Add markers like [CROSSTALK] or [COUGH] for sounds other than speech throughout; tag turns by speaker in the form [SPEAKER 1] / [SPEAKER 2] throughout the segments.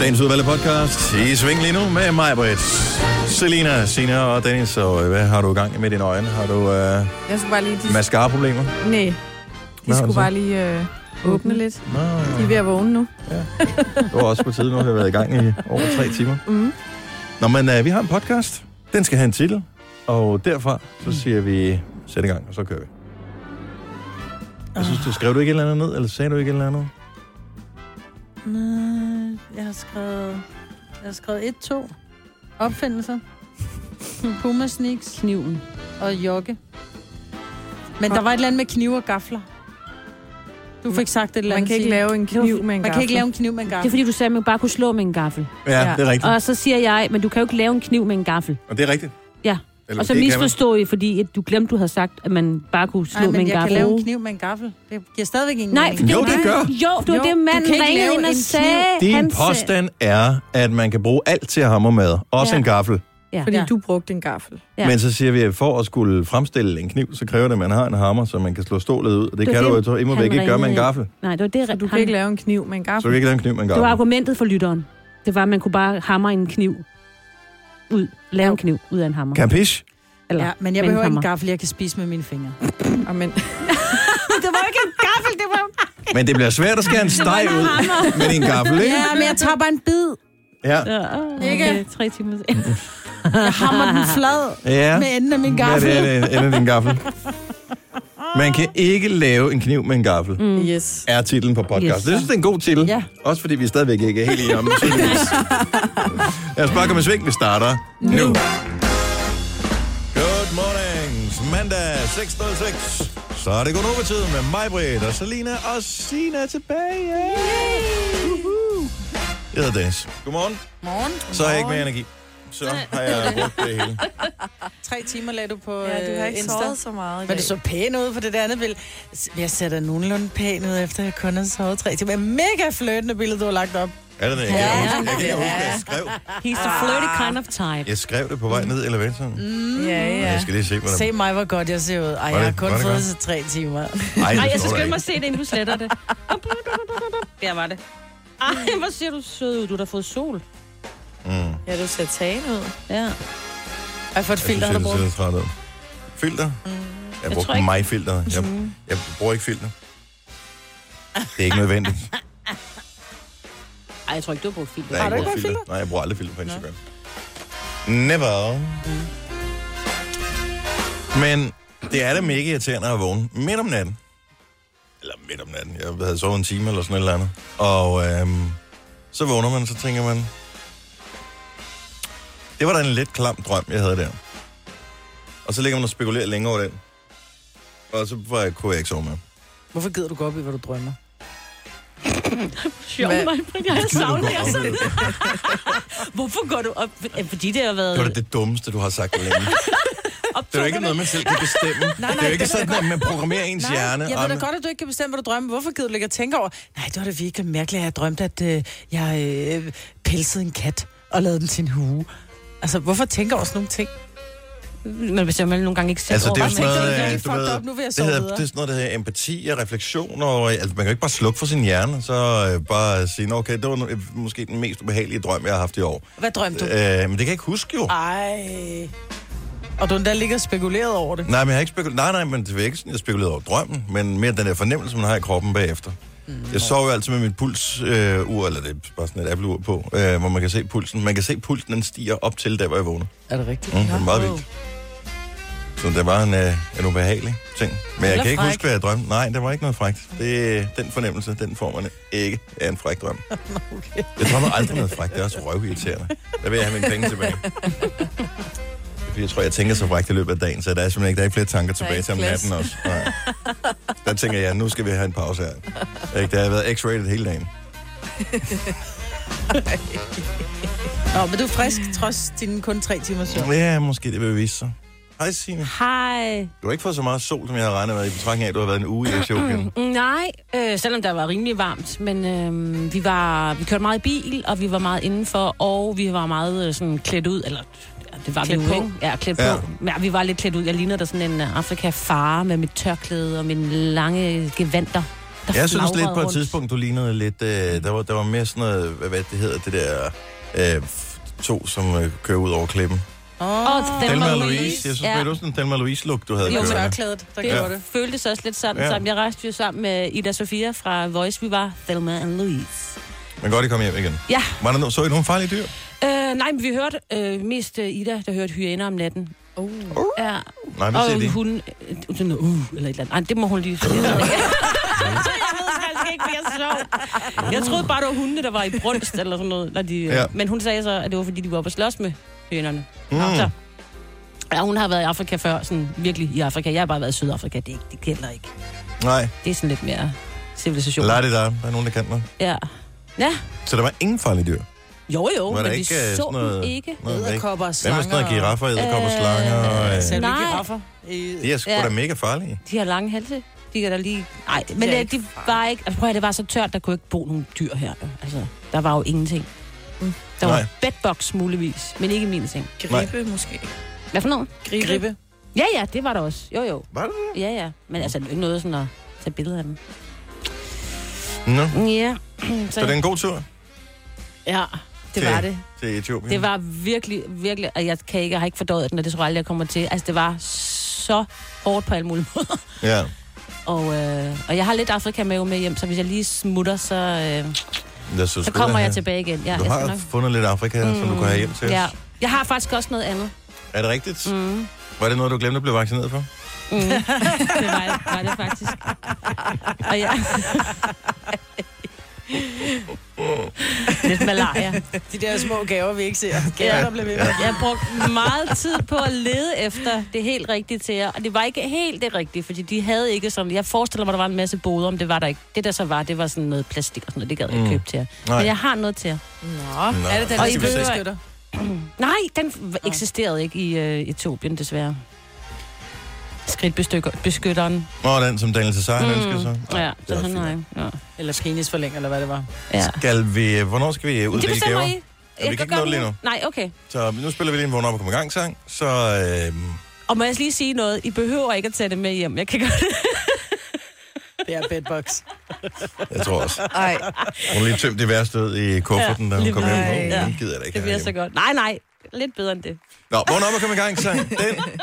[SPEAKER 1] Dagens udvalgte podcast i sving lige nu med mig, Britt, Selina, Sina og Dennis. Og øh, hvad har du i gang med dine øjne? Har du øh,
[SPEAKER 2] Jeg skulle bare lige... De,
[SPEAKER 1] mascara-problemer? Hvad
[SPEAKER 2] nej, de
[SPEAKER 1] har du
[SPEAKER 2] skulle
[SPEAKER 1] så?
[SPEAKER 2] bare lige øh, åbne lidt.
[SPEAKER 1] Nå,
[SPEAKER 2] De er ved at vågne nu.
[SPEAKER 1] det var også på tide nu. Jeg har været i gang i over tre timer.
[SPEAKER 2] Mm.
[SPEAKER 1] Nå, men øh, vi har en podcast. Den skal have en titel. Og derfra,
[SPEAKER 3] Mm.
[SPEAKER 1] så siger vi, sæt i gang, og så kører vi. Jeg synes,
[SPEAKER 3] Ah.
[SPEAKER 1] du skrev du ikke et eller andet ned, eller sagde du ikke et eller andet?
[SPEAKER 4] Nej, jeg har skrevet... Jeg har skrevet 1-2. Opfindelser. Puma sneaks
[SPEAKER 3] Kniven.
[SPEAKER 4] og jogge. Men der var et eller andet med knive og gafler. Du fik sagt et eller andet.
[SPEAKER 2] Man kan ikke
[SPEAKER 4] Signe.
[SPEAKER 2] lave en kniv med en
[SPEAKER 4] Man kan ikke
[SPEAKER 2] gaffel.
[SPEAKER 4] lave en kniv med en
[SPEAKER 3] Det er
[SPEAKER 4] gaffel.
[SPEAKER 3] fordi, du sagde, at man bare kunne slå med en gaffel.
[SPEAKER 1] Ja,
[SPEAKER 2] Ja.
[SPEAKER 1] det er rigtigt.
[SPEAKER 3] Og så siger jeg, men du kan jo ikke lave en kniv med en gaffel.
[SPEAKER 1] Og det er rigtigt.
[SPEAKER 3] Ja.
[SPEAKER 1] Eller,
[SPEAKER 3] Og så
[SPEAKER 1] det kan man.
[SPEAKER 3] misforstod I, fordi at du glemte, du havde sagt, at man bare kunne slå
[SPEAKER 4] Nej,
[SPEAKER 3] med
[SPEAKER 4] men
[SPEAKER 3] en
[SPEAKER 4] jeg
[SPEAKER 3] gaffel.
[SPEAKER 4] kan lave en kniv med en gaffel. Det giver stadigvæk ingen
[SPEAKER 3] Nej,
[SPEAKER 4] mening.
[SPEAKER 1] Jo, det gør.
[SPEAKER 3] Jo, det var
[SPEAKER 2] Jo,
[SPEAKER 3] det,
[SPEAKER 2] du
[SPEAKER 3] manden
[SPEAKER 4] kan ikke
[SPEAKER 3] ringede
[SPEAKER 4] lave
[SPEAKER 3] ind og
[SPEAKER 4] en
[SPEAKER 3] sagde.
[SPEAKER 1] Din
[SPEAKER 3] Han sagde-
[SPEAKER 1] påstand er, at man kan bruge alt til at hamre med. Også
[SPEAKER 3] Ja.
[SPEAKER 1] en gaffel.
[SPEAKER 2] Fordi
[SPEAKER 4] Ja.
[SPEAKER 2] ja. du brugte en gaffel.
[SPEAKER 3] Ja.
[SPEAKER 1] Ja. Men så siger vi, at for at skulle fremstille en kniv, så kræver det, at man har en hammer, så man kan slå stålet ud. Og det,
[SPEAKER 3] var
[SPEAKER 1] det kan
[SPEAKER 3] det,
[SPEAKER 1] du jo tror- imod
[SPEAKER 3] han
[SPEAKER 1] væk ikke gøre med en
[SPEAKER 3] ringede.
[SPEAKER 1] gaffel.
[SPEAKER 3] Nej, det var det,
[SPEAKER 2] Så du kan
[SPEAKER 3] han-
[SPEAKER 2] ikke lave en kniv med en
[SPEAKER 1] Så du kan
[SPEAKER 2] gaffel.
[SPEAKER 1] ikke lave en kniv med en
[SPEAKER 3] Det var
[SPEAKER 1] gaffel.
[SPEAKER 3] argumentet for lytteren. Det var, at man kunne bare hamre en kniv ud. Lave en kniv ud af en hammer.
[SPEAKER 1] Campish?
[SPEAKER 3] Eller
[SPEAKER 4] Ja, men jeg
[SPEAKER 3] med
[SPEAKER 4] behøver ikke
[SPEAKER 3] hammer.
[SPEAKER 4] en gaffel, jeg kan spise med mine fingre.
[SPEAKER 2] Amen.
[SPEAKER 4] det var ikke en gaffel, det var...
[SPEAKER 1] Men det bliver svært at skære en steg ud med en gaffel, ikke?
[SPEAKER 4] Ja, men jeg tager bare en bid.
[SPEAKER 1] Ja.
[SPEAKER 3] Ja, åh,
[SPEAKER 4] Ikke?
[SPEAKER 3] okay, øh, tre timer.
[SPEAKER 4] Jeg hammer den flad
[SPEAKER 1] ja.
[SPEAKER 4] med enden af min
[SPEAKER 1] Hvad er
[SPEAKER 4] gaffel.
[SPEAKER 1] det, er det ender din gaffel? Man kan ikke lave en kniv med en gaffel, mm.
[SPEAKER 2] Yes.
[SPEAKER 1] er titlen på podcast.
[SPEAKER 3] Yes.
[SPEAKER 1] Yes. Det synes jeg er en god titel.
[SPEAKER 4] Ja.
[SPEAKER 1] Også fordi vi stadigvæk ikke er helt enige om det. tydeligvis. Lad os bare komme i sving. Vi starter nu. nu. Good mornings. Mandag 6.06. Så er det gået over tid med mig, Britt, og Selina og Sina tilbage. Yay! Jeg hedder Dennis. Godmorgen.
[SPEAKER 4] Morgen.
[SPEAKER 1] Så har jeg ikke mere energi. Så har jeg brugt det hele.
[SPEAKER 4] Tre timer lagde du på øh,
[SPEAKER 2] Ja, du har ikke
[SPEAKER 4] Insta.
[SPEAKER 2] sovet så meget. i
[SPEAKER 4] Men det så
[SPEAKER 2] dag.
[SPEAKER 4] pænt ud, for det der andet vil... Jeg ser da nogenlunde pæn ud, efter jeg kun har sovet tre timer. Mega fløtende billede, du har lagt op.
[SPEAKER 1] Er det det? Jeg kan huske, jeg, kan huske, at jeg skrev.
[SPEAKER 3] He's the flirty kind of type.
[SPEAKER 1] Jeg skrev det på vej ned i elevatoren.
[SPEAKER 3] Mm.
[SPEAKER 2] Ja,
[SPEAKER 1] Ja. Jeg
[SPEAKER 2] ja.
[SPEAKER 1] skal lige se, hvordan...
[SPEAKER 4] Se mig, hvor godt jeg ser ud. Ej,
[SPEAKER 1] Var
[SPEAKER 4] jeg
[SPEAKER 1] det-
[SPEAKER 4] har kun
[SPEAKER 1] var det
[SPEAKER 4] fået
[SPEAKER 1] godt?
[SPEAKER 4] så tre timer.
[SPEAKER 3] Ej, jeg skal
[SPEAKER 1] står der
[SPEAKER 3] skynde mig at
[SPEAKER 1] ikke.
[SPEAKER 3] se det, inden du sletter det. Der var det. Ej, hvor ser du sød ud. Du har da fået sol.
[SPEAKER 1] Mm.
[SPEAKER 2] Ja, du ser tagen ud.
[SPEAKER 3] Ja.
[SPEAKER 4] Ej, for
[SPEAKER 1] Jeg
[SPEAKER 4] et filter,
[SPEAKER 1] synes,
[SPEAKER 4] har du
[SPEAKER 1] jeg
[SPEAKER 4] brugt.
[SPEAKER 1] ser træt ud. Filter? Jeg
[SPEAKER 3] tror
[SPEAKER 1] brugte
[SPEAKER 3] ikke-
[SPEAKER 1] mig filter. Jeg, jeg bruger ikke filter. Det er ikke nødvendigt.
[SPEAKER 3] Ej, jeg tror ikke, du har brugt filter.
[SPEAKER 1] Nej, jeg
[SPEAKER 4] du ikke
[SPEAKER 1] bruger
[SPEAKER 4] brugt
[SPEAKER 1] filter.
[SPEAKER 4] filter?
[SPEAKER 1] Nej, jeg bruger aldrig filter på Instagram. Never. Men det er da mega irriterende at vågne midt om natten. Eller midt om natten. Jeg havde sovet en time eller sådan et eller andet. Og øhm, så vågner man, så tænker man... Det var da en lidt klam drøm, jeg havde der. Og så ligger man og spekulerer længe over den. Og så var jeg, kunne jeg ikke sove med.
[SPEAKER 4] Hvorfor gider du gå op i, hvad du drømmer?
[SPEAKER 3] Sjov,
[SPEAKER 2] Hvad?
[SPEAKER 3] mig, Britt. Jeg har savnet jer sådan.
[SPEAKER 1] det.
[SPEAKER 3] Hvorfor går du op? Ja, Fordi det har været...
[SPEAKER 1] Det var da det dummeste, du har sagt længe. Det er jo ikke noget, man selv kan
[SPEAKER 4] [LAUGHS]
[SPEAKER 1] bestemme. nej, det er jo ikke sådan, at man programmerer ens
[SPEAKER 4] Nej,
[SPEAKER 1] hjerne.
[SPEAKER 4] jeg
[SPEAKER 1] om-
[SPEAKER 4] ved da godt, at du ikke kan bestemme, hvad du drømmer. Hvorfor gider du ikke at tænke over? Nej, det var da virkelig mærkeligt, at jeg drømte, at øh, jeg øh, pelsede en kat og lavede den til en hue. Altså, hvorfor tænker over sådan nogle ting?
[SPEAKER 3] Man bestemmer nogle gange ikke selv
[SPEAKER 1] Altså, det er jo
[SPEAKER 3] over,
[SPEAKER 1] sådan
[SPEAKER 3] hvad man
[SPEAKER 1] noget,
[SPEAKER 3] tænker.
[SPEAKER 1] øh,
[SPEAKER 4] tænker, "Fuck
[SPEAKER 1] du ved,
[SPEAKER 4] op, nu vil jeg
[SPEAKER 1] det,
[SPEAKER 4] sove
[SPEAKER 1] hedder,
[SPEAKER 4] videre."
[SPEAKER 1] det er sådan noget, der hedder empati og refleksion, og altså, man kan jo ikke bare slukke for sin hjerne, og så øh, bare sige, "Nå, okay, det var nu- øh, måske den mest ubehagelige drøm, jeg har haft i år.
[SPEAKER 4] Hvad drømte du? Ah.
[SPEAKER 1] Øh, men det kan jeg ikke huske jo.
[SPEAKER 4] Ej. Og du endda ligger spekuleret over det.
[SPEAKER 1] Nej, men jeg har ikke spekuleret. Nej, nej, men det var ikke sådan, jeg spekulerede over drømmen, men mere den der fornemmelse, man har i kroppen bagefter. Mm. Jeg sover jo altid med mit pulsur, øh, ur, eller det er bare sådan et Apple-ur på, øh, hvor man kan se pulsen. Man kan se pulsen, den stiger op til, der hvor jeg vågner.
[SPEAKER 4] Er det rigtigt?
[SPEAKER 1] Mm, det er meget vildt. Så det var en, øh, en ubehagelig ting. Men jeg
[SPEAKER 4] Eller
[SPEAKER 1] kan ikke
[SPEAKER 4] fræk.
[SPEAKER 1] huske, hvad jeg drømte. Nej, det var ikke noget frækt. Det, den fornemmelse, den får man ikke af en fræk drøm.
[SPEAKER 4] Okay.
[SPEAKER 1] Jeg drømmer aldrig noget frækt. Det er også røvirriterende. Der vil jeg have mine penge tilbage. Det er Fordi jeg tror, jeg tænker så frækt i løbet af dagen, så der er simpelthen ikke, der er ikke flere tanker tilbage
[SPEAKER 2] ikke
[SPEAKER 1] til om
[SPEAKER 2] plads.
[SPEAKER 1] natten også. Nej. Der tænker jeg, nu skal vi have en pause her. Ikke? Der har været x-rated hele dagen.
[SPEAKER 4] Nå, men du er frisk, trods dine kun tre timer søvn.
[SPEAKER 1] Ja, måske det vil vise sig. Hej Signe.
[SPEAKER 3] Hej.
[SPEAKER 1] Du har ikke fået så meget sol, som jeg havde regnet med i betragtning af, at du har været en uge i Etiopien.
[SPEAKER 3] Nej, øh, selvom der var rimelig varmt, men øh, vi, var, vi kørte meget i bil, og vi var meget indenfor, og vi var meget øh, sådan klædt ud, eller ja, det var
[SPEAKER 4] Klædt
[SPEAKER 3] vi jo,
[SPEAKER 4] på.
[SPEAKER 3] ikke? Ja, klædt
[SPEAKER 1] Ja.
[SPEAKER 3] ja. på. Men ja, vi var lidt klædt ud. Jeg lignede der sådan en øh, Afrika-fare med mit tørklæde og mine lange gevanter. der
[SPEAKER 1] Jeg synes lidt
[SPEAKER 3] flagrede
[SPEAKER 1] på et
[SPEAKER 3] rundt.
[SPEAKER 1] tidspunkt, du lignede lidt... Øh, der, var, der var mere sådan noget... Hvad, hvad det hedder, det der... Øh, f- to, som øh, kører ud over klippen.
[SPEAKER 3] Åh, oh,
[SPEAKER 1] Delma
[SPEAKER 3] Delma
[SPEAKER 1] Louise. Jeg
[SPEAKER 3] Louise.
[SPEAKER 1] synes, ja. det var sådan en Delma Louise-look, du havde.
[SPEAKER 3] Jo,
[SPEAKER 4] Det var
[SPEAKER 1] kørende.
[SPEAKER 4] tørklædet, der
[SPEAKER 3] Det
[SPEAKER 4] gjorde
[SPEAKER 3] ja.
[SPEAKER 4] det.
[SPEAKER 3] føltes også lidt sådan
[SPEAKER 1] Ja.
[SPEAKER 3] ja. sammen. Jeg rejste jo sammen med Ida Sofia fra Voice. Vi var Thelma and Louise.
[SPEAKER 1] Men godt, I kom hjem igen.
[SPEAKER 3] Ja,
[SPEAKER 1] Var der no- så I nogle farlige dyr?
[SPEAKER 3] øh, nej, men vi hørte øh, mest øh, Ida, der hørte hyæner om natten.
[SPEAKER 2] Oh.
[SPEAKER 3] Ja,
[SPEAKER 1] Nej, hvad siger
[SPEAKER 3] og
[SPEAKER 1] de?
[SPEAKER 3] hun... Øh, sådan, noget, uh, eller et eller andet. Ej, det må hun lige...
[SPEAKER 1] [LAUGHS]
[SPEAKER 3] Jeg [LAUGHS] ved faktisk ikke, hvad jeg sov. Jeg troede bare, det var hunde, der var i brunst eller sådan noget. Når de,
[SPEAKER 1] Ja.
[SPEAKER 3] ja. Men hun sagde så, at det var, fordi de var oppe og slås med hønerne.
[SPEAKER 1] Mm.
[SPEAKER 3] Mm. Så, ja, hun har været i Afrika før, sådan virkelig i Afrika. Jeg har bare været i Sydafrika, det, er ikke- det gælder ikke.
[SPEAKER 1] Nej,
[SPEAKER 3] Det er sådan lidt mere civilisation.
[SPEAKER 1] lad det der. Der er nogen, der kan noget.
[SPEAKER 3] Ja. Ja,
[SPEAKER 1] Så der var ingen farlige dyr?
[SPEAKER 3] jo jo,
[SPEAKER 1] var
[SPEAKER 3] men
[SPEAKER 1] der
[SPEAKER 3] vi
[SPEAKER 1] øh,
[SPEAKER 3] så dem ikke.
[SPEAKER 1] Noget, der ikke.
[SPEAKER 4] Æderkopper og
[SPEAKER 1] Hvad
[SPEAKER 4] slanger.
[SPEAKER 1] med sådan noget giraffer, æderkopper,
[SPEAKER 3] Øh,
[SPEAKER 1] slanger? Og, øh,
[SPEAKER 4] Selv
[SPEAKER 3] Nej.
[SPEAKER 4] giraffer. Øh,
[SPEAKER 1] de er sgu
[SPEAKER 3] ja.
[SPEAKER 1] da mega farlige.
[SPEAKER 3] De har lange halse. De kan da lige... Nej, men
[SPEAKER 2] Det er
[SPEAKER 3] ja,
[SPEAKER 2] ikke
[SPEAKER 3] de var ikke... Altså, prøv at høre, det var så tørt, der kunne ikke bo nogen dyr her. jo. Altså, der var jo ingenting.
[SPEAKER 2] Mm.
[SPEAKER 3] Der var
[SPEAKER 1] Nej.
[SPEAKER 3] Nej. bedbox muligvis, men ikke min ting.
[SPEAKER 2] Gribe måske.
[SPEAKER 3] Hvad for nogen?
[SPEAKER 4] Gribe.
[SPEAKER 3] Ja, ja, det var der også. Jo, jo.
[SPEAKER 1] Var det
[SPEAKER 3] Ja, ja. Men altså, det er jo ikke noget sådan at tage billeder af dem.
[SPEAKER 1] Nå.
[SPEAKER 3] Ja. [CLEARS THROAT]
[SPEAKER 1] Så det er en god tur
[SPEAKER 3] Ja,
[SPEAKER 1] til,
[SPEAKER 2] Det var det.
[SPEAKER 1] til Etiopien.
[SPEAKER 3] det var virkelig, virkelig... Og jeg, kan ikke, jeg har ikke fordøjet den, og det tror jeg aldrig, jeg kommer til. Altså, det var så hårdt på alle mulige [LAUGHS] måder.
[SPEAKER 1] Ja.
[SPEAKER 3] Og, øh, og jeg har lidt Afrika med med hjem, så hvis jeg lige smutter, så, øh,
[SPEAKER 1] Lad os
[SPEAKER 3] så kommer jeg tilbage igen. Ja,
[SPEAKER 1] Du
[SPEAKER 3] jeg
[SPEAKER 1] har fundet lidt Afrika, mm. som du kan have hjem til os.
[SPEAKER 3] Ja. Jeg har faktisk også noget andet.
[SPEAKER 1] Er det rigtigt? Mm.
[SPEAKER 3] Mm.
[SPEAKER 1] Var det noget, du glemte at blive vaccineret for?
[SPEAKER 3] Mm. det var, var det faktisk. Og jeg... Lidt malaria.
[SPEAKER 4] De der små gaver, vi ikke ser. Gaver,
[SPEAKER 3] Ja.
[SPEAKER 4] der blev ved.
[SPEAKER 1] Ja.
[SPEAKER 3] Jeg brugte meget tid på at lede efter det helt rigtige til jer. Og det var ikke helt det rigtige, fordi de havde ikke sådan... Jeg forestiller mig, der var en masse boder, om det var der ikke. Det der så var, det var sådan noget plastik og sådan noget. Det gad jeg
[SPEAKER 1] Mm.
[SPEAKER 3] ikke købe til jer.
[SPEAKER 1] Nej.
[SPEAKER 3] Men jeg har noget til jer.
[SPEAKER 4] Nå.
[SPEAKER 1] Nå.
[SPEAKER 4] Er det den,
[SPEAKER 1] Og
[SPEAKER 4] der
[SPEAKER 1] I ved
[SPEAKER 4] skal
[SPEAKER 3] hvad?
[SPEAKER 4] beskytter?
[SPEAKER 3] [CLEARS THROAT] Nej, den f- eksisterede ikke i øh, Etiopien, desværre. Skridtbeskytteren.
[SPEAKER 1] Nå, den, som Daniel Cesar mm.
[SPEAKER 3] Mm.
[SPEAKER 1] ønskede sig. Nå,
[SPEAKER 3] Ja,
[SPEAKER 1] det
[SPEAKER 3] så
[SPEAKER 1] er
[SPEAKER 3] han
[SPEAKER 1] fint.
[SPEAKER 3] nej. Ja.
[SPEAKER 4] Eller penisforlæng, eller hvad det var.
[SPEAKER 3] ja.
[SPEAKER 1] Skal vi, hvornår skal vi øh,
[SPEAKER 3] Men det
[SPEAKER 1] uddele
[SPEAKER 3] bestemmer
[SPEAKER 1] gaver?
[SPEAKER 3] I. Jeg
[SPEAKER 1] vi kan ikke
[SPEAKER 3] kan
[SPEAKER 1] nå
[SPEAKER 3] gøre
[SPEAKER 1] det lige
[SPEAKER 3] min- Nej, okay.
[SPEAKER 1] Så øh, nu spiller vi lige en vågn op og kommer i gang sang. Så øh,
[SPEAKER 3] Og må jeg lige sige noget? I behøver ikke at tage det med hjem. Jeg kan gøre det.
[SPEAKER 4] Det er bedbox.
[SPEAKER 1] jeg tror også,
[SPEAKER 2] Ej,
[SPEAKER 1] hun lige tømte det værste ud i kufferten,
[SPEAKER 3] Ja,
[SPEAKER 1] da hun
[SPEAKER 3] lige
[SPEAKER 1] kom hjem.
[SPEAKER 2] præcis.
[SPEAKER 1] Ja.
[SPEAKER 3] Ja.
[SPEAKER 1] Den gider jeg da ikke
[SPEAKER 3] Det bliver
[SPEAKER 1] have
[SPEAKER 3] så
[SPEAKER 1] hjemme.
[SPEAKER 3] godt. Nej, nej. Lidt bedre end det.
[SPEAKER 1] Nå, vågn op og kom i gang sang. Den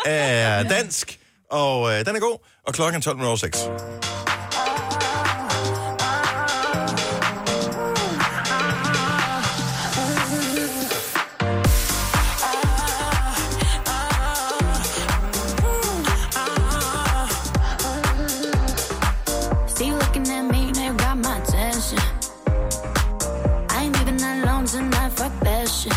[SPEAKER 1] er dansk, og øh, den er god. Og klokken er 12.06.
[SPEAKER 5] See you looking at me, now you got my attention. I ain't leaving alone tonight, fuck that shit.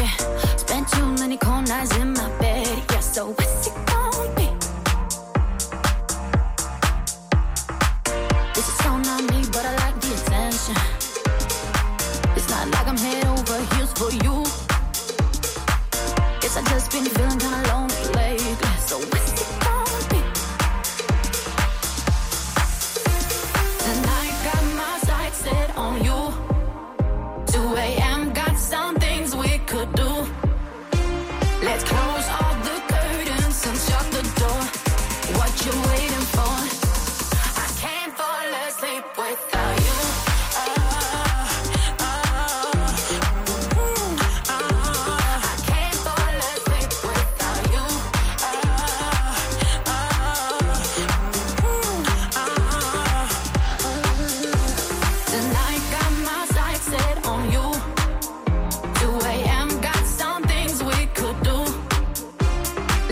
[SPEAKER 5] Yeah, spent too many cold nights in my bed. Yeah, so what's it gonna be? This is on me, but I like the attention. It's not like I'm head over heels for you. Guess I just been feeling kinda lonely lately. So what's it gonna be? And I got my sights set on you. 2 a.m. got some things we could do. Let's close all the curtains and shut the door. What you waiting for? I can't fall asleep without you. Oh, oh, ooh, oh. I can't fall asleep without you. Oh, oh, ooh. Tonight got my sights set on you. 2 a.m. got some things we could do.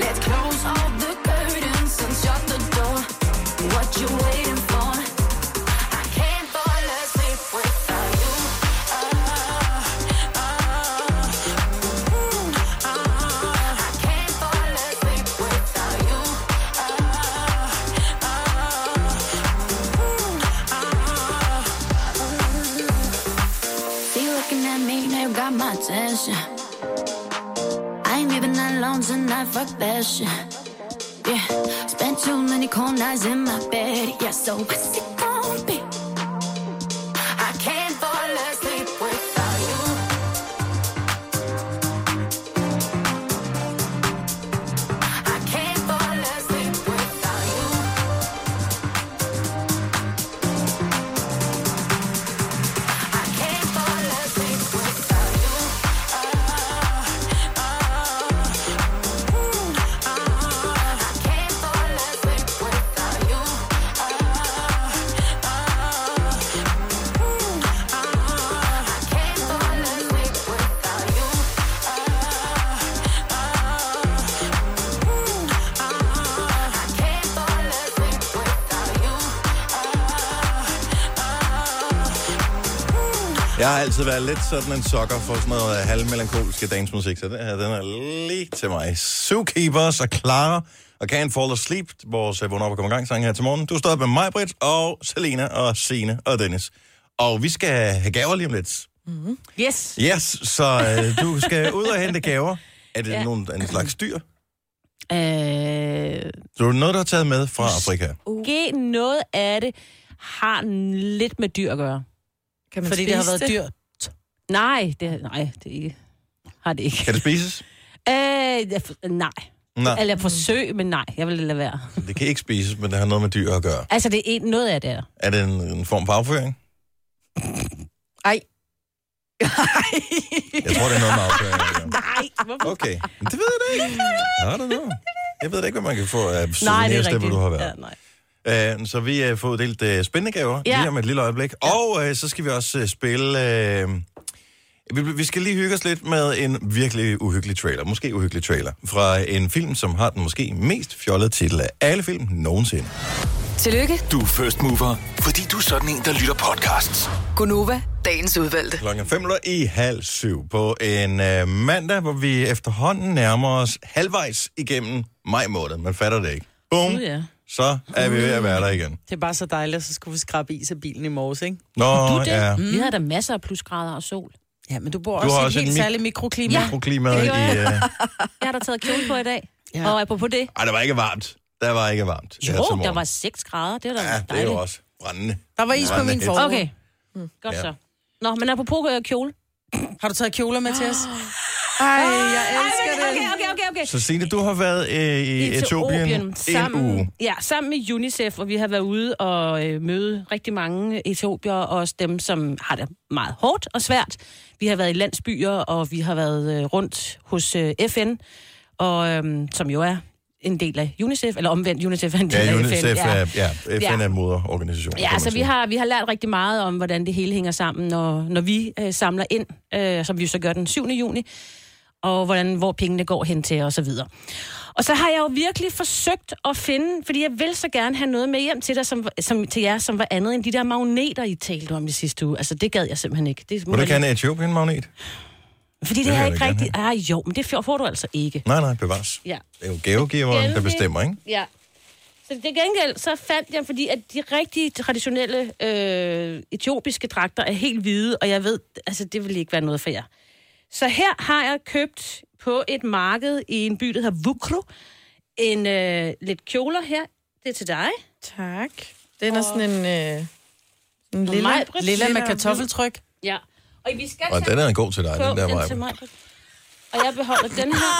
[SPEAKER 5] Let's close all the curtains and shut the door. What you waiting for? I can't fall asleep without you. Uh, mm, uh, I can't fall asleep without you. See you looking at me, now you got my attention. I ain't leaving alone tonight, fuck that shit. Yeah, spent too many cold nights in my bed. Yeah, so what's it gonna be? I can't fall asleep without you. I can't fall asleep without you.
[SPEAKER 1] Jeg har altid været lidt sådan en sokker for sådan noget øh, halvmelankolske dansemusik, så den her, den er lige til mig. Zookeepers og Clara og Can't Fall Asleep, vores øh, vågn op og komme i gang sang her til morgen. Du står op med mig, Britt, og Selena og Sine og Dennis. Og vi skal have gaver lige om lidt.
[SPEAKER 3] Yes.
[SPEAKER 1] Yes, så øh, du skal ud og hente gaver. Er det ja. nogen en slags dyr?
[SPEAKER 3] Øh,
[SPEAKER 1] Så er det noget, du har taget med fra Afrika?
[SPEAKER 3] G, noget af det har n- lidt med dyr at gøre.
[SPEAKER 2] Kan man
[SPEAKER 4] Fordi det
[SPEAKER 2] spise
[SPEAKER 4] har været dyrt.
[SPEAKER 3] Nej, det, nej, det er ikke. har det ikke.
[SPEAKER 1] Kan det spises?
[SPEAKER 3] Øh, jeg, f- nej.
[SPEAKER 1] Nej,
[SPEAKER 3] [LAUGHS] Eller jeg forsøg, men nej, jeg vil lade være.
[SPEAKER 1] det kan ikke spises, men det har noget med dyr at gøre.
[SPEAKER 3] Altså, det er en, noget af det er.
[SPEAKER 1] Er det en, en form for afføring?
[SPEAKER 2] Ej.
[SPEAKER 1] Jeg tror, det er noget med afføring. at
[SPEAKER 3] [LAUGHS]
[SPEAKER 1] gøre.
[SPEAKER 3] Nej, hvorfor?
[SPEAKER 1] Okay, Men det ved jeg da ikke. I don't know. Jeg ved da ikke, hvad man kan få af
[SPEAKER 3] Nej, det er
[SPEAKER 1] souvenirs, der
[SPEAKER 3] rigtigt.
[SPEAKER 1] hvor du har
[SPEAKER 3] Ja,
[SPEAKER 1] været.
[SPEAKER 3] nej.
[SPEAKER 1] Ja. Uh, så vi har uh, fået delt uh, spændende gaver ja.
[SPEAKER 3] Ja.
[SPEAKER 1] lige om et lille øjeblik. Og uh, så skal vi også uh, spille... Uh, vi, vi skal lige hygge os lidt med en virkelig uhyggelig trailer. Måske uhyggelig trailer. Fra en film, som har den måske mest fjollede titel af alle film nogensinde.
[SPEAKER 6] Tillykke,
[SPEAKER 7] Du er first mover, fordi du er sådan en, der lytter podcasts.
[SPEAKER 6] Gunova, dagens udvalgte.
[SPEAKER 1] Klokken er fem minutter i halv syv på en øh, mandag, hvor vi efterhånden nærmer os halvvejs igennem maj måned. Man fatter det ikke. Bum.
[SPEAKER 3] Gud, ja.
[SPEAKER 1] Så er vi ved at være der igen.
[SPEAKER 4] Det er bare så dejligt, at så skulle vi skrabe is af bilen i morges, ikke?
[SPEAKER 1] Nå,
[SPEAKER 3] Du det?
[SPEAKER 1] ja.
[SPEAKER 3] Ja. Vi havde da masser af plusgrader og sol.
[SPEAKER 4] Ja, men du bor
[SPEAKER 1] Du
[SPEAKER 4] også
[SPEAKER 1] har
[SPEAKER 4] i et
[SPEAKER 1] også et
[SPEAKER 4] helt
[SPEAKER 1] mik-
[SPEAKER 4] særligt mikroklima.
[SPEAKER 3] Ja.
[SPEAKER 1] Mikroklimaet
[SPEAKER 3] det
[SPEAKER 1] i...
[SPEAKER 3] gør jeg.
[SPEAKER 1] Øh...
[SPEAKER 3] Jeg har da taget kjole på i dag.
[SPEAKER 4] Ja.
[SPEAKER 3] Ja. Og apropos det.
[SPEAKER 1] Ej, der var ikke varmt. Der var ikke varmt.
[SPEAKER 3] Jo,
[SPEAKER 1] her til morgen.
[SPEAKER 3] der var 6 grader. Det var da
[SPEAKER 1] Ja,
[SPEAKER 3] dejligt.
[SPEAKER 1] det er jo også brændende.
[SPEAKER 4] Der var is på
[SPEAKER 1] Brændende
[SPEAKER 4] min
[SPEAKER 1] hest.
[SPEAKER 4] forhud.
[SPEAKER 3] Okay. Godt
[SPEAKER 1] Ja.
[SPEAKER 3] så. Nå, men apropos øh, kjole.
[SPEAKER 4] Har du taget kjoler med til os?
[SPEAKER 2] Ej, jeg elsker
[SPEAKER 3] Okay, okay, okay, okay. okay.
[SPEAKER 1] Så Signe, du har været øh, i Etiopien en
[SPEAKER 3] sammen,
[SPEAKER 1] uge.
[SPEAKER 3] Ja, sammen med UNICEF, og vi har været ude og øh, møde rigtig mange etiopier, og også dem, som har det meget hårdt og svært. Vi har været i landsbyer, og vi har været øh, rundt hos øh, FN, og, øh, som jo er en del af UNICEF, eller omvendt, UNICEF er en del
[SPEAKER 1] Ja,
[SPEAKER 3] af
[SPEAKER 1] UNICEF
[SPEAKER 3] FN.
[SPEAKER 1] er, ja, FN
[SPEAKER 3] Ja.
[SPEAKER 1] er en moderorganisation. kan
[SPEAKER 3] Ja,
[SPEAKER 1] man
[SPEAKER 3] altså vi
[SPEAKER 1] sige.
[SPEAKER 3] har, vi har lært rigtig meget om, hvordan det hele hænger sammen, når, når vi øh, samler ind, øh, som vi jo så gør den 7. juni, og hvordan, hvor pengene går hen til og så videre. Og så har jeg jo virkelig forsøgt at finde, fordi jeg vil så gerne have noget med hjem til, dig, som, som, til jer, som var andet end de der magneter, I talte om i sidste uge. Altså det gad jeg simpelthen ikke. Det, må
[SPEAKER 1] Må du
[SPEAKER 3] jeg
[SPEAKER 1] ikke have
[SPEAKER 3] lige-
[SPEAKER 1] en Etiopien-magnet?
[SPEAKER 3] Fordi
[SPEAKER 1] Det
[SPEAKER 3] det, det
[SPEAKER 1] vil
[SPEAKER 3] er
[SPEAKER 1] jeg
[SPEAKER 3] ikke
[SPEAKER 1] da gerne Mm.
[SPEAKER 3] rigtigt. Ah, jo, men det får- får du altså ikke.
[SPEAKER 1] Nej, nej, bevares.
[SPEAKER 3] Ja.
[SPEAKER 1] Det er jo gavegiveren, der
[SPEAKER 3] Gengæld-
[SPEAKER 1] bestemmer, ikke?
[SPEAKER 3] Ja. Så det gengæld, så fandt jeg, fordi at de rigtige traditionelle øh, etiopiske dragter er helt hvide, og jeg ved, altså det vil ikke være noget for jer. Så her har jeg købt på et marked i en by, der hedder Vukro, en øh, lidt kjoler her. Det er til dig.
[SPEAKER 2] Tak. Den er sådan en... Øh, en
[SPEAKER 3] Og
[SPEAKER 2] lille,
[SPEAKER 3] mig, Britt.
[SPEAKER 4] Lilla med
[SPEAKER 2] og
[SPEAKER 4] kartoffeltryk.
[SPEAKER 3] Ja. Og vi skal
[SPEAKER 1] Og
[SPEAKER 3] tage
[SPEAKER 1] den er god til dig,
[SPEAKER 3] på
[SPEAKER 1] den der
[SPEAKER 3] den til
[SPEAKER 1] vej.
[SPEAKER 3] mig. Og jeg beholder den her.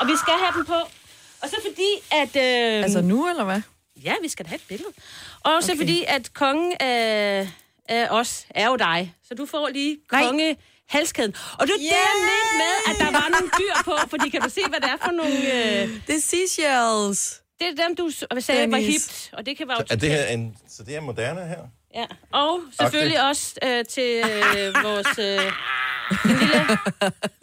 [SPEAKER 3] Og vi skal have den på. Og så fordi, at... Øh,
[SPEAKER 2] Altså nu, eller hvad?
[SPEAKER 3] Ja, vi skal da have et billede. Og så fordi, at kongen af, af os er jo dig. Så du får lige konge halskæden. Og du yeah! det, jeg mente med, at der var nogle dyr på, fordi kan du se, hvad det er for nogle... Øh,
[SPEAKER 2] Det er seashells.
[SPEAKER 3] det er dem, du s- sagde var
[SPEAKER 2] Dennis.
[SPEAKER 3] hipt, og det kan være...
[SPEAKER 1] Er det her en, så det er moderne her?
[SPEAKER 3] Ja. Og selvfølgelig også øh, til øh, vores... Øh, den lille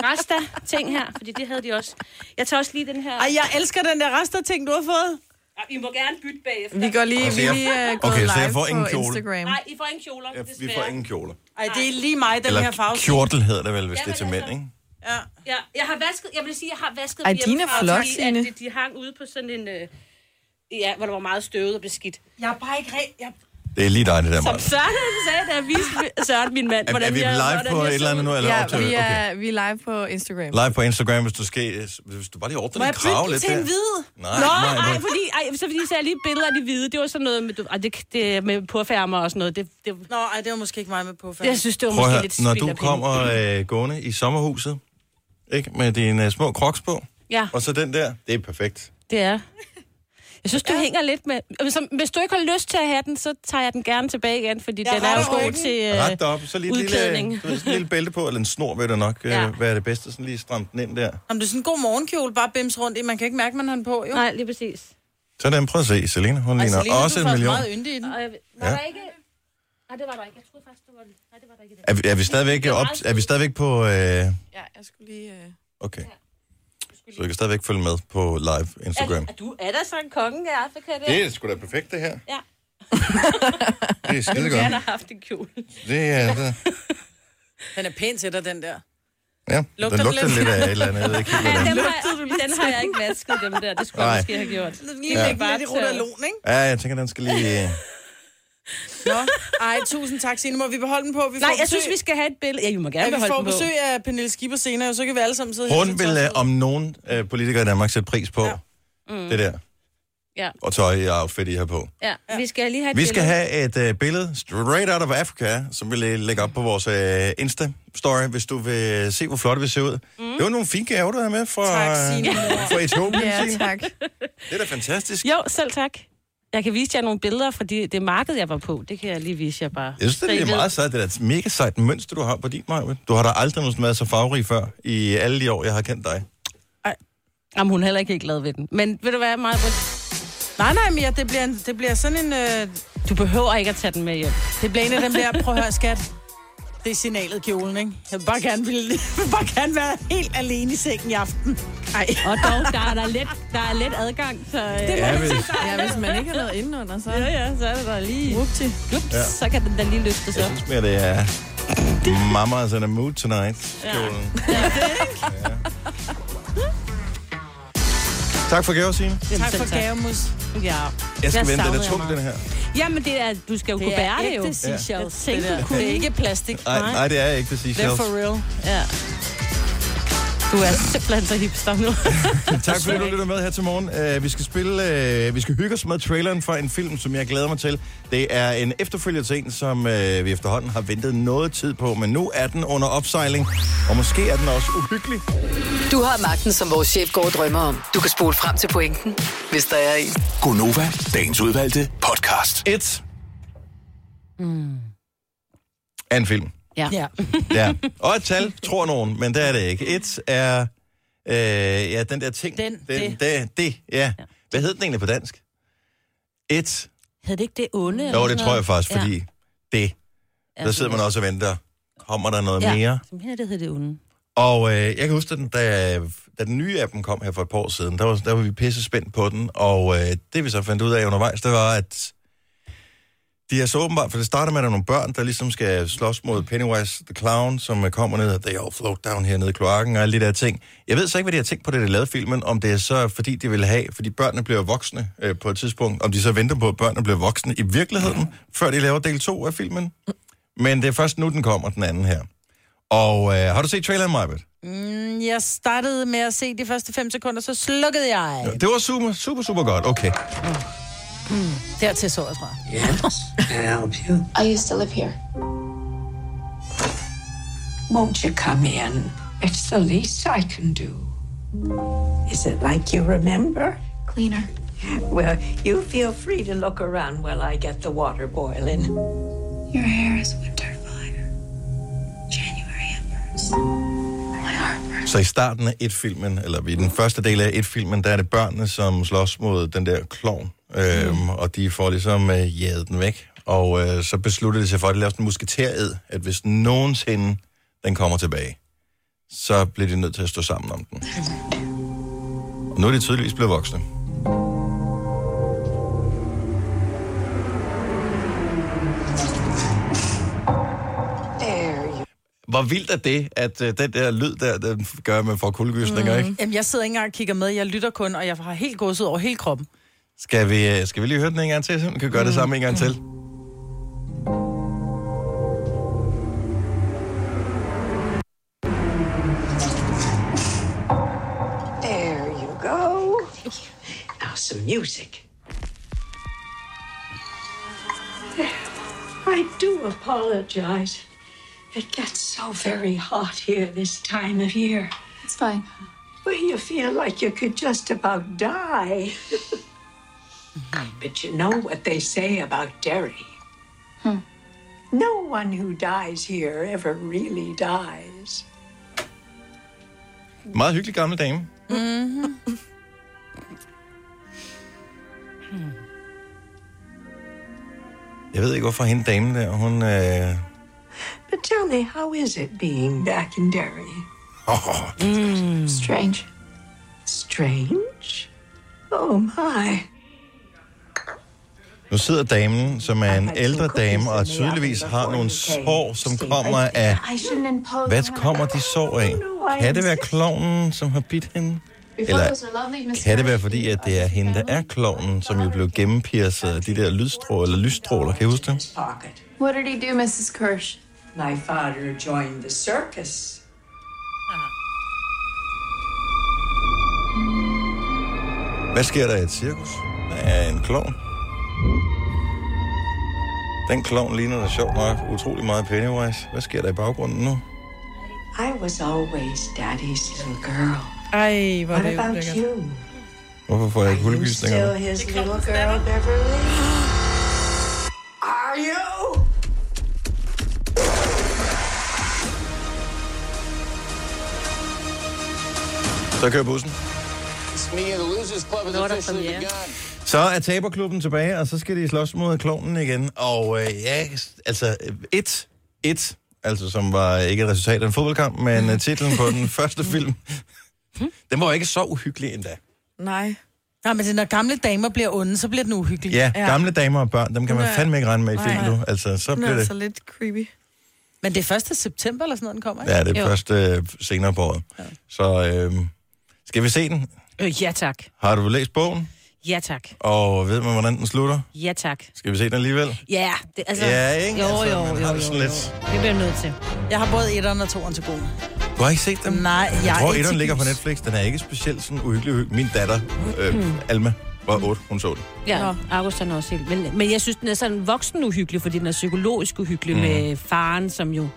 [SPEAKER 3] rasta-ting her, fordi det havde de også. Jeg tager også lige den her...
[SPEAKER 4] Ej, jeg elsker den der rester-ting, du har fået.
[SPEAKER 3] Ej, I må gerne bytte bagefter.
[SPEAKER 2] Vi går lige,
[SPEAKER 1] Altså,
[SPEAKER 2] vi
[SPEAKER 1] jeg-
[SPEAKER 2] lige uh,
[SPEAKER 1] Okay,
[SPEAKER 2] okay,
[SPEAKER 1] så jeg
[SPEAKER 2] live
[SPEAKER 1] får ingen
[SPEAKER 2] på
[SPEAKER 1] kjole.
[SPEAKER 2] Instagram.
[SPEAKER 3] Nej, I får ingen kjoler,
[SPEAKER 1] Ja,
[SPEAKER 3] desværre.
[SPEAKER 1] vi får ingen kjoler.
[SPEAKER 4] Ej, det er lige mig, den her
[SPEAKER 1] Eller
[SPEAKER 4] farve.
[SPEAKER 1] kjortel hedder det vel, hvis
[SPEAKER 3] Ja,
[SPEAKER 1] det er til
[SPEAKER 3] men
[SPEAKER 1] mænd,
[SPEAKER 3] altså-
[SPEAKER 1] ikke?
[SPEAKER 4] Ja.
[SPEAKER 3] Ja, jeg har vasket, jeg vil sige, jeg har vasket
[SPEAKER 2] Ej,
[SPEAKER 3] dem
[SPEAKER 2] din er
[SPEAKER 3] hjemmefra,
[SPEAKER 2] flot,
[SPEAKER 3] fordi
[SPEAKER 2] Signe.
[SPEAKER 3] at de, de hang ude på sådan en... Øh, ja, hvor der var meget støvet og beskidt.
[SPEAKER 4] Jeg er bare ikke rigtig... Jeg...
[SPEAKER 1] Det er lige dig, det der,
[SPEAKER 3] Som
[SPEAKER 1] Maja.
[SPEAKER 3] Søren han sagde, da jeg [LAUGHS] viste Søren, min mand,
[SPEAKER 1] Er, er
[SPEAKER 3] hvordan
[SPEAKER 1] vi
[SPEAKER 3] jeg-
[SPEAKER 1] live
[SPEAKER 3] hvordan
[SPEAKER 1] på
[SPEAKER 3] jeg
[SPEAKER 1] et
[SPEAKER 3] så
[SPEAKER 1] eller andet
[SPEAKER 3] ud.
[SPEAKER 1] nu? Eller
[SPEAKER 2] Ja,
[SPEAKER 1] optager
[SPEAKER 2] vi
[SPEAKER 1] vi? Okay.
[SPEAKER 2] er, vi er live på Instagram.
[SPEAKER 1] Live på Instagram, hvis du, skal, hvis du bare lige ordner
[SPEAKER 4] Må
[SPEAKER 1] din
[SPEAKER 4] jeg bytte
[SPEAKER 1] krav
[SPEAKER 4] den
[SPEAKER 1] lidt
[SPEAKER 4] til
[SPEAKER 1] der.
[SPEAKER 4] en hvid?
[SPEAKER 1] Nej,
[SPEAKER 3] Nå,
[SPEAKER 1] nej,
[SPEAKER 3] ej,
[SPEAKER 1] nej.
[SPEAKER 3] fordi, ej, så fordi så jeg lige billeder af de hvide. Det var sådan noget med, du, ej, det, det, med påfærmer og sådan noget. Det, det,
[SPEAKER 4] Nå, ej, det var måske ikke mig med på.
[SPEAKER 3] jeg synes, det var
[SPEAKER 1] Prøv
[SPEAKER 3] måske
[SPEAKER 1] at høre,
[SPEAKER 3] lidt
[SPEAKER 1] når
[SPEAKER 3] spild
[SPEAKER 1] du
[SPEAKER 3] af penge.
[SPEAKER 1] kommer øh, gående i sommerhuset, ikke, med dine øh, små crocs på,
[SPEAKER 3] Ja,
[SPEAKER 1] og så den der, det er perfekt.
[SPEAKER 3] det er. Jeg synes, du hænger lidt med... Hvis, hvis du ikke har lyst til at have den, så tager jeg den gerne tilbage igen, fordi
[SPEAKER 4] Jeg
[SPEAKER 3] den er jo
[SPEAKER 4] retter
[SPEAKER 3] god
[SPEAKER 4] ryggen.
[SPEAKER 3] til... Øh,
[SPEAKER 1] Ret dig op, så lige et lille,
[SPEAKER 3] udklædning.
[SPEAKER 1] du ved, sådan en lille bælte på, eller en snor vil det nok øh,
[SPEAKER 3] Ja.
[SPEAKER 1] være det bedste, sådan lige stramt den ind der.
[SPEAKER 4] Jamen, det er sådan en god morgenkjole, bare bims rundt i. Man kan ikke mærke, man har den på, jo.
[SPEAKER 3] nej, lige præcis.
[SPEAKER 1] Så den, prøv at se, Selena, hun
[SPEAKER 4] Ej,
[SPEAKER 1] ligner
[SPEAKER 4] Selina,
[SPEAKER 1] også
[SPEAKER 4] du
[SPEAKER 1] en
[SPEAKER 4] er faktisk
[SPEAKER 1] million.
[SPEAKER 4] meget yndig i den.
[SPEAKER 3] Og jeg, var
[SPEAKER 1] Ja.
[SPEAKER 3] ja. der ikke... Nej, det var der ikke. Jeg troede faktisk, det var... Nej, det var der ikke. i den.
[SPEAKER 1] Er, vi- er, vi stadigvæk
[SPEAKER 3] Det er
[SPEAKER 1] op,
[SPEAKER 3] meget
[SPEAKER 1] er vi stadigvæk på... Øh,
[SPEAKER 2] Ja, jeg skulle lige... Uh...
[SPEAKER 1] okay. Så du kan stadigvæk følge med på live Instagram.
[SPEAKER 3] Er, du er da sådan kongen af Afrika, det?
[SPEAKER 1] Det er sgu da perfekt, det her.
[SPEAKER 3] Ja.
[SPEAKER 1] Det er skide
[SPEAKER 3] Jeg
[SPEAKER 1] godt.
[SPEAKER 3] har haft en kjole.
[SPEAKER 1] Det er det.
[SPEAKER 4] Den er pæn til dig, den der.
[SPEAKER 1] Ja,
[SPEAKER 4] Lugter
[SPEAKER 1] den
[SPEAKER 4] det
[SPEAKER 1] lugter
[SPEAKER 4] lidt?
[SPEAKER 1] lidt af et eller andet. Jeg ved ikke helt,
[SPEAKER 3] Ja,
[SPEAKER 1] hvad det
[SPEAKER 3] dem
[SPEAKER 1] er.
[SPEAKER 3] har, den har jeg ikke vasket, dem der. Det skulle
[SPEAKER 1] Nej.
[SPEAKER 3] jeg måske have gjort.
[SPEAKER 4] Lige
[SPEAKER 1] Ja.
[SPEAKER 4] ja. bare lidt i rotalon, ikke?
[SPEAKER 1] Ja, jeg tænker, den skal lige...
[SPEAKER 4] Nå, ej, tusind tak, Signe. Må vi beholde den på? Vi får
[SPEAKER 3] Nej, jeg
[SPEAKER 4] besøg-
[SPEAKER 3] synes, vi skal have et billede. Ja, vi må gerne
[SPEAKER 4] Ja, vi
[SPEAKER 3] beholde
[SPEAKER 4] får
[SPEAKER 3] den på.
[SPEAKER 4] besøg af Pernille Skipper senere, og så kan vi alle sammen sidde
[SPEAKER 1] Hun vil øh,
[SPEAKER 4] tosset.
[SPEAKER 1] om nogen øh, politikere i Danmark sætte pris på ja.
[SPEAKER 4] Ja.
[SPEAKER 1] det der.
[SPEAKER 3] Ja.
[SPEAKER 1] Og tøj og outfit, I har på.
[SPEAKER 3] Ja, vi skal lige have et
[SPEAKER 1] Vi skal
[SPEAKER 3] billede.
[SPEAKER 1] have et øh, billede straight out of Africa, som vi læ- lægger op på vores øh, Insta-story, hvis du vil se, hvor flot vi ser ud. Mm. Det var nogle fine gaver, du havde med fra,
[SPEAKER 4] Tak, Signe.
[SPEAKER 1] øh, fra Etiopien.
[SPEAKER 2] Ja,
[SPEAKER 1] Signe.
[SPEAKER 2] tak.
[SPEAKER 1] Det er da fantastisk.
[SPEAKER 3] Jo, selv tak. Jeg kan vise jer nogle billeder fra de, det marked, jeg var på. Det kan jeg lige vise jer bare.
[SPEAKER 1] Jeg synes,
[SPEAKER 3] Så I
[SPEAKER 1] det er
[SPEAKER 3] ved-
[SPEAKER 1] meget sejt. Det er et mega sejt mønster, du har på din maj. Du har da aldrig nogensinde været så farverig før i alle de år, jeg har kendt dig.
[SPEAKER 3] Jamen, hun er heller ikke helt glad ved den. Men ved du hvad, Maja,
[SPEAKER 4] Nej, nej, men ja, det bliver, en, det bliver sådan en... Øh,
[SPEAKER 3] du behøver ikke at tage den med hjem.
[SPEAKER 4] det bliver en af dem der, prøv at høre, skat. Det er signalet kjolen, ikke? Jeg vil bare gerne, ville, jeg vil bare gerne være helt alene i sengen i aften. Ej.
[SPEAKER 3] Og dog, der er, der let, der er let adgang, så... Øh, det
[SPEAKER 1] Ja, hvis,
[SPEAKER 2] Ja, hvis man ikke har noget indenunder, så...
[SPEAKER 3] ja, ja, så er det der lige...
[SPEAKER 2] Upti.
[SPEAKER 3] Ups, ja. så kan den da lige løftes
[SPEAKER 1] jeg
[SPEAKER 3] op.
[SPEAKER 1] synes mere, det er Mama's in a mood tonight. Skjolen. Ja. Tak for gave, Signe.
[SPEAKER 3] Jamen,
[SPEAKER 4] Tak
[SPEAKER 3] selv
[SPEAKER 4] for gavemus.
[SPEAKER 3] Ja.
[SPEAKER 1] Jeg skal
[SPEAKER 3] Jeg
[SPEAKER 1] vente. Den er
[SPEAKER 3] savnede
[SPEAKER 1] tung,
[SPEAKER 3] jer
[SPEAKER 1] den her.
[SPEAKER 3] Jamen, det er, du skal jo kunne bære det jo.
[SPEAKER 4] ægte seashells,
[SPEAKER 3] Jeg
[SPEAKER 4] det
[SPEAKER 3] tænkte,
[SPEAKER 4] der.
[SPEAKER 3] du kunne
[SPEAKER 4] Det er
[SPEAKER 3] ikke.
[SPEAKER 4] ikke plastik.
[SPEAKER 1] Nej, nej, det er ikke det
[SPEAKER 4] Det er
[SPEAKER 1] seashells.
[SPEAKER 4] for real.
[SPEAKER 3] Ja. Du er simpelthen så hipster nu.
[SPEAKER 1] Tak fordi du lytter med her til morgen. Uh, vi skal spille, uh, vi skal hygge os med traileren for en film, som jeg glæder mig til. Det er en efterfølger til en, som uh, vi efterhånden har ventet noget tid på, men nu er den under opsejling, og måske er den også uhyggelig.
[SPEAKER 6] Du har magten, som vores chef går og drømmer om. Du kan spole frem til pointen, hvis der er en.
[SPEAKER 7] Gonova, dagens udvalgte podcast.
[SPEAKER 1] Et mm. er en film.
[SPEAKER 3] ja. ja.
[SPEAKER 1] Ja. Og et tal, tror nogen, men det er det ikke. Et er, øh, ja, den der ting.
[SPEAKER 4] Den,
[SPEAKER 1] det. Det, det ja. ja. Hvad hed den egentlig på dansk? Et
[SPEAKER 3] Havde det ikke det onde? eller
[SPEAKER 1] Jo,
[SPEAKER 3] sådan
[SPEAKER 1] det tror jeg
[SPEAKER 3] noget?
[SPEAKER 1] faktisk,
[SPEAKER 3] Ja.
[SPEAKER 1] fordi det, der sidder man også og venter, kommer der noget
[SPEAKER 3] ja.
[SPEAKER 1] mere?
[SPEAKER 3] Som her, det hed det onde.
[SPEAKER 1] Og øh, jeg kan huske, at den, da, da den nye appen kom her for et par år siden, der var, der var vi pisse spændt på den, og øh, det vi så fandt ud af undervejs, det var, at de er så åbenbart, for det starter med, at der er nogle børn, der ligesom skal slås mod Pennywise the Clown, som øh, kommer ned, og they all float down hernede i kloakken og alle de der ting. Jeg ved så ikke, hvad de har tænkt på, da de lavede filmen, om det er så, fordi de vil have, fordi børnene bliver voksne øh, på et tidspunkt, om de så venter på, at børnene bliver voksne i virkeligheden, før de laver del 2 af filmen. Men det er først nu, den kommer, den anden her. Og øh, har du set traileren, Marbet?
[SPEAKER 4] Jeg startede med at se de første 5 sekunder, så slukkede jeg.
[SPEAKER 1] Det var super, super, super godt. Okay.
[SPEAKER 4] Dertil så jeg, tror jeg.
[SPEAKER 8] I used to live here.
[SPEAKER 9] Won't you come in? It's the least I can do. Is it like you remember?
[SPEAKER 8] Cleaner.
[SPEAKER 9] Well, you feel free to look around while I get the water boiling.
[SPEAKER 8] Your hair is winter fire. January embers. My harbor.
[SPEAKER 1] Så i starten af et filmen, eller i den første del af et filmen, der er det børnene, som slås mod den der klovn. Øhm, Og de får ligesom øh, jaget den væk. Og øh, så beslutter de sig for, at de laver sådan en musketered, at hvis nogensinde den kommer tilbage, så bliver de nødt til at stå sammen om den. Og nu er de tydeligvis blevet voksne.
[SPEAKER 9] There you
[SPEAKER 1] Hvor vildt er det, at øh, den der lyd der, den gør, at man får kuldegysninger, mm. ikke?
[SPEAKER 4] Jamen, jeg sidder ikke engang og kigger med. Jeg lytter kun, og jeg har helt godset over hele kroppen.
[SPEAKER 1] Skal vi, øh, skal vi lige høre den en gang til, så vi kan gøre det samme en gang til?
[SPEAKER 9] there you go. Now some music. There. I do apologize. It gets so very hot here this time of year.
[SPEAKER 8] It's fine.
[SPEAKER 9] Well, you feel like you could just about die. but you know what they say about Derry.
[SPEAKER 8] Hmm.
[SPEAKER 9] No one who dies here ever really dies.
[SPEAKER 1] Meget hyggelig gammel dame. Mm-hmm. Jeg ved ikke, hvorfor hende damen der, hun... Øh...
[SPEAKER 9] But tell me, how is it being back in Derry?
[SPEAKER 1] Oh,
[SPEAKER 8] Strange.
[SPEAKER 9] Strange? Oh my.
[SPEAKER 1] Nu sidder damen, som er en ældre dame, og tydeligvis har nogle sår, som kommer af... Hvad kommer de sår af? Kan det være klovnen, som har bidt hende? Eller kan det være fordi, at det er hende, der er klovnen, som jo blev gennempierset af de der lydstråler, eller lysstråler, kan I huske det?
[SPEAKER 9] Pocket.
[SPEAKER 10] What did he do, Mrs. Kirsch?
[SPEAKER 9] My father joined the circus.
[SPEAKER 1] Hvad sker der i et cirkus? Der er en klovn. Den klovn ligner da sjovt nok utrolig meget Pennywise. Hvad sker der i baggrunden nu?
[SPEAKER 9] I was always daddy's little girl.
[SPEAKER 2] Ej, hvor er
[SPEAKER 9] What
[SPEAKER 2] det
[SPEAKER 9] about
[SPEAKER 2] ulækkert.
[SPEAKER 9] you?
[SPEAKER 1] Hvorfor får jeg ikke
[SPEAKER 9] Still
[SPEAKER 1] hulgysninger?
[SPEAKER 9] his little girl,
[SPEAKER 2] [GASPS]
[SPEAKER 9] Beverly? Are you?
[SPEAKER 1] Så kører bussen.
[SPEAKER 3] Når der er premiere.
[SPEAKER 1] Så er taberklubben tilbage, og så skal de slås mod klovnen igen. Og øh, ja, altså 1-1, altså som var ikke et resultat af en fodboldkamp, men øh, titlen på
[SPEAKER 2] [LAUGHS]
[SPEAKER 1] den første film, den var jo ikke så uhyggelig endda.
[SPEAKER 2] Nej.
[SPEAKER 4] Nej, men det er, når gamle damer bliver onde, så bliver den uhyggelig.
[SPEAKER 1] Ja, gamle damer og børn, dem kan man
[SPEAKER 2] Hun er-
[SPEAKER 1] fandme ikke regne med i
[SPEAKER 2] Nej.
[SPEAKER 1] film nu. Altså, så
[SPEAKER 2] Den
[SPEAKER 1] bliver
[SPEAKER 2] er altså
[SPEAKER 1] det...
[SPEAKER 2] lidt creepy.
[SPEAKER 4] Men det er 1. september eller sådan noget, den kommer, ikke?
[SPEAKER 1] Ja, det er
[SPEAKER 3] Jo.
[SPEAKER 1] først øh, senere på året. Så øh, skal vi se den?
[SPEAKER 3] Øh, ja tak.
[SPEAKER 1] Har du læst bogen?
[SPEAKER 3] Ja tak.
[SPEAKER 1] Og ved man, hvordan den slutter?
[SPEAKER 3] Ja tak.
[SPEAKER 1] Skal vi se den alligevel?
[SPEAKER 3] Ja, det, altså...
[SPEAKER 1] Ja, ikke?
[SPEAKER 3] Jo,
[SPEAKER 1] Altså,
[SPEAKER 3] jo,
[SPEAKER 1] man
[SPEAKER 3] jo,
[SPEAKER 1] har
[SPEAKER 3] jo,
[SPEAKER 1] det sådan
[SPEAKER 3] jo,
[SPEAKER 1] lidt.
[SPEAKER 3] Det bliver jeg nødt til.
[SPEAKER 4] Jeg har både etteren og toeren til gode.
[SPEAKER 1] Du har ikke set dem?
[SPEAKER 4] Nej, jeg,
[SPEAKER 1] Jeg
[SPEAKER 4] er
[SPEAKER 1] tror,
[SPEAKER 4] ikke
[SPEAKER 1] etteren
[SPEAKER 4] til
[SPEAKER 1] ligger på
[SPEAKER 4] gys.
[SPEAKER 1] Netflix. Den er ikke specielt sådan uhyggelig. uhyggelig. Min datter, øh, Alma, var 8. Hun så den.
[SPEAKER 3] Ja, August han er også helt. Men, men jeg synes, den er sådan voksen uhyggelig, fordi den er psykologisk uhyggelig mm. med faren, som jo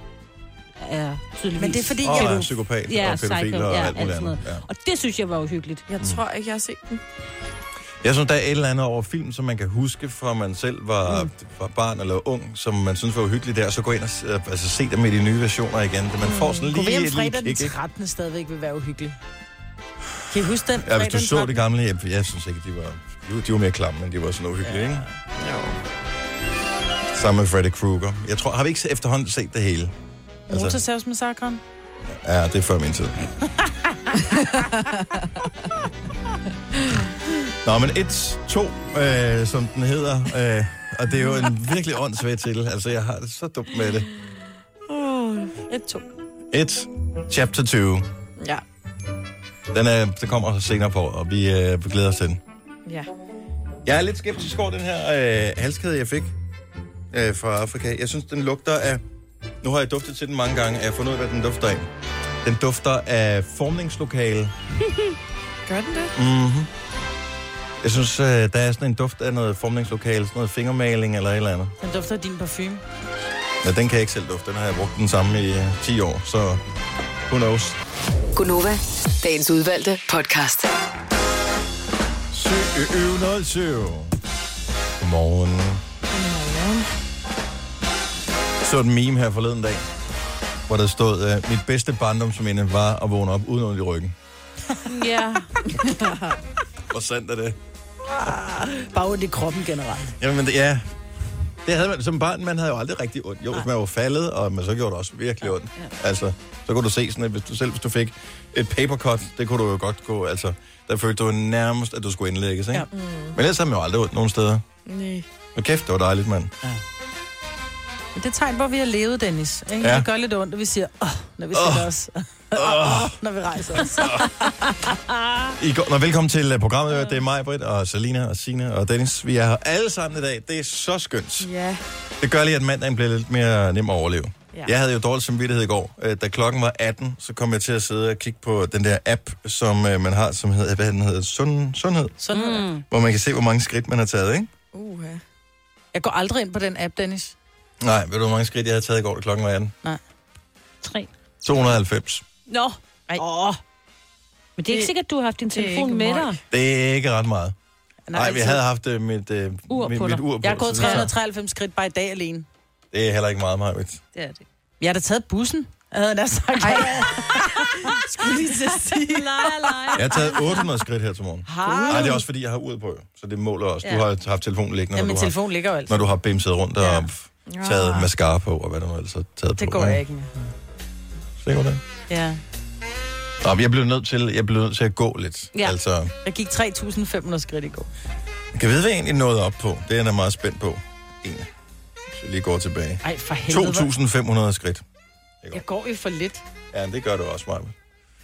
[SPEAKER 3] er tydeligvis...
[SPEAKER 4] Men det er fordi,
[SPEAKER 1] Og
[SPEAKER 4] jeg,
[SPEAKER 1] er psykopat
[SPEAKER 3] Ja,
[SPEAKER 1] og pædofil
[SPEAKER 3] psycho,
[SPEAKER 1] og
[SPEAKER 3] ja,
[SPEAKER 1] alt muligt andet. Ja.
[SPEAKER 3] Og det synes jeg var uhyggeligt.
[SPEAKER 2] Jeg
[SPEAKER 1] Mm.
[SPEAKER 2] tror ikke, jeg har set den.
[SPEAKER 1] Jeg synes, der er et eller andet over film, som man kan huske fra man selv var, mm. var barn eller ung, som man synes var uhyggeligt der, og så gå ind og s- øh, altså, se dem i de nye versioner igen. Det- Man får sådan
[SPEAKER 4] Gå
[SPEAKER 1] lige
[SPEAKER 4] ved, om
[SPEAKER 1] et lille
[SPEAKER 4] fredag den
[SPEAKER 1] kick, ikke?
[SPEAKER 4] 13. stadigvæk vil være uhyggelig. Kan I huske den?
[SPEAKER 1] Ja,
[SPEAKER 4] Fredag
[SPEAKER 1] hvis du
[SPEAKER 4] den
[SPEAKER 1] så
[SPEAKER 4] 13..
[SPEAKER 1] det gamle, jeg, jeg synes ikke, de var, de, var- de var mere klamme, men de var sådan uhyggelige, ja. ikke? Sammen med Freddy Krueger. Jeg tror, har vi ikke efterhånden set det hele? altså.
[SPEAKER 4] Motorsavs massakren.
[SPEAKER 1] Ja, det er før min tid. Nå, men 1, 2, øh, som den hedder, øh, og det er jo en virkelig åndssvær titel. Altså, jeg har det så dumt med det.
[SPEAKER 2] Et, to.
[SPEAKER 1] 1, chapter 20.
[SPEAKER 2] Ja.
[SPEAKER 1] Den, er, den kommer senere på, og vi øh, glæder os til den.
[SPEAKER 2] Ja.
[SPEAKER 1] Jeg er lidt skeptisk over den her øh, halskæde, jeg fik øh, fra Afrika. Jeg synes, den lugter af... Nu har jeg duftet til den mange gange, og jeg har fundet ud af, hvad den dufter af. Den dufter af formningslokale.
[SPEAKER 2] [LAUGHS]
[SPEAKER 1] Mhm.
[SPEAKER 2] Gør den det?
[SPEAKER 1] Jeg synes, øh, der er sådan en duft af noget formningslokale, sådan noget fingermaling eller et eller andet.
[SPEAKER 4] Den dufter af din parfume.
[SPEAKER 1] Ja, den kan jeg ikke selv dufte. Den har jeg brugt den samme i øh, 10 år, så who knows.
[SPEAKER 6] Gunova, dagens udvalgte podcast.
[SPEAKER 1] 707. Godmorgen. Så et meme her forleden dag, hvor der stod, øh, mit bedste barndomsminde var at vågne op uden ondt i ryggen.
[SPEAKER 3] Ja.
[SPEAKER 1] Hvor sandt er det?
[SPEAKER 4] Bare ondt i kroppen generelt.
[SPEAKER 1] Jamen, det, ja. Det havde man som barn, man havde jo aldrig rigtig ondt. Jo, hvis man var faldet, og men så gjorde det også virkelig ondt. Altså, så kunne du se sådan, at hvis du selv hvis du fik et papercut, det kunne du jo godt gå, altså, der følte du nærmest, at du skulle indlægges, ikke?
[SPEAKER 4] Ja.
[SPEAKER 1] Mm. Men ellers havde man jo aldrig ondt nogen steder.
[SPEAKER 2] Nej.
[SPEAKER 1] Men kæft, det var dejligt, mand.
[SPEAKER 4] [LAUGHS] Men det er tegn, hvor vi har levet, Dennis. Ikke?
[SPEAKER 1] Ja.
[SPEAKER 4] Ja. Det gør lidt ondt, og vi siger, åh, når vi sætter os. [LAUGHS] Åh, oh, når vi rejser os.
[SPEAKER 1] I går, nå, velkommen til øh, programmet. Det er mig, Britt, og Selina, og Sine og Dennis. Vi er her alle sammen i dag. Det er så skønt.
[SPEAKER 2] Ja.
[SPEAKER 1] Det gør lige, at mandagen bliver lidt mere nem at overleve. Ja.
[SPEAKER 2] Ja.
[SPEAKER 1] Jeg havde jo dårlig samvittighed i går. Øh, Da klokken var 18, så kom jeg til at sidde og kigge på den der app, som øh, man har, som hedder, hvad den hedder, Sund, Sundhed,
[SPEAKER 4] Sådan mm.
[SPEAKER 3] Mm.
[SPEAKER 1] hvor man kan se, hvor mange skridt man har taget, ikke?
[SPEAKER 2] Uha.
[SPEAKER 4] Jeg går aldrig ind på den app, Dennis.
[SPEAKER 1] Nej, ved du, hvor mange skridt jeg havde taget i går, da klokken var 18?
[SPEAKER 3] Tre.
[SPEAKER 1] 290.
[SPEAKER 3] Nå. Åh. Men det er ikke sikkert, at du har haft din
[SPEAKER 2] Det er
[SPEAKER 3] telefon
[SPEAKER 2] ikke
[SPEAKER 3] med
[SPEAKER 2] møg.
[SPEAKER 3] dig.
[SPEAKER 1] Det er ikke ret meget. Nej, vi
[SPEAKER 4] altså,
[SPEAKER 1] havde haft øh, mit, øh,
[SPEAKER 3] Ur
[SPEAKER 1] mit,
[SPEAKER 3] på
[SPEAKER 1] mit
[SPEAKER 3] dig.
[SPEAKER 1] ur på.
[SPEAKER 4] Jeg har gået
[SPEAKER 1] så det er-
[SPEAKER 4] 393 skridt bare i dag alene.
[SPEAKER 1] Det er heller ikke meget, meget.
[SPEAKER 3] Det er det.
[SPEAKER 4] Jeg har da taget bussen. Jeg havde nær sagt. Ej, skulle lige til at
[SPEAKER 3] [LAUGHS]
[SPEAKER 4] sige.
[SPEAKER 3] Leje, leje.
[SPEAKER 1] Jeg har taget 800 skridt her til morgen. Nej, det er også fordi, jeg har uret på, jo. så det måler også. Du
[SPEAKER 3] Ja.
[SPEAKER 1] har haft telefonen liggende,
[SPEAKER 4] Ja,
[SPEAKER 1] når,
[SPEAKER 4] min
[SPEAKER 1] du har,
[SPEAKER 4] telefon ligger jo altså.
[SPEAKER 1] når du har bimset rundt og taget mascara på, og hvad der nu ellers har taget
[SPEAKER 4] Det
[SPEAKER 1] på.
[SPEAKER 4] går jeg ikke med.
[SPEAKER 1] Sikkert det.
[SPEAKER 4] Ja.
[SPEAKER 1] Nå, men jeg blev nødt til, jeg blev nødt til at gå lidt.
[SPEAKER 3] Ja.
[SPEAKER 1] Altså,
[SPEAKER 4] Jeg gik 3.500 skridt i går.
[SPEAKER 1] Kan vide, hvad jeg egentlig nåede op på? Det er jeg da meget spændt på. En. Hvis jeg lige går tilbage.
[SPEAKER 4] Ej, for helvede. hvor-
[SPEAKER 1] 2.500 skridt.
[SPEAKER 4] Jeg går jo for lidt.
[SPEAKER 1] Ja, det gør du også, Maja.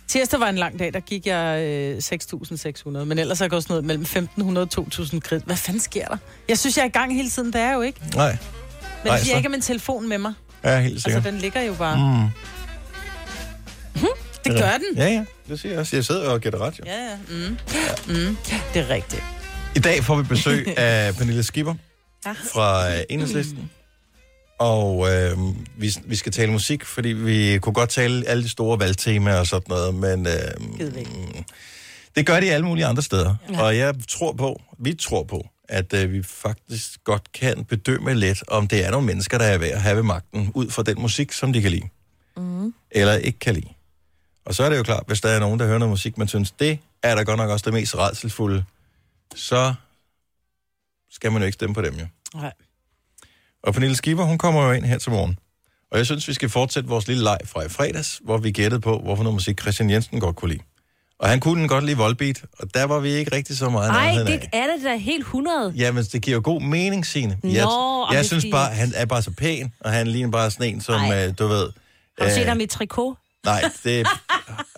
[SPEAKER 4] Tirsdag var en lang dag, der gik jeg øh, 6.600, men ellers har jeg gået sådan noget mellem 1.500 og 2.000 kridt. Hvad fanden sker der? Jeg synes, jeg er i gang hele tiden, det er jeg jo ikke. Men
[SPEAKER 1] Nej.
[SPEAKER 4] Nej,
[SPEAKER 1] Nej,
[SPEAKER 4] jeg
[SPEAKER 1] så-
[SPEAKER 4] ikke har min telefon med mig.
[SPEAKER 1] Ja, helt sikkert.
[SPEAKER 4] Altså, den ligger jo bare. Mm.
[SPEAKER 1] Mm.
[SPEAKER 4] Det gør den.
[SPEAKER 1] Ja, ja. Det siger jeg også. Jeg sidder og gætter ret, jo.
[SPEAKER 4] Ja, ja. Mm. Mm. Det er rigtigt.
[SPEAKER 1] I dag får vi besøg af Pernille Skipper fra øh, Enhedslisten. Og øh, vi, vi skal tale musik, fordi vi kunne godt tale alle de store valgtemaer og sådan noget, men øh, det gør de alle mulige andre steder. Ja. Og jeg tror på, vi tror på, at øh, vi faktisk godt kan bedømme lidt, om det er nogle mennesker, der er ved at have ved magten, ud fra den musik, som de kan lide,
[SPEAKER 11] Mm.
[SPEAKER 1] eller ikke kan lide. Og så er det jo klart, hvis der er nogen, der hører noget musik, man synes, det er da godt nok også det mest redselfulde, så skal man jo ikke stemme på dem jo.
[SPEAKER 4] Nej.
[SPEAKER 1] Og Pernille Skipper, hun kommer jo ind her til morgen. Og jeg synes, vi skal fortsætte vores lille leg fra i fredags, hvor vi gættede på, hvorfor noget musik Christian Jensen godt kunne lide. Og han kunne den godt lide Volbeat, og der var vi ikke rigtig så meget
[SPEAKER 3] Nej,
[SPEAKER 1] nærheden
[SPEAKER 3] det
[SPEAKER 1] af.
[SPEAKER 3] er det da helt 100.
[SPEAKER 1] Jamen, det giver jo god mening, Signe.
[SPEAKER 3] Nå,
[SPEAKER 1] jeg,
[SPEAKER 3] og
[SPEAKER 1] jeg
[SPEAKER 3] det
[SPEAKER 1] synes
[SPEAKER 3] er
[SPEAKER 1] bare,
[SPEAKER 3] fint.
[SPEAKER 1] han er bare så pæn, og han ligner bare sådan en, som øh, du ved...
[SPEAKER 3] Har du
[SPEAKER 1] øh,
[SPEAKER 3] set ham i trikot?
[SPEAKER 1] Nej,
[SPEAKER 3] [LAUGHS]
[SPEAKER 1] det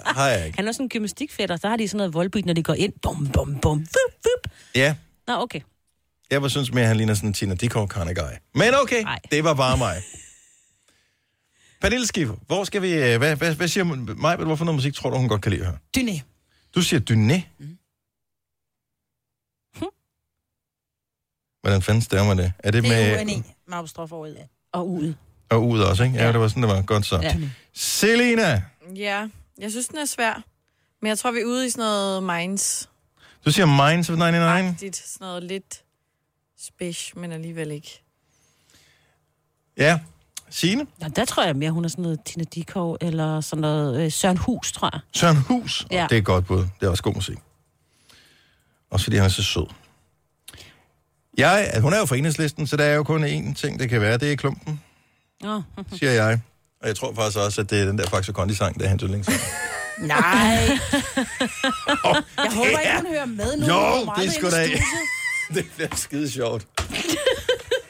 [SPEAKER 1] har jeg ikke.
[SPEAKER 3] Han er sådan en gymnastikfætter, så har de sådan noget voldbyt, når de går ind. Bum, bum, bum, vup, vup.
[SPEAKER 1] Ja,
[SPEAKER 3] Nå, okay.
[SPEAKER 1] jeg var synes mere, han ligner sådan en Tina Dickow kind of guy. Men okay, Nej. det var bare mig. Pernille Skiffer, hvor skal vi... øh, Hvad, hvad, hvad siger mig? Hvorfor noget musik tror du, hun godt kan lide her?
[SPEAKER 4] Dyné.
[SPEAKER 1] Du siger Dyné. Mm. [LAUGHS] Hvordan fanden staver man det? Er det,
[SPEAKER 4] Det er jo
[SPEAKER 1] med...
[SPEAKER 4] en e med apostrof og ud. Og ud.
[SPEAKER 1] Og ud også, ikke? Ja, det var sådan, det var. Godt så.
[SPEAKER 2] Ja.
[SPEAKER 1] Ja. Selina,
[SPEAKER 2] Ja, jeg synes, den er svær. Men jeg tror, vi er ude i sådan noget minds.
[SPEAKER 1] du siger Minds of 99.
[SPEAKER 2] Agtigt, sådan noget lidt spish, men alligevel ikke.
[SPEAKER 1] Ja. Signe?
[SPEAKER 3] Nå, der tror jeg mere, hun er sådan noget Tina Dikov, eller sådan noget øh, Søren Hus, tror jeg.
[SPEAKER 1] Søren Hus.
[SPEAKER 3] Ja.
[SPEAKER 1] Ja. Det er et godt bud. Det er også god musik. Også fordi han er så sød. Jeg, hun er jo fra enhedslisten, så der er jo kun én ting, det kan være. Det er klumpen,
[SPEAKER 3] Nå.
[SPEAKER 1] siger jeg. Og jeg tror faktisk også, at det er den der Faxe Kondi-sang, der er hans yndlingssang.
[SPEAKER 4] Nej. [LAUGHS] jeg håber ikke, hun hører med nu.
[SPEAKER 1] Jo,
[SPEAKER 4] Hun kommer
[SPEAKER 1] det er
[SPEAKER 4] aldrig
[SPEAKER 1] sgu
[SPEAKER 4] ind i
[SPEAKER 1] da-
[SPEAKER 4] studiet.
[SPEAKER 1] [LAUGHS] det bliver skide sjovt.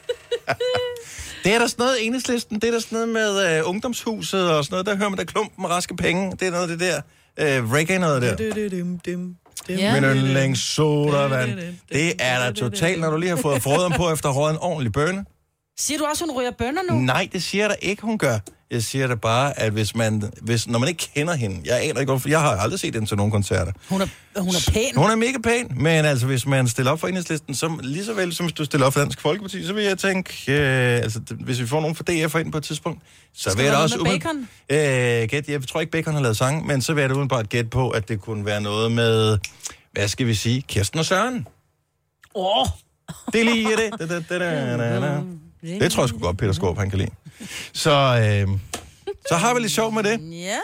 [SPEAKER 1] [LAUGHS] det er der sådan noget, enhedslisten, det er der sådan noget med øh, ungdomshuset og sådan noget, der hører man da klumpen og raske penge. Det er noget af det der øh, reggae noget der.
[SPEAKER 2] Ja.
[SPEAKER 1] Min yndlings sodavand. Det er da totalt, når du lige har fået frøderen på efter røget en ordentlig bønne.
[SPEAKER 4] Siger du også, hun ryger bønder nu?
[SPEAKER 1] Nej, det siger jeg da ikke, hun gør. Jeg siger da bare, at hvis man, hvis, når man ikke kender hende, jeg aner ikke, hvorfor, jeg har aldrig set hende til nogen koncerter.
[SPEAKER 4] Hun er, hun er pæn.
[SPEAKER 1] Hun er mega pæn, men altså, hvis man stiller op for enhedslisten, så lige så vel som hvis du stiller op for Dansk Folkeparti, så vil jeg tænke, øh, altså, d- hvis vi får nogen fra DF ind på et tidspunkt, så
[SPEAKER 4] Skal
[SPEAKER 1] vil jeg
[SPEAKER 4] der
[SPEAKER 1] da
[SPEAKER 4] være
[SPEAKER 1] også...
[SPEAKER 4] noget med
[SPEAKER 1] umiddelbart- Øh, gæt, jeg tror ikke, Bacon har lavet sange, men så vil jeg da udenbart gætte på, at det kunne være noget med, hvad skal vi sige, Kirsten og Søren.
[SPEAKER 4] Åh. Oh.
[SPEAKER 1] Det er lige det. Da, da, da, da, da, da. Det tror jeg sgu godt, Peter Skorp, han kan lide. Så, øh, så har vi lidt sjov med det.
[SPEAKER 4] Ja.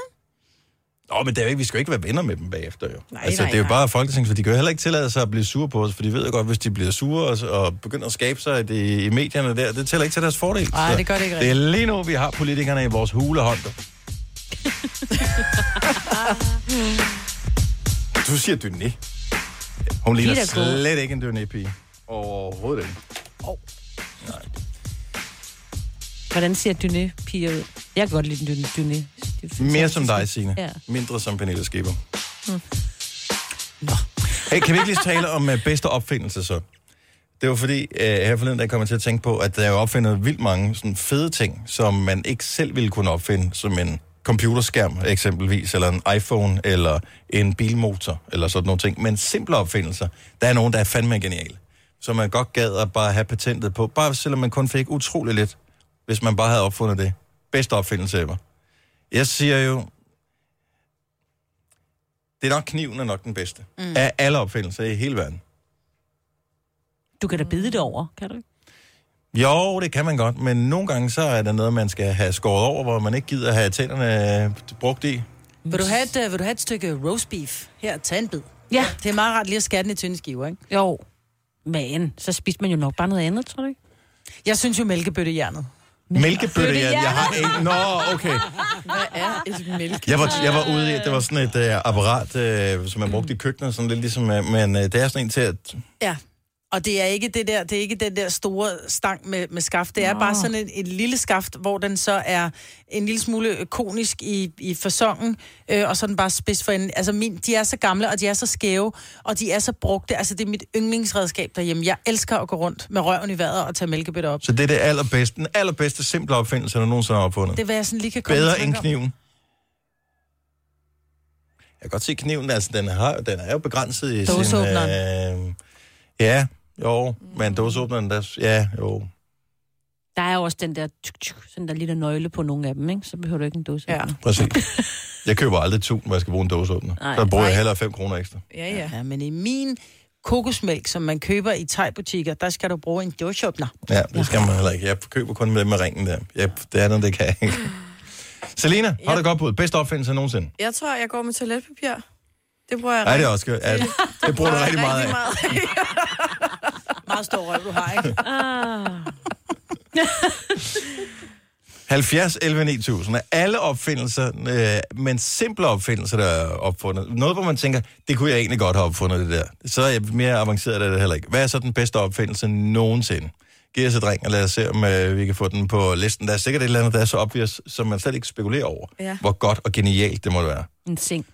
[SPEAKER 1] Åh, men det er jo ikke, vi skal jo ikke være venner med dem bagefter, jo.
[SPEAKER 4] Nej,
[SPEAKER 1] altså,
[SPEAKER 4] nej,
[SPEAKER 1] det er jo
[SPEAKER 4] nej.
[SPEAKER 1] bare Folketinget, for de kan jo heller ikke tillade sig at blive sure på os, for de ved jo godt, hvis de bliver sure og, og begynder at skabe sig i det, i medierne der, det tæller ikke til deres fordel.
[SPEAKER 4] Nej,
[SPEAKER 1] Så
[SPEAKER 4] det gør det ikke
[SPEAKER 1] Det er
[SPEAKER 4] rigtigt.
[SPEAKER 1] lige nu, vi har politikerne i vores hulehånd. [LAUGHS] Du siger dyné. Hun
[SPEAKER 7] De er
[SPEAKER 1] ligner
[SPEAKER 7] da gode.
[SPEAKER 1] slet ikke en dyné-pige. Overhovedet ikke.
[SPEAKER 3] Hvordan ser dyne piger ud? Jeg kan godt lide dyne. dyne. Det er
[SPEAKER 1] Mere
[SPEAKER 3] fantastisk.
[SPEAKER 1] som dig, Signe.
[SPEAKER 3] Ja.
[SPEAKER 1] Ja. Mindre som Pernille Skipper.
[SPEAKER 3] Mm.
[SPEAKER 1] Mm. Hey, kan vi ikke lige tale om uh, bedste opfindelse så? Det var fordi, uh, her forleden dag kom jeg til at tænke på, at der er jo opfundet vildt mange sådan fede ting, som man ikke selv ville kunne opfinde, som en computerskærm eksempelvis, eller en iPhone, eller en bilmotor, eller sådan nogle ting. Men simple opfindelser, der er nogen, der er fandme geniale. Som man godt gad at bare have patentet på, bare selvom man kun fik utrolig lidt, hvis man bare havde opfundet det. Bedste opfindelse ever. Jeg siger jo, det er nok kniven er nok den bedste. Mm. Af alle opfindelser i hele verden.
[SPEAKER 3] Du kan da bide det over, kan du ikke?
[SPEAKER 1] Jo, det kan man godt, men nogle gange så er der noget, man skal have skåret over, hvor man ikke gider have tænderne øh, brugt i.
[SPEAKER 4] Vil du, have et, øh, vil du have et stykke roast beef? Her, tag en bid. Ja. Det er meget rart lige at skære den i tynde skiver, ikke?
[SPEAKER 3] Jo. Men så spiser man jo nok bare noget andet, tror du ikke?
[SPEAKER 4] Jeg synes jo mælkebøttejernet.
[SPEAKER 1] Mælkebøtte, jeg, jeg har ikke. Nå, okay.
[SPEAKER 2] Hvad er et mælk?
[SPEAKER 1] Jeg var, jeg var ude i, at det var sådan et øh, apparat, øh, som man brugte i køkkenet, sådan lidt ligesom, øh, men øh, det er sådan en til at
[SPEAKER 4] Ja. Og det er ikke det der, det er ikke den der store stang med, med skaft. Det er
[SPEAKER 2] Nå.
[SPEAKER 4] bare sådan en, en lille skaft, hvor den så er en lille smule konisk i, i fasongen, øh, og så er den bare spids for en. Altså min, de er så gamle, og de er så skæve, og de er så brugte. Altså det er mit yndlingsredskab derhjemme. Jeg elsker at gå rundt med røven i vejret og tage mælkebøtter op.
[SPEAKER 1] Så det er det allerbedste, den allerbedste simple opfindelse, der nogensinde har opfundet.
[SPEAKER 4] Det er, hvad jeg sådan lige kan komme i
[SPEAKER 1] Bedre
[SPEAKER 4] tanke
[SPEAKER 1] end
[SPEAKER 4] om.
[SPEAKER 1] kniven. Jeg kan godt se kniven, altså den, har, den er jo begrænset i sin... Øh,
[SPEAKER 3] Dåseåbneren.
[SPEAKER 1] ja, jo, men dåseåbneren, der, ja, jo.
[SPEAKER 3] Der er jo også den der, tyk, tyk, sådan der lille nøgle på nogle af dem, ikke? Så behøver du ikke en dose. Ja.
[SPEAKER 1] Præcis. Jeg køber aldrig tun, når jeg skal bruge en dåseåbner.
[SPEAKER 4] Nej.
[SPEAKER 1] Så bruger jeg
[SPEAKER 4] Nej.
[SPEAKER 1] hellere 5 kroner ekstra.
[SPEAKER 2] Ja, ja.
[SPEAKER 4] ja men i min kokosmælk, som man køber i thai-butikker, der skal du bruge en dåseåbner.
[SPEAKER 1] Ja, det skal man heller ikke. Jeg køber kun med dem med ringen der. Ja, det er noget, det kan jeg ikke. Selina, har du det godt på Bedste opfindelse nogensinde?
[SPEAKER 2] Jeg tror, jeg går med toiletpapir. Det bruger jeg
[SPEAKER 1] Nej, det er
[SPEAKER 2] rigtig-
[SPEAKER 1] også godt. Ja, det- det bruger du rigtig meget af.
[SPEAKER 2] [LAUGHS]
[SPEAKER 4] Meget stor røv, du har, ikke?
[SPEAKER 3] Ah.
[SPEAKER 1] 70, 11, 9000 er alle opfindelser, øh, men simple opfindelser, der er opfundet. Noget, hvor man tænker, det kunne jeg egentlig godt have opfundet det der. Så er jeg mere avanceret af det heller ikke. Hvad er så den bedste opfindelse nogensinde? Giv os et ring, og lad os se, om øh, vi kan få den på listen. Der er sikkert et eller andet, der er så obvious, som man slet ikke spekulerer over,
[SPEAKER 3] Ja.
[SPEAKER 1] hvor godt og genialt det måtte være.
[SPEAKER 3] En seng.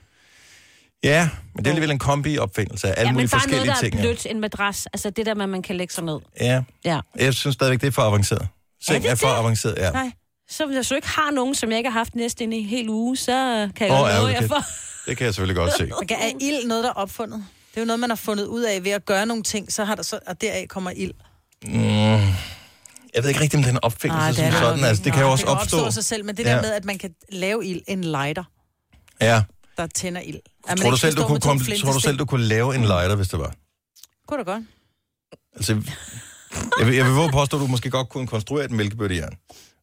[SPEAKER 1] Ja, men det er alligevel en kombi-opfindelse af alle ja, mulige
[SPEAKER 3] bare
[SPEAKER 1] forskellige
[SPEAKER 3] noget,
[SPEAKER 1] ting.
[SPEAKER 3] der
[SPEAKER 1] ja.
[SPEAKER 3] er blødt, en madras. Altså det der med, at man kan lægge sig ned.
[SPEAKER 1] Ja,
[SPEAKER 3] Ja.
[SPEAKER 1] jeg synes stadigvæk, det er for avanceret. Seng er,
[SPEAKER 3] det
[SPEAKER 1] er for
[SPEAKER 3] det?
[SPEAKER 1] avanceret, ja.
[SPEAKER 3] Nej. Så hvis jeg ikke har nogen, som jeg ikke har haft næsten en hel uge, så øh, kan jeg
[SPEAKER 1] Åh,
[SPEAKER 3] oh, godt love
[SPEAKER 1] ærgerligt,
[SPEAKER 3] jer
[SPEAKER 1] det-
[SPEAKER 3] for.
[SPEAKER 1] Det kan jeg selvfølgelig godt
[SPEAKER 3] [LAUGHS]
[SPEAKER 1] se.
[SPEAKER 4] Man kan, er ild noget, der er opfundet? Det er jo noget, man har fundet ud af ved at gøre nogle ting, så har der så, og deraf kommer ild.
[SPEAKER 1] Altså, Mm, jeg ved ikke rigtig, om det er en opfindelse Ej,
[SPEAKER 4] Nej,
[SPEAKER 1] det som sådan. Altså, det kan jo også
[SPEAKER 4] det
[SPEAKER 1] opstå.
[SPEAKER 4] opstå sig selv, men det der
[SPEAKER 1] ja.
[SPEAKER 4] med, at man kan lave ild, en lighter,
[SPEAKER 1] Ja.
[SPEAKER 4] der tænder ild. At man
[SPEAKER 1] Tror du,
[SPEAKER 4] ikke
[SPEAKER 1] selv,
[SPEAKER 4] skal
[SPEAKER 1] du
[SPEAKER 4] stå
[SPEAKER 1] kunne
[SPEAKER 4] med to
[SPEAKER 1] kom, tror du
[SPEAKER 4] flintesten.
[SPEAKER 1] selv, du kunne lave en lighter, hvis det var?
[SPEAKER 4] Kunne da godt.
[SPEAKER 1] Altså, jeg, vil, jeg vil våge at påstå, at du måske godt kunne konstruere et mælkebøttejern.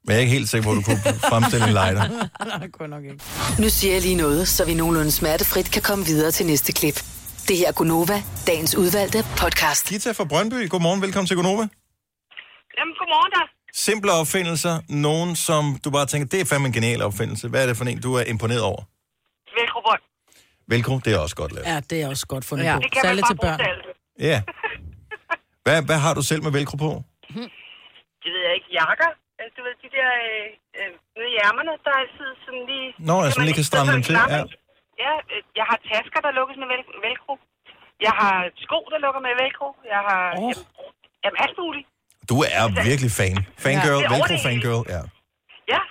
[SPEAKER 1] Men jeg er ikke helt sikker på, at du kunne fremstille en [LAUGHS] lighter.
[SPEAKER 4] [LAUGHS] Nej, kunne nok ikke.
[SPEAKER 6] Nu siger jeg lige noget, så vi nogenlunde smertefrit kan komme videre til næste klip. Det her er Gunova, dagens udvalgte podcast.
[SPEAKER 1] Gita fra Brøndby, godmorgen, velkommen til Gonova.
[SPEAKER 11] Jamen, godmorgen da.
[SPEAKER 1] Simple opfindelser, nogen som du bare tænker, det er fandme en genial opfindelse. Hvad er det for en, du er imponeret over?
[SPEAKER 11] Velkrobot.
[SPEAKER 1] Velcro, det er også godt lavet.
[SPEAKER 4] Ja, det er også godt fundet
[SPEAKER 11] Ja.
[SPEAKER 4] ja. på.
[SPEAKER 11] Det kan man
[SPEAKER 4] Særligt
[SPEAKER 11] bare
[SPEAKER 4] til børn.
[SPEAKER 11] bruge til alt.
[SPEAKER 1] Ja.
[SPEAKER 11] [LAUGHS]
[SPEAKER 1] Hvad, hvad har du selv med velcro på?
[SPEAKER 11] Det ved jeg ikke. Jakker. Altså, du ved, de der øh, øh, nede i ærmerne, der er altid sådan lige...
[SPEAKER 1] Nå,
[SPEAKER 11] kan
[SPEAKER 1] altså,
[SPEAKER 11] man
[SPEAKER 1] lige kan stramme
[SPEAKER 11] sidde
[SPEAKER 1] dem
[SPEAKER 11] og
[SPEAKER 1] til.
[SPEAKER 11] klappe.
[SPEAKER 1] Ja.
[SPEAKER 11] Ja, øh, jeg har tasker, der lukkes med vel- velcro. Jeg har sko, der lukker med velcro. Jeg har... Oh. Jamen, jamen, alt muligt.
[SPEAKER 1] Du er virkelig fan. Fangirl,
[SPEAKER 11] Ja.
[SPEAKER 1] ja. velcro-fangirl, ja.
[SPEAKER 11] Ja.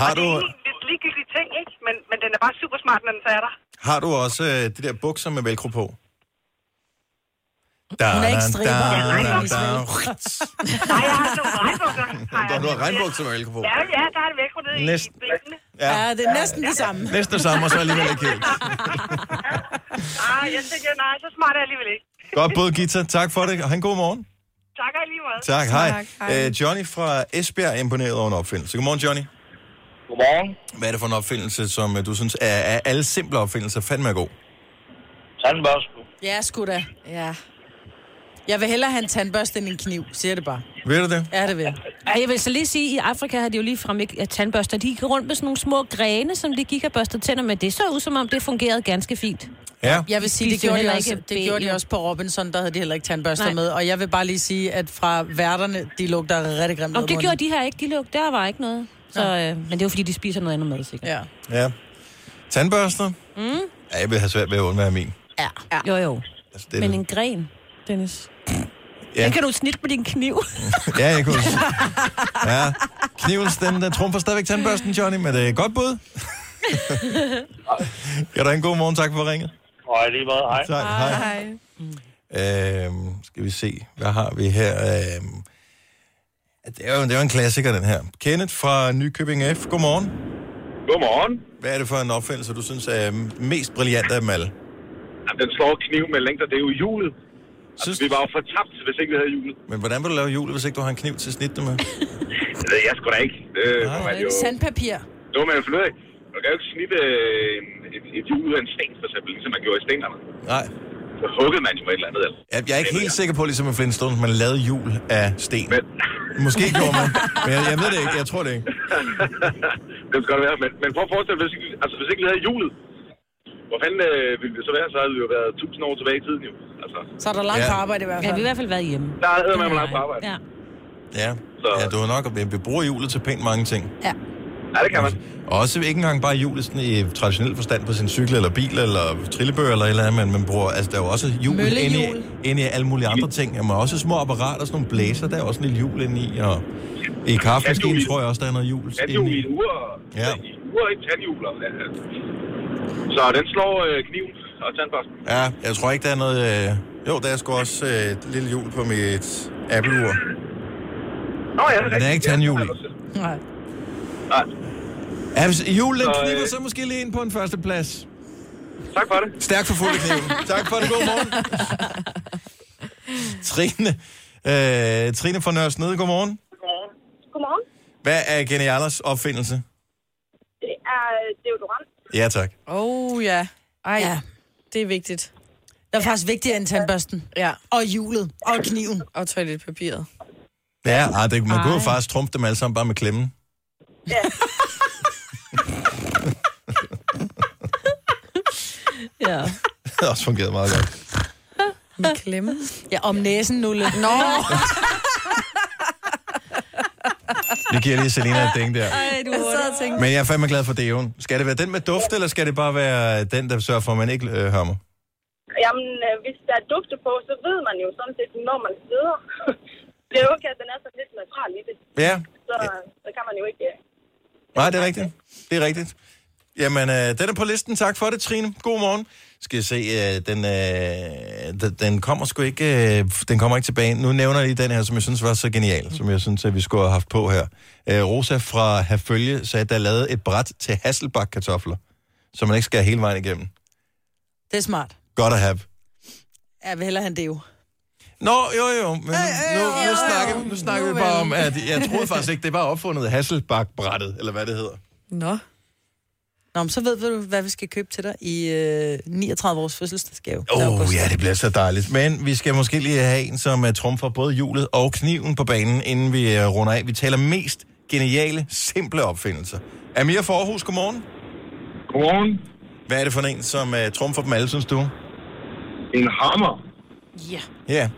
[SPEAKER 1] Har
[SPEAKER 11] og det er
[SPEAKER 1] du-
[SPEAKER 11] egentlig lidt ligegyldige ting, ikke? Men, men den er bare super smart, når den så er der.
[SPEAKER 1] Har du også øh, de der bukser med velcro på? Da,
[SPEAKER 11] Hun er ikke striber.
[SPEAKER 1] da,
[SPEAKER 11] Ja,
[SPEAKER 1] da,
[SPEAKER 11] regnbukser.
[SPEAKER 1] da.
[SPEAKER 11] Nej, jeg har nogle
[SPEAKER 1] [LAUGHS]
[SPEAKER 11] regnbukser. har jeg.
[SPEAKER 1] Du har regnbukser med velcro på.
[SPEAKER 11] Ja, ja, der er en velcro nede
[SPEAKER 1] Næsten.
[SPEAKER 11] i benene.
[SPEAKER 4] Ja, det er næsten det samme.
[SPEAKER 1] Næsten det samme, og så alligevel ikke helt.
[SPEAKER 11] Ah, jeg tænker, nej, så smart er jeg alligevel ikke.
[SPEAKER 1] Godt både, Gita. Tak for det, og han god morgen.
[SPEAKER 11] Tak og i lige måde.
[SPEAKER 1] Tak, hej. Øh, Johnny fra Esbjerg er imponeret over en opfindelse. Godmorgen, Johnny.
[SPEAKER 12] Godmorgen.
[SPEAKER 1] Hvad er det for en opfindelse, som øh, du synes er, er alle simple opfindelser fandme er god?
[SPEAKER 12] Tandbørste.
[SPEAKER 4] Ja, sgu da. Ja. Jeg vil hellere have en tandbørste end en kniv, siger det bare.
[SPEAKER 1] Ved du det?
[SPEAKER 4] Ja, det vil jeg.
[SPEAKER 3] Ej, jeg vil så lige sige, at i Afrika har de jo lige frem ikke ja, tandbørster. De gik rundt med sådan nogle små grene, som de gik og børstede tænder med. Det så ud, som om det fungerede ganske fint.
[SPEAKER 1] Ja.
[SPEAKER 4] Jeg vil sige,
[SPEAKER 3] De
[SPEAKER 4] det
[SPEAKER 3] spiste jo
[SPEAKER 4] gjorde, de
[SPEAKER 3] heller
[SPEAKER 4] også,
[SPEAKER 3] ikke
[SPEAKER 4] det gjorde de
[SPEAKER 3] ben.
[SPEAKER 4] også på Robinson, der havde de heller ikke tandbørster
[SPEAKER 3] Nej.
[SPEAKER 4] Nej. med. Og jeg vil bare lige sige, at fra værterne, de lugter rigtig grimt
[SPEAKER 3] Og det gjorde de her ikke. De lugte, der var ikke noget. Så, øh, men det er jo, fordi de spiser noget andet mad, sikkert.
[SPEAKER 4] Ja.
[SPEAKER 1] Ja. Tandbørster?
[SPEAKER 3] Mm.
[SPEAKER 1] Ja, jeg vil have svært ved at undvære min.
[SPEAKER 3] Ja. ja. Jo, jo.
[SPEAKER 1] Altså, det er-
[SPEAKER 3] Men en gren, Dennis.
[SPEAKER 1] Ja.
[SPEAKER 3] Ja. Den kan du snitte med din
[SPEAKER 1] [LAUGHS]
[SPEAKER 3] kniv.
[SPEAKER 1] Ja, jeg kunne... Ja. Knivens, den, den trumfer stadigvæk tandbørsten, Johnny, men det er et godt
[SPEAKER 12] [LAUGHS]
[SPEAKER 1] bud. Kan du have en god morgen, tak for ringet.
[SPEAKER 12] Hej, lige meget. Hej.
[SPEAKER 1] Tak, hej. Øhm, skal vi se, hvad har vi her? Øhm, det, er jo, det er jo en klassiker, den her. Kenneth fra Nykøbing F. Godmorgen.
[SPEAKER 12] Godmorgen.
[SPEAKER 1] Hvad er det for en opfindelse, du synes er mest brilliant af dem alle?
[SPEAKER 12] Jamen, den slår kniv med længder. Det er jo hjulet. Altså, vi var jo fortabt, hvis ikke vi havde hjulet.
[SPEAKER 1] Men hvordan vil du lave jul, hvis ikke du har en kniv til at snitte det med?
[SPEAKER 12] Det ved jeg sgu da ikke. Det må man jo...
[SPEAKER 4] Sandpapir.
[SPEAKER 12] Det var man jo finde ud af. Man kan jo ikke snitte øh, et, et hjul ud af en sten, for eksempel, ligesom man gjorde i stengerne.
[SPEAKER 1] Nej.
[SPEAKER 12] Så huggede man jo et eller andet. Eller?
[SPEAKER 1] Jeg, jeg er ikke helt sikker på, ligesom i Flintstones, man lavede jul af sten. Men... Måske gjorde man, men jeg, jeg ved det ikke. Jeg tror det ikke.
[SPEAKER 12] [LAUGHS] det skal det være. Men, men prøv at forestille dig, hvis ikke, altså, hvis ikke vi havde hjulet, hvor fanden øh, ville det så være? Så havde vi jo været 1000 år tilbage i tiden, jo. Altså.
[SPEAKER 4] Så er der langt
[SPEAKER 1] Ja.
[SPEAKER 4] ja. på arbejde i hvert
[SPEAKER 3] Ja,
[SPEAKER 4] fald.
[SPEAKER 3] vi har i hvert fald været hjemme.
[SPEAKER 12] Der er eddermame langt på arbejde.
[SPEAKER 3] Ja.
[SPEAKER 1] Ja, ja du har nok at vi bruger hjulet til pænt mange ting.
[SPEAKER 4] Ja.
[SPEAKER 12] Ja, det kan man.
[SPEAKER 1] Og også ikke engang bare hjulet sådan i traditionel forstand på sin cykel eller bil eller trillebør eller et eller andet, men man bruger, altså der er jo også hjul inde i,
[SPEAKER 12] Møllehjul.
[SPEAKER 1] inde i alle mulige andre ting. Man har også små apparater, sådan nogle blæser, der er også en lille hjul inde i, og i kaffemaskinen
[SPEAKER 12] Tandhjul i-
[SPEAKER 1] tror jeg også, der er noget hjul
[SPEAKER 12] Tandhjul
[SPEAKER 1] inde
[SPEAKER 12] i
[SPEAKER 1] i.
[SPEAKER 12] et ur, og-
[SPEAKER 1] Ja.
[SPEAKER 12] i et ur, ikke tandhjul. og- ja. Så den slår øh, kniven og tandbørsten.
[SPEAKER 1] Ja, jeg tror ikke, der er noget... Øh... Jo, der er sgu også øh, et lille hjul på mit Apple-ur.
[SPEAKER 12] Nå ja, det
[SPEAKER 1] Men der
[SPEAKER 12] er
[SPEAKER 1] er
[SPEAKER 12] rigtigt.
[SPEAKER 1] ikke tandhjul i.
[SPEAKER 4] Nej.
[SPEAKER 12] Nej.
[SPEAKER 1] Ja, hvis julen
[SPEAKER 12] Så, øh,
[SPEAKER 1] kniver, så måske lige ind på en førsteplads.
[SPEAKER 12] Tak for det.
[SPEAKER 1] Stærk for fulde kniven. [LAUGHS] tak for det. God morgen. Trine, øh, Trine fra Nørres Nede, godmorgen.
[SPEAKER 13] Godmorgen.
[SPEAKER 1] Hvad er Genialers opfindelse?
[SPEAKER 13] Det er øh, deodorant.
[SPEAKER 1] Ja, tak.
[SPEAKER 4] Oh ja. Ej, ja. det er vigtigt. Det er faktisk vigtigere end tandbørsten. Ja. Og hjulet. Og kniven. Og toiletpapiret.
[SPEAKER 1] Ja, ej, det, man kunne jo
[SPEAKER 4] Ej.
[SPEAKER 1] faktisk trumpe dem alle sammen bare med klemmen. [LAUGHS]
[SPEAKER 3] Ja.
[SPEAKER 1] Det har også fungeret meget godt.
[SPEAKER 4] Med klemme. Ja, om næsen nulle. Nå.
[SPEAKER 1] Vi giver lige Selina et ding der.
[SPEAKER 4] Ej, du sad og tænkte.
[SPEAKER 1] Men jeg er fandme glad for DU'en. Skal det være den med duft, eller skal det bare være den, der sørger for, at man ikke øh, hører mig?
[SPEAKER 13] Jamen, øh, hvis der er dufte på, så ved man jo sådan set, når man sidder. [LAUGHS] det er jo okay, at den er sådan lidt neutral i det.
[SPEAKER 1] Ja,
[SPEAKER 13] Så, så kan man jo ikke... øh,
[SPEAKER 1] Nej, det er rigtigt. Det er rigtigt. Jamen, øh, den er på listen. Tak for det, Trine. God morgen. Skal jeg se, øh, den, øh, den- den kommer sgu ikke, øh, den kommer ikke tilbage. Nu nævner jeg lige den her, som jeg synes var så genial, som jeg synes, at vi skulle have haft på her. Øh, Rosa fra Herfølge sagde, at der er lavet et bræt til Hasselbak-kartofler, så man ikke skal hele vejen igennem.
[SPEAKER 4] Det er smart.
[SPEAKER 1] Godt at have.
[SPEAKER 4] Jeg vil hellere have det jo.
[SPEAKER 1] Nå, jo, jo, men nu, nu snakker, nu snakker vi bare om, at jeg troede faktisk ikke, det var opfundet Hasselbak-brættet, eller hvad det hedder.
[SPEAKER 4] Nå. Nå, men så ved du, hvad vi skal købe til dig i øh, 39 års fødselsdagsgave.
[SPEAKER 1] Åh, oh, ja, det bliver så dejligt. Men vi skal måske lige have en, som uh, trumfer både hjulet og kniven på banen, inden vi uh, runder af. Vi taler mest geniale, simple opfindelser. Amir fra Aarhus, godmorgen.
[SPEAKER 12] Godmorgen.
[SPEAKER 1] Hvad er det for en, som uh, trumfer dem alle, synes du?
[SPEAKER 12] En hammer.
[SPEAKER 3] ja.
[SPEAKER 1] Ja.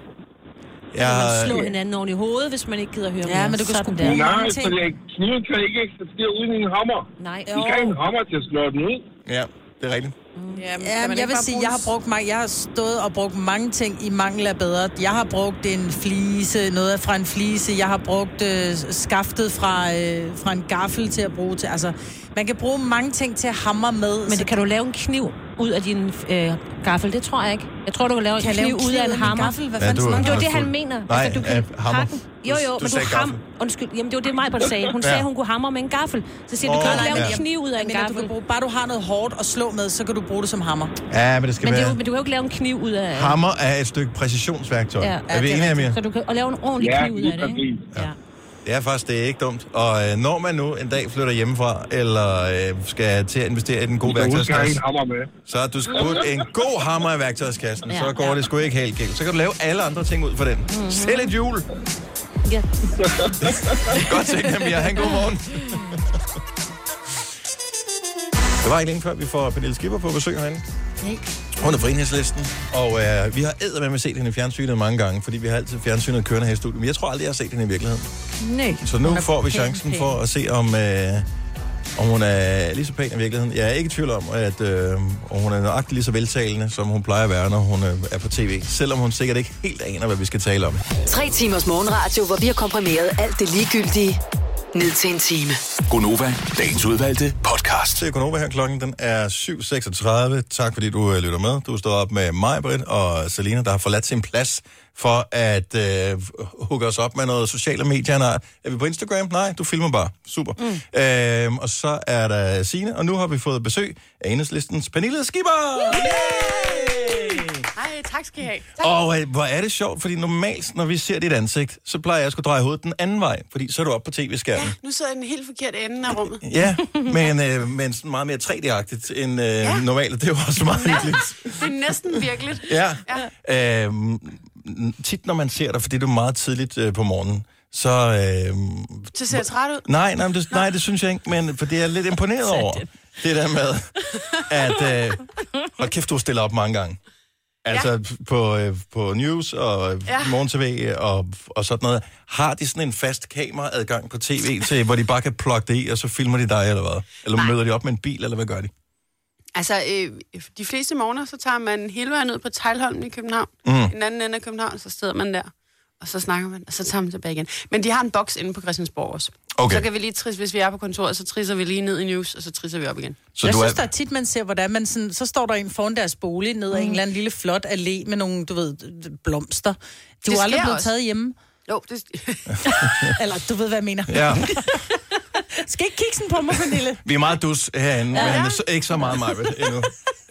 [SPEAKER 1] Jeg
[SPEAKER 3] Man slår
[SPEAKER 1] har,
[SPEAKER 3] hinanden oven i hovedet, hvis man ikke gider høre
[SPEAKER 4] Ja, men du kan sgu bruge
[SPEAKER 12] Nej,
[SPEAKER 4] mange
[SPEAKER 12] for
[SPEAKER 4] ting.
[SPEAKER 12] jeg- kniven kan ikke eksistere uden en hammer.
[SPEAKER 3] Nej.
[SPEAKER 12] Vi skal have en hammer til at slå den ud.
[SPEAKER 1] Ja, det er rigtigt.
[SPEAKER 2] Ja, men,
[SPEAKER 4] Ja, men jeg vil sige, jeg har brugt mange, jeg har stået og brugt mange ting i mangel af bedre. Jeg har brugt en flise, noget fra en flise. Jeg har brugt øh, skaftet fra, øh, fra en gaffel til at bruge til. Altså, man kan bruge mange ting til at hamre med.
[SPEAKER 3] Men det, kan du lave en kniv ud af din øh, gaffel? Det tror jeg ikke. Jeg tror, du kan lave
[SPEAKER 4] Kan jeg
[SPEAKER 3] en
[SPEAKER 4] lave
[SPEAKER 3] kniv,
[SPEAKER 4] en
[SPEAKER 3] ud
[SPEAKER 4] kniv
[SPEAKER 3] af en
[SPEAKER 4] ud af min
[SPEAKER 3] hammer.
[SPEAKER 4] gaffel? Hvad
[SPEAKER 1] Ja, fanden du-
[SPEAKER 3] Men det var
[SPEAKER 1] du-
[SPEAKER 3] det,
[SPEAKER 1] du-
[SPEAKER 3] han mener.
[SPEAKER 1] Nej,
[SPEAKER 3] altså, du kan
[SPEAKER 1] øh, hammer.
[SPEAKER 3] hakke den. Jo,
[SPEAKER 1] Du-
[SPEAKER 3] jo,
[SPEAKER 1] du
[SPEAKER 3] men du,
[SPEAKER 1] sagde
[SPEAKER 3] ham...
[SPEAKER 1] gaffel.
[SPEAKER 3] Undskyld, jamen det var det, Majbert sagde. Hun
[SPEAKER 1] Ja.
[SPEAKER 3] sagde, hun kunne hamre med en gaffel. Så siger jeg, du,
[SPEAKER 1] Åh,
[SPEAKER 3] kan ikke lave
[SPEAKER 1] ja.
[SPEAKER 3] en kniv ud af en
[SPEAKER 4] Men du
[SPEAKER 3] gaffel.
[SPEAKER 4] kan bruge, bare du har noget hårdt at slå med, så kan du bruge det som hammer.
[SPEAKER 1] ja, men det skal
[SPEAKER 3] Men, det er jo,
[SPEAKER 1] være...
[SPEAKER 3] men du kan jo ikke lave en kniv ud af...
[SPEAKER 1] Hammer er et stykke præcisionsværktøj. Ja, er vi enige, Amir?
[SPEAKER 3] Så du kan lave en ordentlig
[SPEAKER 1] Ja,
[SPEAKER 3] kniv ud af det, ikke? Ja.
[SPEAKER 1] Det er faktisk det er ikke dumt. Og øh, når man nu en dag flytter hjemmefra, eller øh, skal til at investere i den gode
[SPEAKER 12] Så hun skal have
[SPEAKER 1] værktøjskasse,
[SPEAKER 12] en hammer med.
[SPEAKER 1] så har du skudt en god hammer i værktøjskassen,
[SPEAKER 3] Ja. Mhm.
[SPEAKER 1] så går det sgu ikke helt galt. Så kan du lave alle andre ting ud for den. Mm-hmm. Selv et hjul.
[SPEAKER 3] Ja.
[SPEAKER 1] [LAUGHS] Godt tænkt, Amir. Ha' en god morgen. Det var ikke længe før, vi får Pernille Skipper på besøg herinde. Hun er fra enhedslisten, og øh, vi har eddermame set hende i fjernsynet mange gange, fordi vi har altid fjernsynet kørende her i studiet, men jeg tror aldrig, jeg har set hende i virkeligheden.
[SPEAKER 2] Nej.
[SPEAKER 1] Så nu
[SPEAKER 2] Hun er
[SPEAKER 1] får vi
[SPEAKER 2] pæn,
[SPEAKER 1] chancen
[SPEAKER 2] pæn.
[SPEAKER 1] for at se, om, øh, om hun er lige så pæn i virkeligheden. Jeg er ikke i tvivl om, at øh, om hun er nøjagtig lige så veltalende, som hun plejer at være, når hun øh, er på tv. Selvom hun sikkert ikke helt aner, hvad vi skal tale om.
[SPEAKER 6] Tre timers morgenradio, hvor vi har komprimeret alt det ligegyldige ned til en time.
[SPEAKER 1] Gonova, dagens udvalgte podcast. Det er Gonova her, klokken den er 7.36. Tak fordi du øh, lytter med. Du står op med mig, Britt, og Selina, der har forladt sin plads for at øh, hugge os op med noget sociale medier. Nej, Er vi på Instagram? Nej, du filmer bare. Super. Mm. Øhm, og så er der Sine, og nu har vi fået besøg af enhedslistens Pernille Skipper.
[SPEAKER 14] Hej, tak skal I have.
[SPEAKER 1] Og øh, hvor er det sjovt, fordi normalt, når vi ser dit ansigt, så plejer jeg at skulle dreje hovedet den anden vej, fordi så er du oppe på tv-skærmen.
[SPEAKER 14] Nu sidder jeg i den helt forkerte ende af rummet.
[SPEAKER 1] Ja, men, øh, men sådan meget mere 3D-agtigt end øh, ja. normalt. og Det er jo også meget hyggeligt.
[SPEAKER 14] [LAUGHS] Det er næsten virkeligt.
[SPEAKER 1] Ja.
[SPEAKER 14] ja.
[SPEAKER 1] ja. Øhm, n- tit når man ser dig, fordi du er meget tidligt øh, på morgenen, så... Øh,
[SPEAKER 14] Så ser jeg træt ud.
[SPEAKER 1] nej, nej, men det, nej, det synes jeg ikke, men for det er jeg lidt imponeret over. Det der med, at... Øh, hold kæft, du stiller op mange gange. Altså ja. på, øh, på news og øh, ja.
[SPEAKER 14] Ja.
[SPEAKER 1] morgen-tv og, og sådan noget. Har de sådan en fast kameraadgang på tv, til, hvor de bare kan plukke det i, og så filmer de dig, eller hvad? Eller Nej. møder de op med en bil, eller hvad gør de?
[SPEAKER 14] Altså, øh, de fleste morgener, så tager man hele vejen ud på Tejlholmen i København.
[SPEAKER 1] Mm.
[SPEAKER 14] Mm. Den anden ende af København, så sidder man der. Og så snakker man, og så tager man tilbage igen. Men de har en boks inde på Christiansborg også.
[SPEAKER 1] Okay.
[SPEAKER 14] Så kan vi lige trisse, hvis vi er på kontoret, så trisser vi lige ned i news, og så trisser vi op igen.
[SPEAKER 1] Så
[SPEAKER 4] Så jeg
[SPEAKER 1] du
[SPEAKER 4] synes,
[SPEAKER 1] er-
[SPEAKER 4] der er tit, man ser, hvordan man sådan, så står der en foran deres bolig ned ad en eller anden lille flot allé med nogle, du ved, blomster. Du
[SPEAKER 14] Det
[SPEAKER 4] er aldrig
[SPEAKER 14] sker
[SPEAKER 4] blevet
[SPEAKER 14] også.
[SPEAKER 4] taget hjemme.
[SPEAKER 14] Jo, [LAUGHS] det...
[SPEAKER 4] eller du ved, hvad jeg mener.
[SPEAKER 1] Ja.
[SPEAKER 4] Skal ikke kigge sådan på mig, [LAUGHS] Pernille?
[SPEAKER 1] Vi er meget dus herinde, ja.
[SPEAKER 4] Ja.
[SPEAKER 1] men så, ikke så meget mig endnu.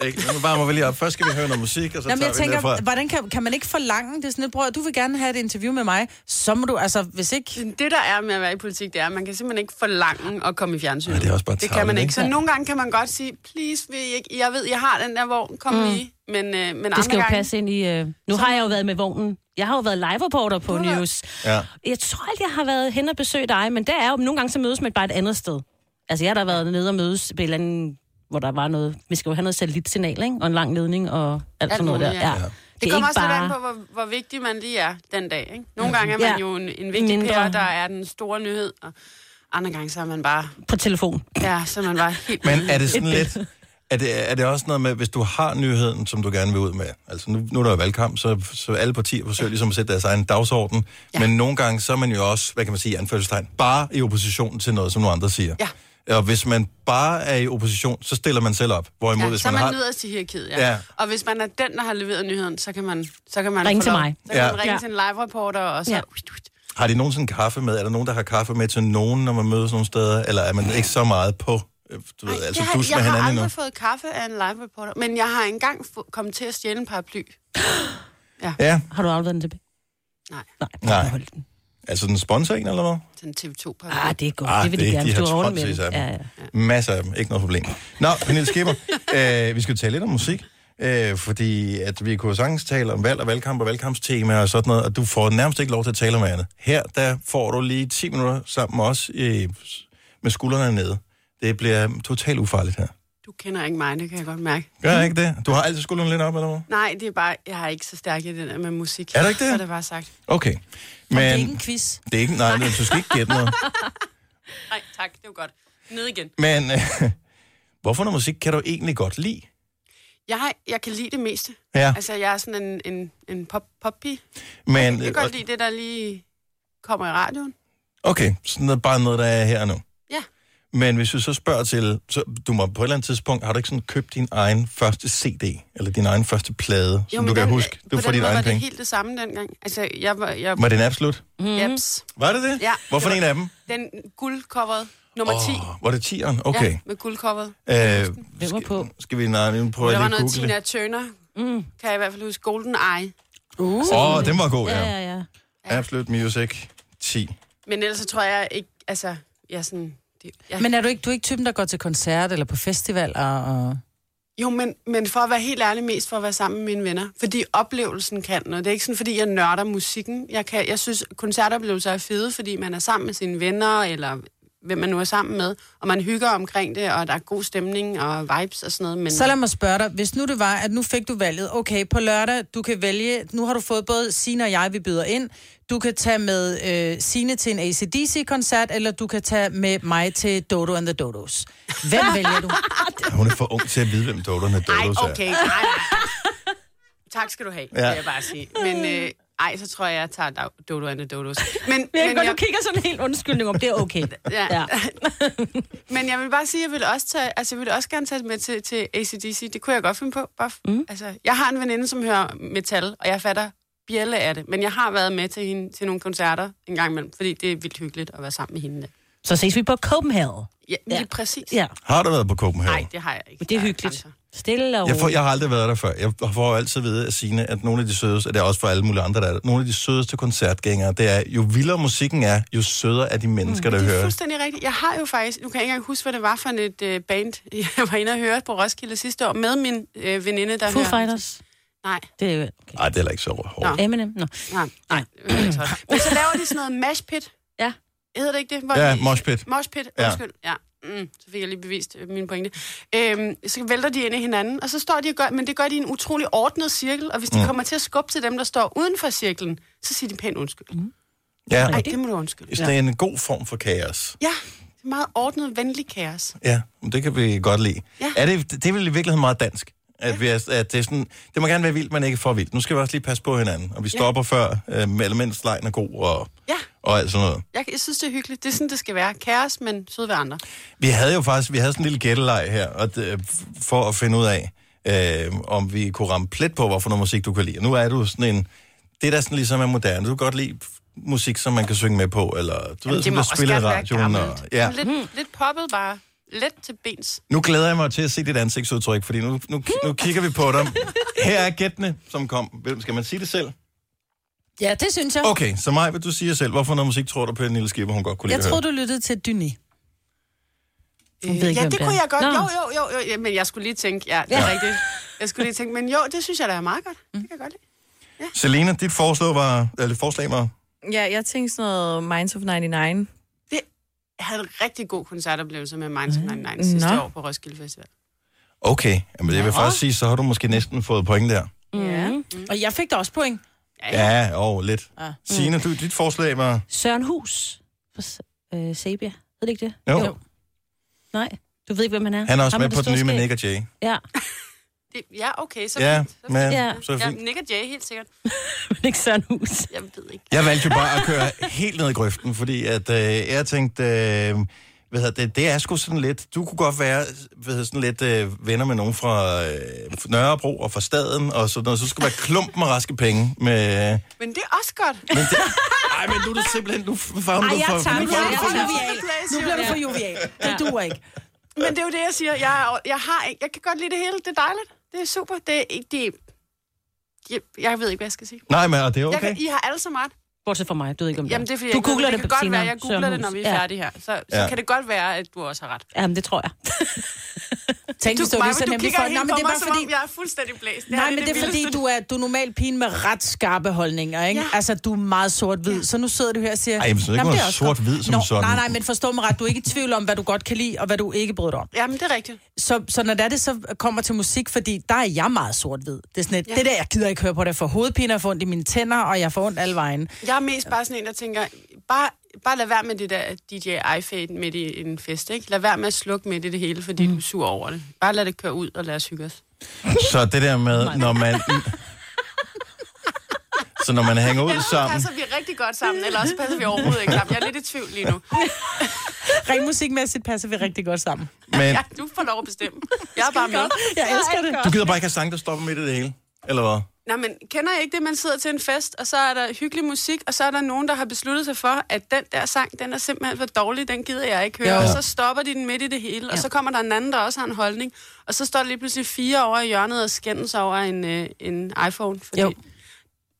[SPEAKER 1] Ikke? Nu varmer vi lige op. Først skal vi høre noget musik, og så
[SPEAKER 4] Nå, men
[SPEAKER 1] tager
[SPEAKER 4] jeg
[SPEAKER 1] vi
[SPEAKER 4] tænker,
[SPEAKER 1] derfra.
[SPEAKER 4] hvordan kan, kan man ikke forlange det sådan lidt, bror, du vil gerne have et interview med mig, så må du, altså, hvis ikke...
[SPEAKER 14] Det, der er med at være i politik, det er, at man kan simpelthen ikke forlange at komme i fjernsynet.
[SPEAKER 1] det er også bare
[SPEAKER 14] Det kan
[SPEAKER 1] tarveligt,
[SPEAKER 14] man ikke.
[SPEAKER 1] ikke?
[SPEAKER 14] Så nogle gange kan man godt sige, please, vil I ikke? Jeg ved, jeg har den der vogn, kom
[SPEAKER 3] Mm.
[SPEAKER 14] mm. lige. Men, øh, men andre
[SPEAKER 3] det skal jo
[SPEAKER 14] gange...
[SPEAKER 3] passe ind i... Øh, nu har jeg jo været med vognen. Jeg har jo været live-reporter på News.
[SPEAKER 1] Ja.
[SPEAKER 3] Jeg tror aldrig, jeg har været hen og besøgt dig, men der er jo nogle gange, så mødes man bare et andet sted. Altså, jeg har da været nede og mødes på et eller andet, hvor der var noget... Vi skal jo have noget satellitsignal, ikke? Og en lang ledning og alt sådan noget der.
[SPEAKER 14] muligt,
[SPEAKER 3] Ja.
[SPEAKER 14] ja.
[SPEAKER 3] Det,
[SPEAKER 14] Det, det
[SPEAKER 3] er
[SPEAKER 14] kommer
[SPEAKER 3] ikke
[SPEAKER 14] også bare...
[SPEAKER 3] bare...
[SPEAKER 14] lidt an på, hvor, hvor vigtig man lige er den dag. Ikke? Nogle gange er man
[SPEAKER 3] Ja.
[SPEAKER 14] jo en, en vigtig
[SPEAKER 3] Mindre.
[SPEAKER 14] pære, der er den store nyhed, og andre gange så er man bare...
[SPEAKER 3] På telefon.
[SPEAKER 14] Ja, så er man bare helt...
[SPEAKER 1] Men
[SPEAKER 14] [LAUGHS]
[SPEAKER 1] er det sådan
[SPEAKER 14] Et
[SPEAKER 1] lidt... Er det, er det også noget med, hvis du har nyheden, som du gerne vil ud med? Altså nu, nu er der jo valgkamp, så, så alle partier forsøger ligesom at sætte deres egen dagsorden. Ja. Men nogle gange, så er man jo også, hvad kan man sige, i anførselstegn, bare i opposition til noget, som nogle andre siger. Ja. Og hvis man bare er i opposition, så stiller man selv op. Hvorimod, ja,
[SPEAKER 14] Ja,
[SPEAKER 1] hvis
[SPEAKER 14] så er
[SPEAKER 1] man,
[SPEAKER 14] man,
[SPEAKER 1] har...
[SPEAKER 14] man nederst i hierarkiet, ja.
[SPEAKER 1] Ja.
[SPEAKER 14] ja. Og hvis man er den, der har leveret nyheden, så kan man, så kan man
[SPEAKER 3] Ringe
[SPEAKER 14] få
[SPEAKER 3] til
[SPEAKER 14] lov.
[SPEAKER 3] mig.
[SPEAKER 14] Så kan
[SPEAKER 1] Ja.
[SPEAKER 14] man ringe
[SPEAKER 1] Ja.
[SPEAKER 14] til en live-reporter, og så...
[SPEAKER 3] Ja.
[SPEAKER 14] Ja.
[SPEAKER 1] Har de nogensinde kaffe med? Er der nogen, der har kaffe med til nogen, når man mødes nogle steder? Eller er man ikke så meget på, øh, du ved, altså
[SPEAKER 14] jeg,
[SPEAKER 1] dus
[SPEAKER 14] har,
[SPEAKER 1] med
[SPEAKER 14] jeg har
[SPEAKER 1] hinanden
[SPEAKER 14] aldrig
[SPEAKER 1] endnu?
[SPEAKER 14] fået kaffe af en live-reporter, men jeg har engang få, kommet til at stjæle en paraply.
[SPEAKER 1] Ja,
[SPEAKER 3] Har du afleveret den tilbage?
[SPEAKER 14] Nej.
[SPEAKER 1] nej. Altså den sponsor en, eller hvad?
[SPEAKER 14] Sådan TV2-paraply.
[SPEAKER 3] Ah, det er godt. Ah, det vil de gerne.
[SPEAKER 1] de
[SPEAKER 3] hvis
[SPEAKER 1] har
[SPEAKER 3] Du har med
[SPEAKER 1] tonsvis af
[SPEAKER 3] det.
[SPEAKER 1] dem.
[SPEAKER 3] Ja, ja.
[SPEAKER 1] Masser af dem, ikke noget problem. Nå, Pernille Skipper, øh, vi skal jo tale lidt om musik, øh, fordi at vi kunne sagtens tale om valg og valgkamp og valgkampstema og sådan noget, og du får nærmest ikke lov til at tale om andet. Her, der får du lige 10 minutter sammen med os øh, med skuldrene nede. Det bliver totalt ufarligt her.
[SPEAKER 14] Du kender ikke mig, det kan jeg godt mærke.
[SPEAKER 1] Gør jeg ikke det? Du har altid skuldrene lidt op, eller hvad?
[SPEAKER 14] Nej, det er bare, jeg har ikke så stærk i den der med musik.
[SPEAKER 1] Er du ikke det?
[SPEAKER 14] Så er det bare sagt.
[SPEAKER 1] Okay. Men det er ikke en
[SPEAKER 4] quiz.
[SPEAKER 1] Det er ikke, nej, nej, du skal ikke gætte
[SPEAKER 14] [LAUGHS]
[SPEAKER 1] noget.
[SPEAKER 14] Nej, tak, det var godt. Ned igen.
[SPEAKER 1] Men øh, [LAUGHS] hvorfor noget musik kan du egentlig godt lide?
[SPEAKER 14] Jeg, har, jeg kan lide det meste.
[SPEAKER 1] Ja.
[SPEAKER 14] Altså, jeg er sådan en, en, en pop, poppy.
[SPEAKER 1] Men,
[SPEAKER 14] Altså, Jeg kan
[SPEAKER 1] øh,
[SPEAKER 14] godt lide det, der lige kommer i radioen.
[SPEAKER 1] Okay, sådan noget, bare noget, der er her og nu.
[SPEAKER 14] Ja.
[SPEAKER 1] Men hvis vi så spørger til, så du må på et eller andet tidspunkt, har du ikke sådan købt din egen første CD, eller din egen første plade, jo, som
[SPEAKER 14] men
[SPEAKER 1] du kan
[SPEAKER 14] den-
[SPEAKER 1] huske?
[SPEAKER 14] på
[SPEAKER 1] Du får
[SPEAKER 14] den
[SPEAKER 1] dine
[SPEAKER 14] måde
[SPEAKER 1] egne
[SPEAKER 14] var det
[SPEAKER 1] penge.
[SPEAKER 14] helt det samme dengang. Altså, jeg var... Jeg...
[SPEAKER 1] Var den absolut?
[SPEAKER 14] Mm. Jeps.
[SPEAKER 1] Var det det?
[SPEAKER 14] Ja.
[SPEAKER 1] Hvorfor
[SPEAKER 14] Det
[SPEAKER 1] en
[SPEAKER 14] var-
[SPEAKER 1] af dem?
[SPEAKER 14] Den guldcoveret. Nummer 10.
[SPEAKER 1] Var det 10'eren? Okay.
[SPEAKER 14] Ja, med guldcoveret.
[SPEAKER 1] Ja. Øh, skal, på. skal vi, nej, vi prøver
[SPEAKER 14] Der
[SPEAKER 1] lige
[SPEAKER 14] var
[SPEAKER 1] at
[SPEAKER 14] noget
[SPEAKER 1] google
[SPEAKER 14] Tina
[SPEAKER 1] det.
[SPEAKER 14] Turner. Mm. Kan jeg i hvert fald huske. Golden Eye.
[SPEAKER 1] Åh,
[SPEAKER 14] Så-
[SPEAKER 1] oh, den var god, ja.
[SPEAKER 14] Ja, ja, ja.
[SPEAKER 1] Absolute Music 10.
[SPEAKER 14] Men ellers så tror jeg ikke... Altså, jeg er sådan... Det, jeg...
[SPEAKER 4] Men er du ikke, du er ikke typen, der går til koncert eller på festival og... og...
[SPEAKER 14] Jo, men, men for at være helt ærlig, mest for at være sammen med mine venner. Fordi oplevelsen kan noget. Det er ikke sådan, fordi jeg nørder musikken. Jeg, kan, jeg synes, koncertoplevelser er fede, fordi man er sammen med sine venner, eller hvem man nu er sammen med, og man hygger omkring det, og der er god stemning og vibes og sådan noget. Men...
[SPEAKER 4] Så lad mig spørge dig, hvis nu det var, at nu fik du valget, okay, på lørdag, du kan vælge, nu har du fået både Sine og jeg, vi byder ind, du kan tage med øh, Sine til en ACDC-koncert, eller du kan tage med mig til Dodo and the Dodos. Hvem vælger
[SPEAKER 1] [LAUGHS]
[SPEAKER 4] du?
[SPEAKER 1] Hun er for ung til at vide, hvem dotterne
[SPEAKER 14] Ej,
[SPEAKER 1] dotters
[SPEAKER 14] okay, nej, nej. Tak skal du have, ja.
[SPEAKER 1] Ja.
[SPEAKER 14] vil jeg bare sige. Men øh, ej, så tror jeg, jeg tager Dau- Dodo and the Dodos. Men,
[SPEAKER 3] Men jeg kan godt, du kigger sådan helt undskyldning om, det er
[SPEAKER 14] [LAUGHS]
[SPEAKER 3] okay.
[SPEAKER 14] Ja.
[SPEAKER 3] ja.
[SPEAKER 14] Men jeg vil bare sige, at jeg vil også, tage, altså, jeg vil også gerne tage med til, til ACDC. Det kunne jeg godt finde på. Bare, mm. altså, jeg har en veninde, som hører metal, og jeg fatter bjælle af det. Men jeg har været med til, hende, til nogle koncerter en gang imellem, fordi det er vildt hyggeligt at være sammen med hende. der.
[SPEAKER 3] Så ses vi på Copenhagen.
[SPEAKER 14] Ja, lige ja. præcis.
[SPEAKER 3] Ja.
[SPEAKER 1] Har du været på Copenhagen?
[SPEAKER 14] Nej, altså. det har jeg ikke.
[SPEAKER 3] Det er hyggeligt. Stille og
[SPEAKER 1] Jeg, får,
[SPEAKER 3] roligt.
[SPEAKER 1] jeg har aldrig været der før. Jeg får jo altid at vide af Signe, at nogle af de sødeste, og det er også for alle mulige andre, der er der, nogle af de sødeste koncertgængere, det er, jo vildere musikken er, jo sødere er de mennesker, der
[SPEAKER 14] Mm, det er
[SPEAKER 1] hører.
[SPEAKER 14] fuldstændig rigtigt. Jeg har jo faktisk, nu kan jeg ikke engang huske, hvad det var for et øh, band, [LAUGHS] jeg var inde og høre på Roskilde sidste år, med min øh, veninde, der
[SPEAKER 3] Foo
[SPEAKER 14] hører.
[SPEAKER 3] Fighters.
[SPEAKER 14] Nej. Ah.
[SPEAKER 3] Det er jo...
[SPEAKER 1] Nej, det er heller ikke så hårdt.
[SPEAKER 14] Nå.
[SPEAKER 3] Eminem. Nå.
[SPEAKER 14] Nej. Øh,
[SPEAKER 3] Nej.
[SPEAKER 14] Men så laver de sådan noget mosh pit.
[SPEAKER 3] Ja.
[SPEAKER 14] Hedder det ikke det? Hvor
[SPEAKER 1] Ja,
[SPEAKER 14] de-
[SPEAKER 1] mosh pit.
[SPEAKER 14] Mosh pit,
[SPEAKER 1] Ja.
[SPEAKER 14] undskyld. Ja. Mm, så fik jeg lige bevist øh, min pointe. Øhm, så vælter de ind i hinanden, og så står de og gør, men det gør de i en utrolig ordnet cirkel, og hvis de
[SPEAKER 1] Mm.
[SPEAKER 14] kommer til at skubbe til dem, der står uden for cirklen, så siger de pænt undskyld. Mm.
[SPEAKER 1] Ja.
[SPEAKER 14] Ej, det må du undskylde.
[SPEAKER 1] Det er en god form for kaos.
[SPEAKER 14] Ja, det er meget ordnet, venlig kaos.
[SPEAKER 1] Ja, men det kan vi godt lide.
[SPEAKER 14] Ja.
[SPEAKER 1] Er det, det er vel i virkeligheden meget dansk. At, vi er, at det, er sådan, det må gerne være vildt, men ikke for vildt. Nu skal vi også lige passe på hinanden. Og vi
[SPEAKER 14] Ja.
[SPEAKER 1] stopper før, øh, eller mens lejen er god og,
[SPEAKER 14] Ja.
[SPEAKER 1] og alt sådan noget.
[SPEAKER 14] Jeg, jeg synes, det er hyggeligt. Det er sådan, det skal være. Kaos, men søde ved andre.
[SPEAKER 1] Vi havde jo faktisk vi havde sådan en lille gætteleg her, og det, øh, for at finde ud af, øh, om vi kunne ramme plet på, hvorfor noget musik du kan lide. Og Nu er du sådan en... Det er da sådan ligesom er moderne. Du kan godt lide musik, som man kan synge med på, eller du Jamen, ved,
[SPEAKER 14] det
[SPEAKER 1] som
[SPEAKER 14] må
[SPEAKER 1] der
[SPEAKER 14] også
[SPEAKER 1] spiller i
[SPEAKER 14] gerne være
[SPEAKER 1] radioen. Og, ja.
[SPEAKER 14] Lidt, mm. lidt poppet bare. Let til bens.
[SPEAKER 1] Nu glæder jeg mig til at se dit ansigtsudtryk, fordi nu, nu, nu kigger vi på dig. Her er gættene, som kom. Hvem- Skal man sige det selv?
[SPEAKER 4] Ja, det synes jeg.
[SPEAKER 1] Okay, så Maj, vil du sige selv, hvorfor noget musik tror du på, at Nille Skipper, hun godt kunne lide
[SPEAKER 4] Jeg
[SPEAKER 1] at
[SPEAKER 4] tror,
[SPEAKER 1] høre?
[SPEAKER 4] du lyttede til Dyni.
[SPEAKER 14] Øh,
[SPEAKER 4] ved ikke,
[SPEAKER 14] ja,
[SPEAKER 4] hvem
[SPEAKER 14] det
[SPEAKER 4] det
[SPEAKER 14] kunne
[SPEAKER 4] er.
[SPEAKER 14] jeg godt.
[SPEAKER 4] Nå.
[SPEAKER 14] Jo, jo, jo, jo, ja, men jeg skulle lige tænke, ja, det er ja. rigtigt. Jeg skulle lige tænke, men jo, det synes jeg, der er meget godt.
[SPEAKER 1] Mm.
[SPEAKER 14] Det kan jeg godt lide.
[SPEAKER 1] Selena, dit forslag var, eller forslag var
[SPEAKER 2] Ja, jeg tænkte sådan noget Minds of 99.
[SPEAKER 14] Jeg havde en rigtig god koncertoplevelse med Minds of
[SPEAKER 1] Mm.
[SPEAKER 14] 99 sidste
[SPEAKER 2] Nå.
[SPEAKER 14] år på Roskilde Festival.
[SPEAKER 1] okay. Jamen, jeg vil
[SPEAKER 4] Nå.
[SPEAKER 1] faktisk sige, så har du måske næsten fået point der.
[SPEAKER 4] Ja. Mm. Og jeg fik da også point.
[SPEAKER 1] Ja, og lidt.
[SPEAKER 4] Ah.
[SPEAKER 1] Signe, du, dit forslag var...
[SPEAKER 3] Søren Hus fra S- øh, Sabia. Ved det ikke det?
[SPEAKER 1] Jo.
[SPEAKER 3] Nej, du ved ikke, hvem han er.
[SPEAKER 1] Han er også
[SPEAKER 3] Ham
[SPEAKER 1] med
[SPEAKER 3] det
[SPEAKER 1] på den
[SPEAKER 3] store
[SPEAKER 1] nye med
[SPEAKER 3] skæg.
[SPEAKER 1] Nick og Jay.
[SPEAKER 3] Ja.
[SPEAKER 14] Det, ja, okay, så
[SPEAKER 1] Ja,
[SPEAKER 14] fint. Så fint.
[SPEAKER 1] men- så fint.
[SPEAKER 14] Ja, Nick og Jay, helt sikkert.
[SPEAKER 3] Men [LAUGHS] ikke Søren Hus.
[SPEAKER 14] Jeg ved ikke.
[SPEAKER 1] Jeg valgte jo bare at køre helt ned i grøften, fordi at, øh, jeg tænkte, øh, hvad hedder det, det er sgu sådan lidt, du kunne godt være hvad hedder, sådan lidt øh, venner med nogen fra øh, fra Nørrebro og fra staden og sådan noget, så skulle være klump med raske penge. Med,
[SPEAKER 14] Men det er også godt.
[SPEAKER 1] men det, ej, men nu er du simpelthen, nu fagner
[SPEAKER 14] Ej,
[SPEAKER 1] du
[SPEAKER 14] jeg
[SPEAKER 1] for...
[SPEAKER 14] tager
[SPEAKER 1] nu
[SPEAKER 14] den.
[SPEAKER 1] fagner
[SPEAKER 14] Jeg
[SPEAKER 1] du for-
[SPEAKER 14] tager den.
[SPEAKER 4] Jovial. Nu bliver du for jovial. Det duer ikke.
[SPEAKER 14] Men det er jo det, jeg siger. Jeg, er- jeg, har, ikke- jeg kan godt lide det hele. Det er dejligt. Det er super. Det er ikke... Det, jeg, jeg ved ikke, hvad jeg skal sige.
[SPEAKER 1] Nej, men og det er
[SPEAKER 14] Jeg
[SPEAKER 1] okay.
[SPEAKER 14] kan, I har alle så meget.
[SPEAKER 3] Bortset fra mig, du ved ikke, om
[SPEAKER 14] Jamen, det er fordi,
[SPEAKER 3] du
[SPEAKER 14] jeg ikke ved
[SPEAKER 3] googler
[SPEAKER 14] det
[SPEAKER 3] det,
[SPEAKER 14] kan godt
[SPEAKER 3] senere,
[SPEAKER 14] være, jeg googler
[SPEAKER 3] Søren
[SPEAKER 14] det, når
[SPEAKER 3] Hus.
[SPEAKER 14] vi er færdige her. Så, så
[SPEAKER 3] Ja.
[SPEAKER 14] ja. kan det godt være, at du også har ret.
[SPEAKER 3] Jamen, det tror jeg.
[SPEAKER 4] Tænk, hvis du,
[SPEAKER 14] Maja,
[SPEAKER 4] du, så
[SPEAKER 14] du
[SPEAKER 4] nemlig
[SPEAKER 14] kigger
[SPEAKER 4] for...
[SPEAKER 14] helt
[SPEAKER 4] Nej, men
[SPEAKER 14] på
[SPEAKER 4] det er
[SPEAKER 14] mig,
[SPEAKER 4] bare
[SPEAKER 14] som
[SPEAKER 4] fordi...
[SPEAKER 14] om jeg er fuldstændig blæst. her
[SPEAKER 4] Nej, men det er fordi,
[SPEAKER 14] vildeste.
[SPEAKER 4] du er, du er normalt pigen med ret skarpe holdninger, ikke? Ja. Altså, du er meget sort-hvid, så nu sidder du her og siger...
[SPEAKER 1] Ej, men så er det ikke
[SPEAKER 4] "Nå, men
[SPEAKER 1] noget
[SPEAKER 4] er også godt."
[SPEAKER 1] sort-hvid som
[SPEAKER 4] Nå,
[SPEAKER 1] sådan.
[SPEAKER 4] Nej, nej, men forstå mig ret, du er ikke i tvivl om, hvad du godt kan lide, og hvad du ikke bryder dig om.
[SPEAKER 14] Jamen, det er rigtigt.
[SPEAKER 4] Så, så når det, er det så kommer til musik, fordi der er jeg meget sort-hvid. Det er sådan et, ja. det der, jeg gider ikke høre på det, for hovedpine, jeg får ondt i mine tænder, og jeg får ondt alle vejen.
[SPEAKER 14] Jeg er mest bare sådan en, der tænker, bare, bare lad være med det der DJ iFade midt i en fest, ikke? Lad være med at slukke midt i det hele, fordi mm. du er sur over det. Bare lad det køre ud, og lad os hygge os.
[SPEAKER 1] Så det der med, når man... Så når man hænger ud
[SPEAKER 14] Så
[SPEAKER 1] sammen...
[SPEAKER 14] passer vi rigtig godt sammen, eller også passer vi overhovedet ikke sammen. Jeg er lidt i tvivl lige nu.
[SPEAKER 4] [LAUGHS] Rent musikmæssigt passer vi rigtig godt sammen.
[SPEAKER 1] Men
[SPEAKER 14] Ja, du får lov at bestemme. Jeg er bare med.
[SPEAKER 4] Jeg elsker det.
[SPEAKER 1] du gider bare ikke have sang, der stopper midt i det hele, eller hvad?
[SPEAKER 14] Nej, men kender jeg ikke det, man sidder til en fest, og så er der hyggelig musik, og så er der nogen, der har besluttet sig for, at den der sang, den er simpelthen for dårlig, den gider jeg ikke høre.
[SPEAKER 4] Jo.
[SPEAKER 14] Og så stopper de den midt i det hele, og så kommer der en anden, der også har en holdning, og så står der lige pludselig fire over i hjørnet og skændes over en, øh, en iPhone. Fordi,
[SPEAKER 4] Jo.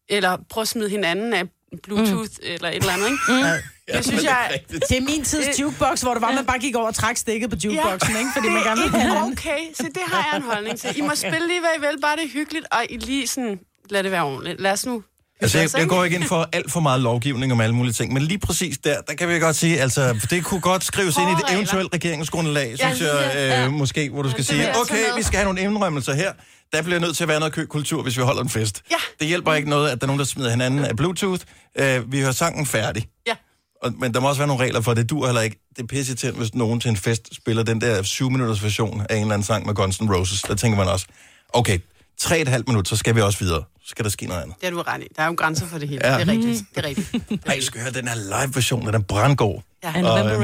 [SPEAKER 14] Eller prøv at smide hinanden af Bluetooth mm. eller et eller andet, ikke? Mm. Det synes jeg...
[SPEAKER 4] Det er min tids jukebox, hvor det var, man bare gik over og trak stikket på jukeboxen, ikke? Fordi
[SPEAKER 14] Øh,
[SPEAKER 4] man
[SPEAKER 14] det er
[SPEAKER 4] gerne
[SPEAKER 14] [LAUGHS]
[SPEAKER 4] ville have
[SPEAKER 14] ikke
[SPEAKER 4] hinanden.
[SPEAKER 14] okay, så det har jeg en holdning til. I [LAUGHS] må spille lige, hvad I vil, bare det er hyggeligt, og I lige sådan, lad det være ordentligt. Lad os nu
[SPEAKER 1] Altså, jeg,
[SPEAKER 14] Altså,
[SPEAKER 1] jeg
[SPEAKER 14] ikke?
[SPEAKER 1] går ikke ind for alt for meget lovgivning om alle mulige ting, men lige præcis der, der kan vi godt sige, altså, det kunne godt skrives ind i et
[SPEAKER 14] Hårde
[SPEAKER 1] eventuelt regeringsgrundlag,
[SPEAKER 14] Ja,
[SPEAKER 1] synes jeg,
[SPEAKER 14] ja.
[SPEAKER 1] øh, måske, hvor du skal
[SPEAKER 14] det
[SPEAKER 1] sige,
[SPEAKER 14] vil jeg altså tage
[SPEAKER 1] okay,
[SPEAKER 14] med.
[SPEAKER 1] vi skal have nogle indrømmelser her, der bliver nødt til at være noget køkultur, hvis vi holder en fest.
[SPEAKER 14] Ja.
[SPEAKER 1] Det hjælper ikke noget, at der er nogen, der smider hinanden af Bluetooth. Øh, vi hører sangen færdig.
[SPEAKER 14] Ja.
[SPEAKER 1] Og, men der må også være nogle regler for, det dur heller ikke. Det er pisse til, hvis nogen til en fest spiller den der 7-minutters version af en eller anden sang med Guns N' Roses. Der tænker man også, okay, 3,5 minutter, så skal vi også videre. Så skal der ske noget andet.
[SPEAKER 14] Det er du ret i. Der er jo grænser for det hele.
[SPEAKER 1] Ja.
[SPEAKER 14] Ja. Det er rigtigt. Det er rigtigt.
[SPEAKER 1] Ej, jeg skal høre den her live-version, den er brandgod.
[SPEAKER 14] Ja.
[SPEAKER 1] Og, øhm,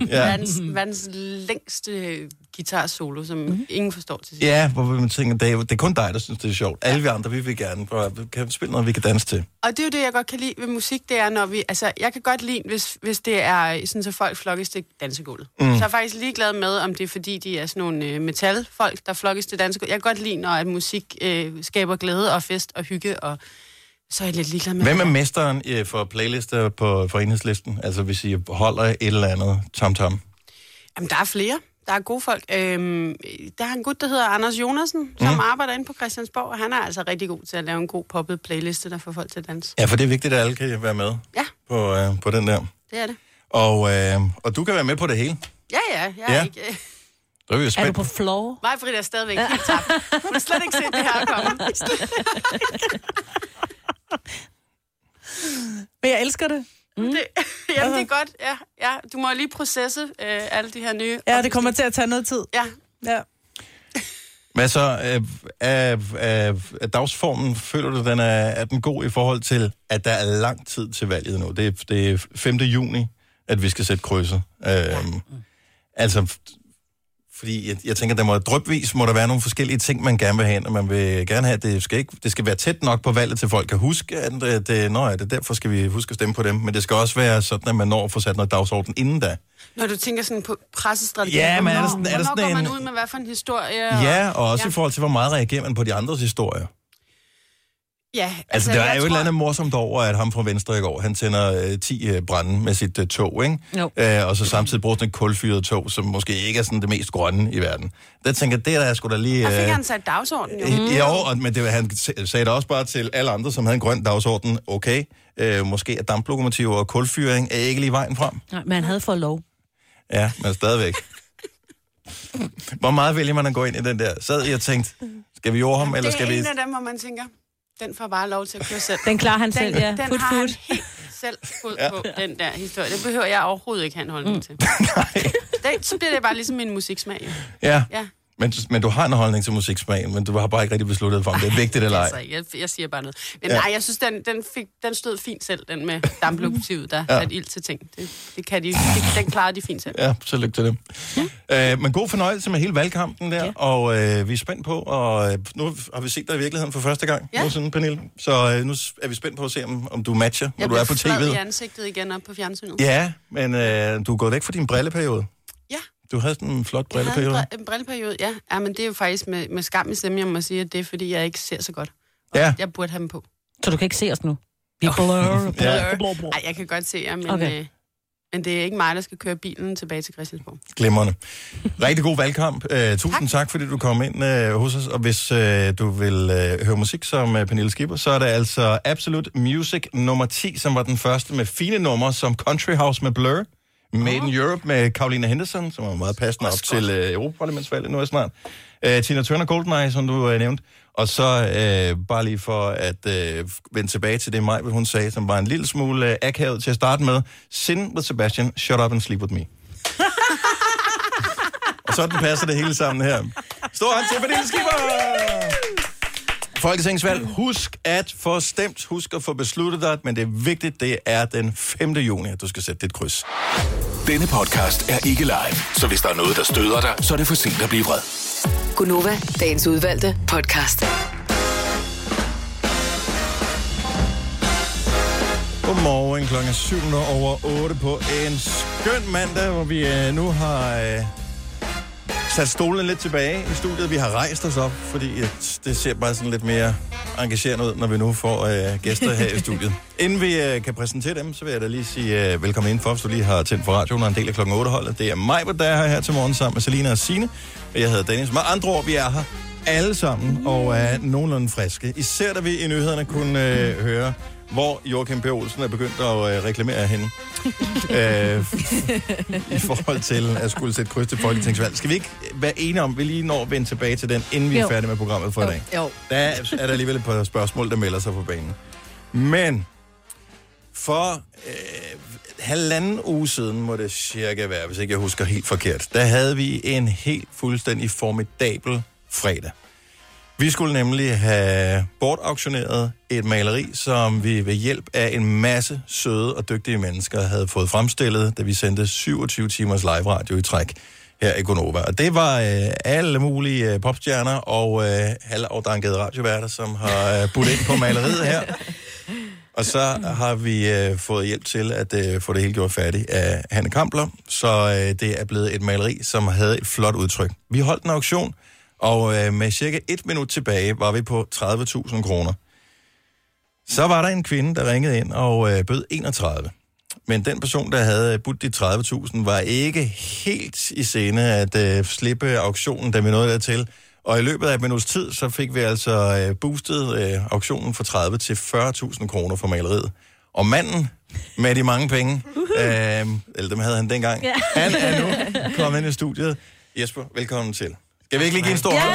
[SPEAKER 14] Ja.
[SPEAKER 1] ja.
[SPEAKER 14] Verdens, verdens længste guitar-solo, som mm-hmm. ingen forstår til sidst.
[SPEAKER 1] ja, hvor man tænker, det er, det er kun dig, der synes, det er sjovt. Alle vi andre, vi vil gerne prøve, at- kan vi spille noget, vi kan danse til.
[SPEAKER 14] Og det er jo det, jeg godt kan lide ved musik, det er, når vi... Altså, jeg kan godt lide, hvis, hvis det er sådan, så folk flokkes til dansegulvet.
[SPEAKER 1] Mm.
[SPEAKER 14] Mm. Så er jeg faktisk ligeglad med, om det er, fordi de er sådan nogle øh, metalfolk, der flokkes til dansegulvet. Jeg kan godt lide, når at musik øh, skaber glæde og fest og hygge, og så er jeg lidt ligeglad med...
[SPEAKER 1] Hvem er mesteren øh, for playlister på for enhedslisten? Altså, hvis I holder et eller andet tam-tam.
[SPEAKER 14] Jamen, der er flere. Der er gode folk. Øhm, der er en gut, der hedder Anders Jonasen, som
[SPEAKER 1] Mm.
[SPEAKER 14] mm. arbejder inde på Christiansborg, og han er altså rigtig god til at lave en god poppet playliste, der får folk til at danse.
[SPEAKER 1] Ja, for det er vigtigt, at alle kan være med
[SPEAKER 14] Ja.
[SPEAKER 1] på, øh, på den der.
[SPEAKER 14] Det er det.
[SPEAKER 1] Og, øh, og du kan være med på det hele.
[SPEAKER 14] Ja, ja, jeg ja.
[SPEAKER 1] Ja.
[SPEAKER 14] er ikke...
[SPEAKER 1] Så er vi jo spændt.
[SPEAKER 3] floor?
[SPEAKER 14] Nej, Frida er stadigvæk helt tabt. Hun har slet ikke set det her
[SPEAKER 1] [LAUGHS]
[SPEAKER 14] komme.
[SPEAKER 4] Men jeg elsker det.
[SPEAKER 14] Mm. det [LAUGHS] jamen, det er godt. Ja, ja. Du må lige processe øh, alle de her nye...
[SPEAKER 4] Ja, det kommer til at tage noget tid.
[SPEAKER 14] Ja.
[SPEAKER 4] ja.
[SPEAKER 1] Hvad så? Er, er, er, er dagsformen, føler du, den er, er den god i forhold til, at der er lang tid til valget nu? Det er, det er 5. juni, at vi skal sætte krydset. Øhm, altså, f- fordi jeg, jeg tænker, der må drøbvis må der være nogle forskellige ting, man gerne vil have, ind, og man vil gerne have, at det skal, ikke, det skal være tæt nok på valget, til folk kan huske, at det, det, nå ja, det, derfor skal vi huske at stemme på dem. Men det skal også være sådan, at man når at få sat noget dagsorden inden da.
[SPEAKER 14] Når du tænker sådan på pressestrategi,
[SPEAKER 1] Ja, men er der
[SPEAKER 14] hvornår-
[SPEAKER 1] sådan- er der
[SPEAKER 14] hvornår
[SPEAKER 1] sådan
[SPEAKER 14] går man
[SPEAKER 1] en-
[SPEAKER 14] ud med hvad for en historie?
[SPEAKER 1] Ja, og også ja. i forhold til, hvor meget reagerer man på de andres historier.
[SPEAKER 14] Ja,
[SPEAKER 1] Altså, altså, der er
[SPEAKER 14] jeg
[SPEAKER 1] jo tror... et
[SPEAKER 14] tror-
[SPEAKER 1] eller andet morsomt over, at ham fra Venstre i går, han tænder øh, 10 øh, brænde med sit øh, tog, ikke?
[SPEAKER 3] Jo.
[SPEAKER 1] Øh, og så samtidig bruger sådan et kulfyret tog, som måske ikke er sådan det mest grønne i verden. Der tænker jeg, det er der sgu da lige...
[SPEAKER 14] Der fik
[SPEAKER 1] Øh,
[SPEAKER 14] han sat dagsordenen jo.
[SPEAKER 1] mm. Jo, og, men det, var- han s- sagde det også bare til alle andre, som havde en grøn dagsorden. Okay, øh, måske er damplokomotiver og kulfyring er ikke lige vejen frem.
[SPEAKER 3] Nej, men han havde fået lov.
[SPEAKER 1] Ja, men stadigvæk. Hvor meget vælger man at gå ind i den der? Sad jeg og tænkte, skal vi jorde ham, eller
[SPEAKER 14] det
[SPEAKER 1] skal
[SPEAKER 14] er
[SPEAKER 1] vi...
[SPEAKER 14] en af dem, hvor man tænker, den får bare lov til at køre selv.
[SPEAKER 3] [LAUGHS] Den klarer han
[SPEAKER 14] den,
[SPEAKER 3] selv, ja.
[SPEAKER 14] Den
[SPEAKER 3] Fut,
[SPEAKER 14] har han
[SPEAKER 3] fut.
[SPEAKER 14] helt selv fod på, den der historie. Det behøver jeg overhovedet ikke have en holdning mm. til.
[SPEAKER 1] [LAUGHS]
[SPEAKER 14] det, så bliver det bare ligesom min musiksmag. jo.
[SPEAKER 1] Ja.
[SPEAKER 14] Ja.
[SPEAKER 1] Men, men du har en holdning til musiksmagen, men du har bare ikke rigtig besluttet for, om det er vigtigt eller ej.
[SPEAKER 14] Altså, jeg, jeg siger bare noget. Men
[SPEAKER 1] Ja.
[SPEAKER 14] ja. nej, jeg synes, den, den, fik, den stød fint selv, den med damplokomotivet, der
[SPEAKER 1] Ja.
[SPEAKER 14] ja. satte ild til ting. Det, det kan de, det, den klarer de fint selv.
[SPEAKER 1] Ja, så lykke til dem. Øh, men god fornøjelse med hele valgkampen der, ja. og øh, vi er spændt på, og øh, nu har vi set dig i virkeligheden for første gang ja.
[SPEAKER 14] Ja.
[SPEAKER 1] nogensinde, Pernille. Så øh, nu s- er vi spændt på at se, om, om du matcher, når
[SPEAKER 14] Jeg
[SPEAKER 1] du er på
[SPEAKER 14] blev flad i
[SPEAKER 1] tv'et.
[SPEAKER 14] ansigtet igen op på fjernsynet.
[SPEAKER 1] Ja, men øh, du er gået væk fra din brilleperiode.
[SPEAKER 14] Ja.
[SPEAKER 1] Du havde sådan en flot
[SPEAKER 14] Jeg havde en,
[SPEAKER 1] brilleperiode.
[SPEAKER 14] bri- en brilleperiode, ja. ja. men det er jo faktisk med, med skam i stemmen, jeg må sige, at det er, fordi jeg ikke ser så godt. Og
[SPEAKER 1] Ja.
[SPEAKER 14] Jeg burde have dem på.
[SPEAKER 3] Så du kan ikke se os nu? Vi blur,
[SPEAKER 1] [LAUGHS] Ja.
[SPEAKER 3] blur, blur, blur.
[SPEAKER 14] Nej, jeg kan godt se jer, men,
[SPEAKER 3] Okay.
[SPEAKER 14] okay. øh, men det er ikke mig, der skal køre bilen tilbage til Christiansborg.
[SPEAKER 1] Glimrende. Rigtig god valgkamp. Øh, tusind tak. tak, fordi du kom ind øh, hos os. Og hvis øh, du vil øh, høre musik som øh, Pernille Skipper, så er det altså Absolute Music nummer 10, som var den første med fine numre, som Country House med Blur, Made in Europe med Carolina Henderson, som var meget passende op til øh, Europaparlamentsvalget nu er snart, øh, Tina Turner Goldeneye, som du øh, nævnte, og så øh, bare lige for at øh, vende tilbage til det Maj, hun sagde, som var en lille smule øh, akavet til at starte med, Sin with Sebastian, Shut Up and Sleep With Me. Og sådan passer det hele sammen her. Stor hånd til Pernille Skipper! Folketingsvalg. Husk at få stemt. Husk at få besluttet dig. Men det er vigtigt, det er den 5. juni, at du skal sætte dit kryds.
[SPEAKER 7] Denne podcast er ikke live, så hvis der er noget, der støder dig, så er det for sent at blive vred.
[SPEAKER 6] Gunova, dagens udvalgte podcast.
[SPEAKER 1] Godmorgen klokken er 7 minutter over 8 på en skøn mandag, hvor vi øh, nu har øh, sat stolen lidt tilbage i studiet. Vi har rejst os op, fordi at det ser bare sådan lidt mere engagerende ud, når vi nu får øh, gæster her i studiet. Inden vi øh, kan præsentere dem, så vil jeg da lige sige øh, velkommen indenfor, hvis du lige har tændt for radioen og er en del af klokken 8 holdet. Det er mig, der er her, her til morgen sammen med Selina og Sine. Og jeg hedder Dennis. Med andre ord, vi er her alle sammen og er nogenlunde friske. Især da vi i nyhederne kunne øh, høre, hvor Joachim B. Olsen er begyndt at øh, reklamere hende. øh, i forhold til at skulle sætte kryds til folketingsvalg. Skal vi ikke være enige om, at vi lige når at vende tilbage til den, inden vi er
[SPEAKER 15] Jo.
[SPEAKER 1] færdige med programmet for i dag?
[SPEAKER 15] Jo.
[SPEAKER 1] Der er, er der alligevel et par spørgsmål, der melder sig på banen. Men for øh, halvanden uge siden må det cirka være, hvis ikke jeg husker helt forkert, der havde vi en helt fuldstændig formidabel fredag. Vi skulle nemlig have bortauktioneret et maleri, som vi ved hjælp af en masse søde og dygtige mennesker havde fået fremstillet, da vi sendte 27 timers live radio i træk her i Gonova. Og det var øh, alle mulige øh, popstjerner og øh, halvafdankede radioværter, som har øh, budt ind på maleriet her. Og så har vi øh, fået hjælp til at øh, få det hele gjort færdigt af Hanne Kampler, så øh, det er blevet et maleri, som havde et flot udtryk. Vi holdt en auktion, og øh, med cirka et minut tilbage var vi på 30.000 kroner. Så var der en kvinde, der ringede ind og øh, bød 31. Men den person, der havde øh, budt de 30.000, var ikke helt i scene at øh, slippe auktionen, da vi nåede dertil. Og i løbet af et minuts tid, så fik vi altså øh, boostet øh, auktionen fra 30 til 40.000 kroner for maleriet. Og manden med de mange penge, øh, eller dem havde han dengang, ja. han er nu kommet ind i studiet. Jesper, velkommen til. Skal vi ikke lige give en stor hånd?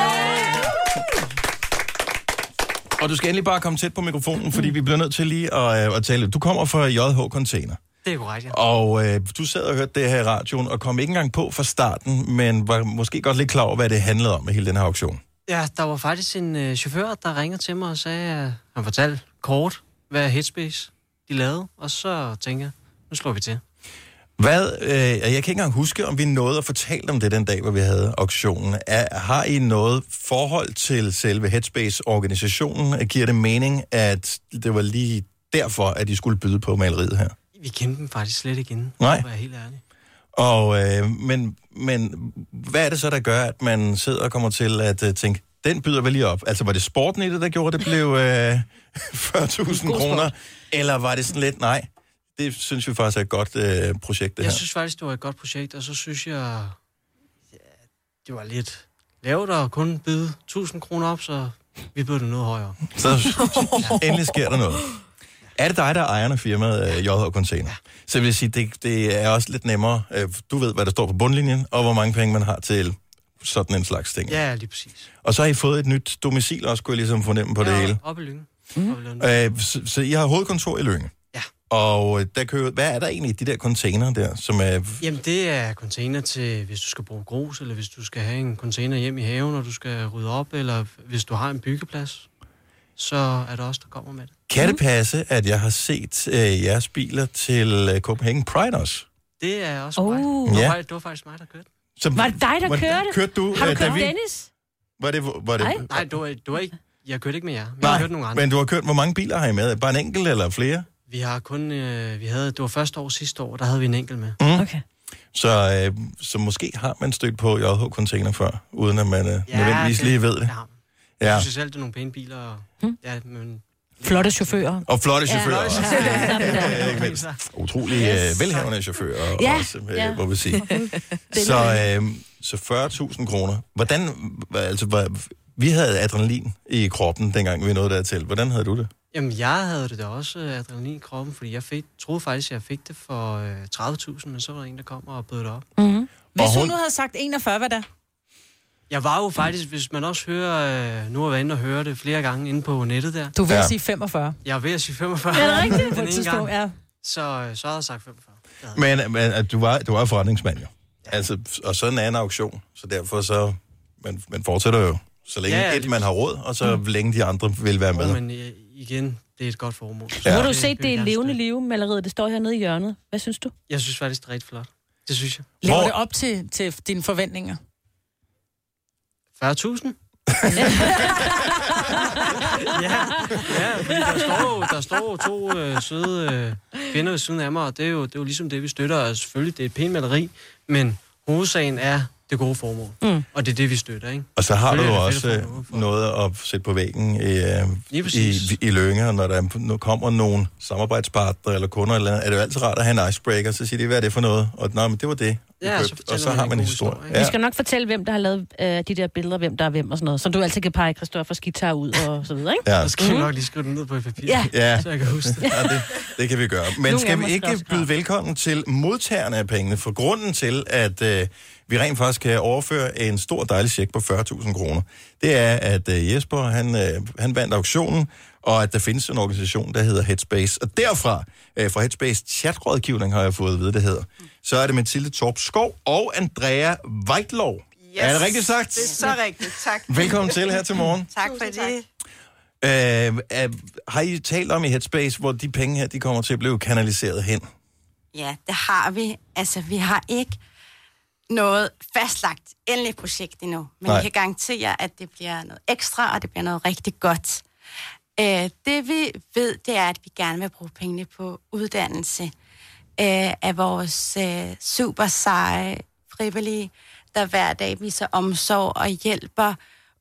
[SPEAKER 1] Og du skal endelig bare komme tæt på mikrofonen, fordi vi bliver nødt til lige at, øh, at tale. Du kommer fra JH Container.
[SPEAKER 15] Det er korrekt, ja.
[SPEAKER 1] Og øh, du sad og hørte det her i radioen, og kom ikke engang på fra starten, men var måske godt lidt klar over, hvad det handlede om med hele den her auktion.
[SPEAKER 15] Ja, der var faktisk en øh, chauffør, der ringede til mig og sagde, øh, han fortalte kort, hvad Headspace de lavede, og så tænker jeg, nu slår vi til.
[SPEAKER 1] Hvad, øh, og jeg kan ikke engang huske, om vi nåede at fortælle om det den dag, hvor vi havde auktionen. Er, har I noget forhold til selve Headspace-organisationen? Giver det mening, at det var lige derfor, at I skulle byde på maleriet her?
[SPEAKER 15] Vi kendte dem faktisk slet ikke inden,
[SPEAKER 1] Nej.
[SPEAKER 15] for at være helt ærlig.
[SPEAKER 1] Og, øh, men, men hvad er det så, der gør, at man sidder og kommer til at øh, tænke, den byder vel lige op? Altså, var det sporten i det, der gjorde, at det blev øh, [LAUGHS] 40.000
[SPEAKER 15] God
[SPEAKER 1] kroner?
[SPEAKER 15] sport.
[SPEAKER 1] Eller var det sådan lidt, nej, det synes vi faktisk er et godt øh, projekt, det
[SPEAKER 15] Jeg
[SPEAKER 1] her.
[SPEAKER 15] synes faktisk, det var et godt projekt, og så synes jeg, ja, det var lidt lavt at kun byde 1000 kroner op, så vi bød det noget højere.
[SPEAKER 1] Så [LAUGHS] endelig sker der noget. Er det dig, der er ejeren af firmaet øh, JH Container? Så vil jeg sige, det, det er også lidt nemmere. Øh, Du ved, hvad der står på bundlinjen, og hvor mange penge man har til sådan en slags ting.
[SPEAKER 15] Ja, lige præcis.
[SPEAKER 1] Og så har I fået et nyt domicil også, kunne jeg ligesom fornemme på det hele.
[SPEAKER 15] Op i lyngen.
[SPEAKER 3] Mm.
[SPEAKER 1] Øh, så, så I har hovedkontor i Lønge? Ja. Og øh, der kører, hvad er der egentlig i de der container der, som er...
[SPEAKER 15] Jamen, det er container til, hvis du skal bruge grus, eller hvis du skal have en container hjem i haven, og du skal rydde op, eller hvis du har en byggeplads, så er der også der kommer med det.
[SPEAKER 1] Kan det passe, at jeg har set øh, jeres biler til øh, Copenhagen Pride også?
[SPEAKER 15] Det er også oh. mig.
[SPEAKER 1] Ja.
[SPEAKER 15] Ja. Det var faktisk mig, der kørte.
[SPEAKER 1] Så,
[SPEAKER 3] Var det dig, der
[SPEAKER 1] hvordan
[SPEAKER 3] kørte?
[SPEAKER 1] Kørte du,
[SPEAKER 3] Har du
[SPEAKER 1] øh,
[SPEAKER 3] kørt
[SPEAKER 1] David?
[SPEAKER 3] Dennis?
[SPEAKER 1] Var det, var det,
[SPEAKER 15] Nej, Nej du, var- du var ikke... Jeg kørte ikke med jer. men
[SPEAKER 1] Nej,
[SPEAKER 15] jeg kørte nogle andre.
[SPEAKER 1] men du har kørt, hvor mange biler har I med? Bare en enkelt eller flere?
[SPEAKER 15] Vi har kun... Øh, vi havde, det var første år sidste år, der havde vi en enkelt med.
[SPEAKER 1] Mm. Okay. Så, øh, så måske har man stødt på JH Container før, uden at man øh, ja, nødvendigvis
[SPEAKER 15] det-
[SPEAKER 1] lige ved det.
[SPEAKER 15] det har Ja.
[SPEAKER 1] Ja.
[SPEAKER 15] Jeg synes selv, det er nogle pæne biler. Og, ja, men...
[SPEAKER 3] Flotte chauffører.
[SPEAKER 1] Og flotte
[SPEAKER 3] Ja.
[SPEAKER 1] chauffører.
[SPEAKER 3] Flotte
[SPEAKER 1] også.
[SPEAKER 3] chauffører.
[SPEAKER 1] Ja, [LAUGHS] ikke mindst. Utrolig yes. velhavende chauffører.
[SPEAKER 3] Ja,
[SPEAKER 1] Også, øh,
[SPEAKER 3] ja.
[SPEAKER 1] Må vi sige. så, øh, så 40.000 kroner. Hvordan, hva- altså, hva- vi havde adrenalin i kroppen, dengang vi nåede dertil. Hvordan havde du det?
[SPEAKER 15] Jamen, jeg havde det da også, øh, adrenalin i kroppen, fordi jeg fik, troede faktisk, at jeg fik det for øh, 30.000, men så var der en, der kom og bød det op.
[SPEAKER 4] Mm-hmm. Hvis hun
[SPEAKER 15] hun-
[SPEAKER 4] nu havde sagt 41, hvad da?
[SPEAKER 15] Jeg var jo faktisk, hvis man også hører, øh, nu har jeg været inde og høre det flere gange inde på nettet der.
[SPEAKER 4] Du vil ja. sige 45.
[SPEAKER 15] Jeg er ved at sige 45.
[SPEAKER 4] Er det rigtigt?
[SPEAKER 15] Den
[SPEAKER 4] På et
[SPEAKER 15] ene
[SPEAKER 4] tidspunkt,
[SPEAKER 15] gang.
[SPEAKER 4] ja.
[SPEAKER 15] Så, øh, så havde jeg sagt 45.
[SPEAKER 1] Men, men at du, var, du var forretningsmand jo. Altså, og sådan er en auktion, så derfor så, man, man fortsætter jo, så længe
[SPEAKER 15] Ja, ja,
[SPEAKER 1] ja, et man har råd, og så mm. længe de andre vil være med.
[SPEAKER 15] Men øh, igen, det er et godt formål.
[SPEAKER 1] Ja.
[SPEAKER 3] Nu har du
[SPEAKER 1] Det
[SPEAKER 3] set
[SPEAKER 15] vil jeg
[SPEAKER 3] det
[SPEAKER 15] gerne
[SPEAKER 3] levende live maleriet, det står hernede i hjørnet. Hvad synes du?
[SPEAKER 15] Jeg synes faktisk, det er rigtig flot. Det synes jeg.
[SPEAKER 4] Lever det op til, til dine forventninger?
[SPEAKER 15] 40.000? ja, ja fordi der står, jo- der står jo to øh, søde øh, kvinder ved siden af mig, og det er, jo, det er jo ligesom det, vi støtter. Og selvfølgelig, det er et pænt maleri, men hovedsagen er det gode formål.
[SPEAKER 1] Mm.
[SPEAKER 15] Mm. Og det er det, vi støtter, ikke?
[SPEAKER 1] Og så har du
[SPEAKER 15] Selvfølgelig
[SPEAKER 1] jo
[SPEAKER 15] er det
[SPEAKER 1] også
[SPEAKER 15] fedt at
[SPEAKER 1] øh, noget at sætte på væggen i, øh,
[SPEAKER 15] Lige
[SPEAKER 1] i,
[SPEAKER 15] præcis.
[SPEAKER 1] i Lønge, og når der er- nu kommer nogle samarbejdspartnere eller kunder, eller, andet, er det jo altid rart at have en icebreaker, så siger de, hvad er det for noget? Og nej, men det var det, vi
[SPEAKER 3] Ja, så
[SPEAKER 1] købte, og så har man en historie.
[SPEAKER 3] Ja. Vi skal nok fortælle, hvem der har lavet øh, de der billeder, hvem der er hvem og sådan noget. Så du altid kan pege Christoffers guitar ud og så videre, ikke?
[SPEAKER 1] Ja.
[SPEAKER 15] Så skal
[SPEAKER 16] Mhm.
[SPEAKER 15] jeg nok lige skrive den ned på et papir,
[SPEAKER 3] Ja.
[SPEAKER 1] Ja.
[SPEAKER 15] [LAUGHS] så jeg kan huske det.
[SPEAKER 1] Ja, det, det kan vi gøre. Men
[SPEAKER 15] Nogle
[SPEAKER 1] skal
[SPEAKER 15] af
[SPEAKER 1] vi
[SPEAKER 15] dem
[SPEAKER 1] ikke
[SPEAKER 15] skal også
[SPEAKER 1] byde velkommen til modtagerne af pengene? For grunden til, at øh, vi rent faktisk kan overføre en stor dejlig check på 40.000 kroner, det er, at øh, Jesper han, øh, han vandt auktionen, og at der findes en organisation, der hedder Headspace. Og derfra, øh, fra Headspace chatrådgivning, har jeg fået at vide, det hedder, så er det Mathilde Torp Skov og Andrea Vejtlov. Yes. Er det rigtigt sagt?
[SPEAKER 16] Det er så rigtigt, tak.
[SPEAKER 1] Velkommen til
[SPEAKER 16] [LAUGHS]
[SPEAKER 1] her til morgen.
[SPEAKER 16] Tak for det.
[SPEAKER 1] Øh, er, har I talt om i Headspace, hvor de penge her, de kommer til at blive kanaliseret hen?
[SPEAKER 16] Ja, det har vi. Altså, vi har ikke noget fastlagt endeligt projekt endnu, men
[SPEAKER 1] Nej.
[SPEAKER 16] jeg kan garantere, at det bliver noget ekstra, og det bliver noget rigtig godt. Øh, det vi ved, det er, at vi gerne vil bruge pengene på uddannelse øh, af vores øh, super seje frivillige, der hver dag viser omsorg og hjælper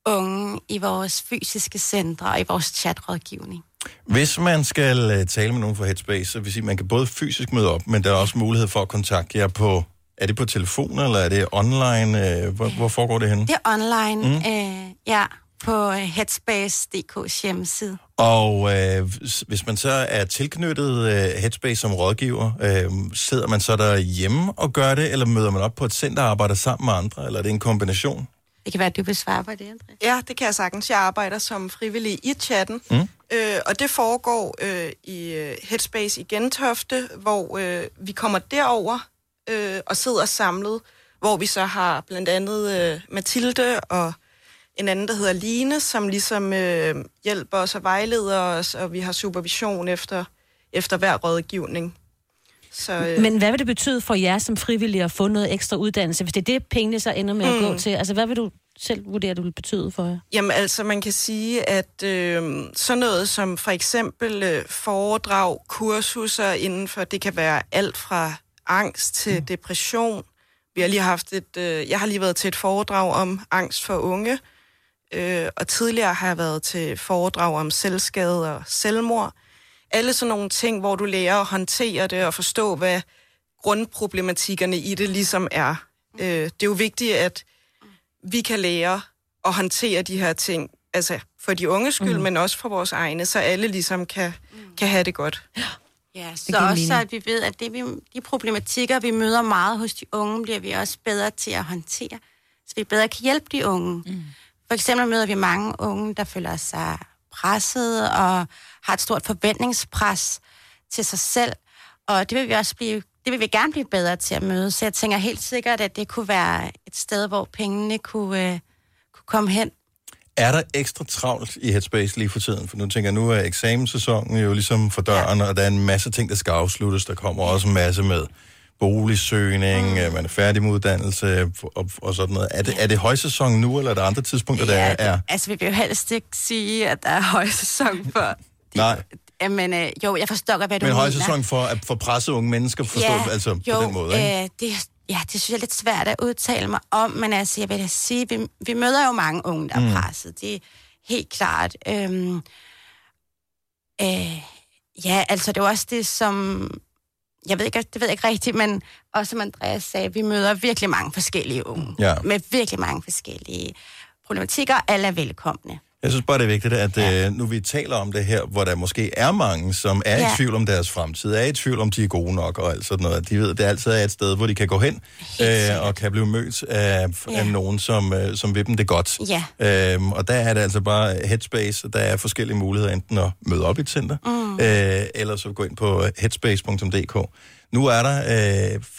[SPEAKER 16] unge i vores fysiske centre og i vores chatrådgivning.
[SPEAKER 1] Hvis man skal øh, tale med nogen fra Headspace, så vil sige, at man kan både fysisk møde op, men der er også mulighed for at kontakte jer på... Er det på telefon, eller er det online? Øh, hvor, hvor foregår det henne?
[SPEAKER 16] Det er online,
[SPEAKER 1] Mm.
[SPEAKER 16] mm. øh, ja. på øh, headspace.dk's hjemmeside.
[SPEAKER 1] Og øh, hvis- hvis man så er tilknyttet øh, Headspace som rådgiver, øh, sidder man så derhjemme og gør det, eller møder man op på et center og arbejder sammen med andre, eller er det en kombination?
[SPEAKER 16] Det kan være, at du vil svare på det, André.
[SPEAKER 17] Ja, det kan jeg sagtens. Jeg arbejder som frivillig i chatten,
[SPEAKER 1] Mm.
[SPEAKER 17] mm. øh, og det foregår øh, i øh, Headspace i Gentofte, hvor øh, vi kommer derover øh, og sidder samlet, hvor vi så har blandt andet øh, Mathilde og en anden, der hedder Line, som ligesom øh, hjælper os og vejleder os, og vi har supervision efter, efter hver rådgivning. Så, øh,
[SPEAKER 3] Men hvad vil det betyde for jer som frivillige at få noget ekstra uddannelse, hvis det er det, pengene så ender med at gå
[SPEAKER 17] Mm.
[SPEAKER 3] til? Altså, hvad vil du selv vurdere, det vil betyde for jer?
[SPEAKER 17] Jamen altså, man kan sige, at øh, sådan noget som for eksempel øh, foredrag, kursuser inden for, det kan være alt fra angst til mm. depression. Vi har lige haft et, øh, jeg har lige været til et foredrag om angst for unge, øh, og tidligere har jeg været til foredrag om selvskade og selvmord. Alle sådan nogle ting, hvor du lærer at håndtere det og forstå, hvad grundproblematikkerne i det ligesom er. Øh, det er jo vigtigt, at vi kan lære at håndtere de her ting, altså for de unges skyld,
[SPEAKER 16] Mhm.
[SPEAKER 17] mm. men også for vores egne, så alle ligesom kan, kan have det godt.
[SPEAKER 16] Ja, så
[SPEAKER 17] giver
[SPEAKER 16] også
[SPEAKER 17] mening.
[SPEAKER 16] at vi ved, at det, vi, de problematikker, vi møder meget hos de unge, bliver vi også bedre til at håndtere, så vi bedre kan hjælpe de unge. Mm. For eksempel møder vi mange unge, der føler sig presset og har et stort forventningspres til sig selv, og det vil vi også blive det vil vi gerne blive bedre til at møde, så jeg tænker helt sikkert, at det kunne være et sted, hvor pengene kunne, øh, kunne komme hen.
[SPEAKER 1] Er der ekstra travlt i Headspace lige for tiden? For nu tænker jeg, nu er eksamenssæsonen jo ligesom for døren, og der er en masse ting, der skal afsluttes. Der kommer også en masse med boligsøgning, mm. man er færdig med uddannelse og, og sådan noget. Er det, er det højsæson nu, eller er der andre tidspunkter, der
[SPEAKER 16] Ja,
[SPEAKER 1] er? er?
[SPEAKER 16] Altså, vi vil jo helst ikke sige, at der er højsæson for
[SPEAKER 1] Nej,
[SPEAKER 16] Jamen, øh, jo, jeg forstår godt, hvad du
[SPEAKER 1] men
[SPEAKER 16] mener.
[SPEAKER 1] højsæson for at for pressede unge mennesker forstå, ja, altså
[SPEAKER 16] jo,
[SPEAKER 1] på den måde. Ikke?
[SPEAKER 16] Øh, det, ja, det synes jeg er lidt svært at udtale mig om, men altså, jeg vil da sige, vi, vi møder jo mange unge, der
[SPEAKER 1] Mm.
[SPEAKER 16] er presset. Det er helt klart. Øhm, øh, ja, altså, det er jo også det, som... Jeg ved ikke, det ved jeg ikke rigtigt, men også som Andreas sagde, vi møder virkelig mange forskellige unge.
[SPEAKER 1] Ja.
[SPEAKER 16] Med virkelig mange forskellige problematikker. Alle er velkomne.
[SPEAKER 1] Jeg synes bare, det er vigtigt, at ja. øh, nu vi taler om det her, hvor der måske er mange, som er ja.
[SPEAKER 16] Ja.
[SPEAKER 1] i tvivl om deres fremtid, er i tvivl om, de er gode nok og alt sådan noget. at De ved, at det altid er et sted, hvor de kan gå hen øh, og kan blive mødt af, ja.
[SPEAKER 16] Ja.
[SPEAKER 1] af nogen, som, øh, som vil dem det godt.
[SPEAKER 16] Ja.
[SPEAKER 1] Øhm, og der er det altså bare Headspace, og der er forskellige muligheder, enten at møde op i et center, mm. øh, eller så gå ind på headspace.dk. Nu er der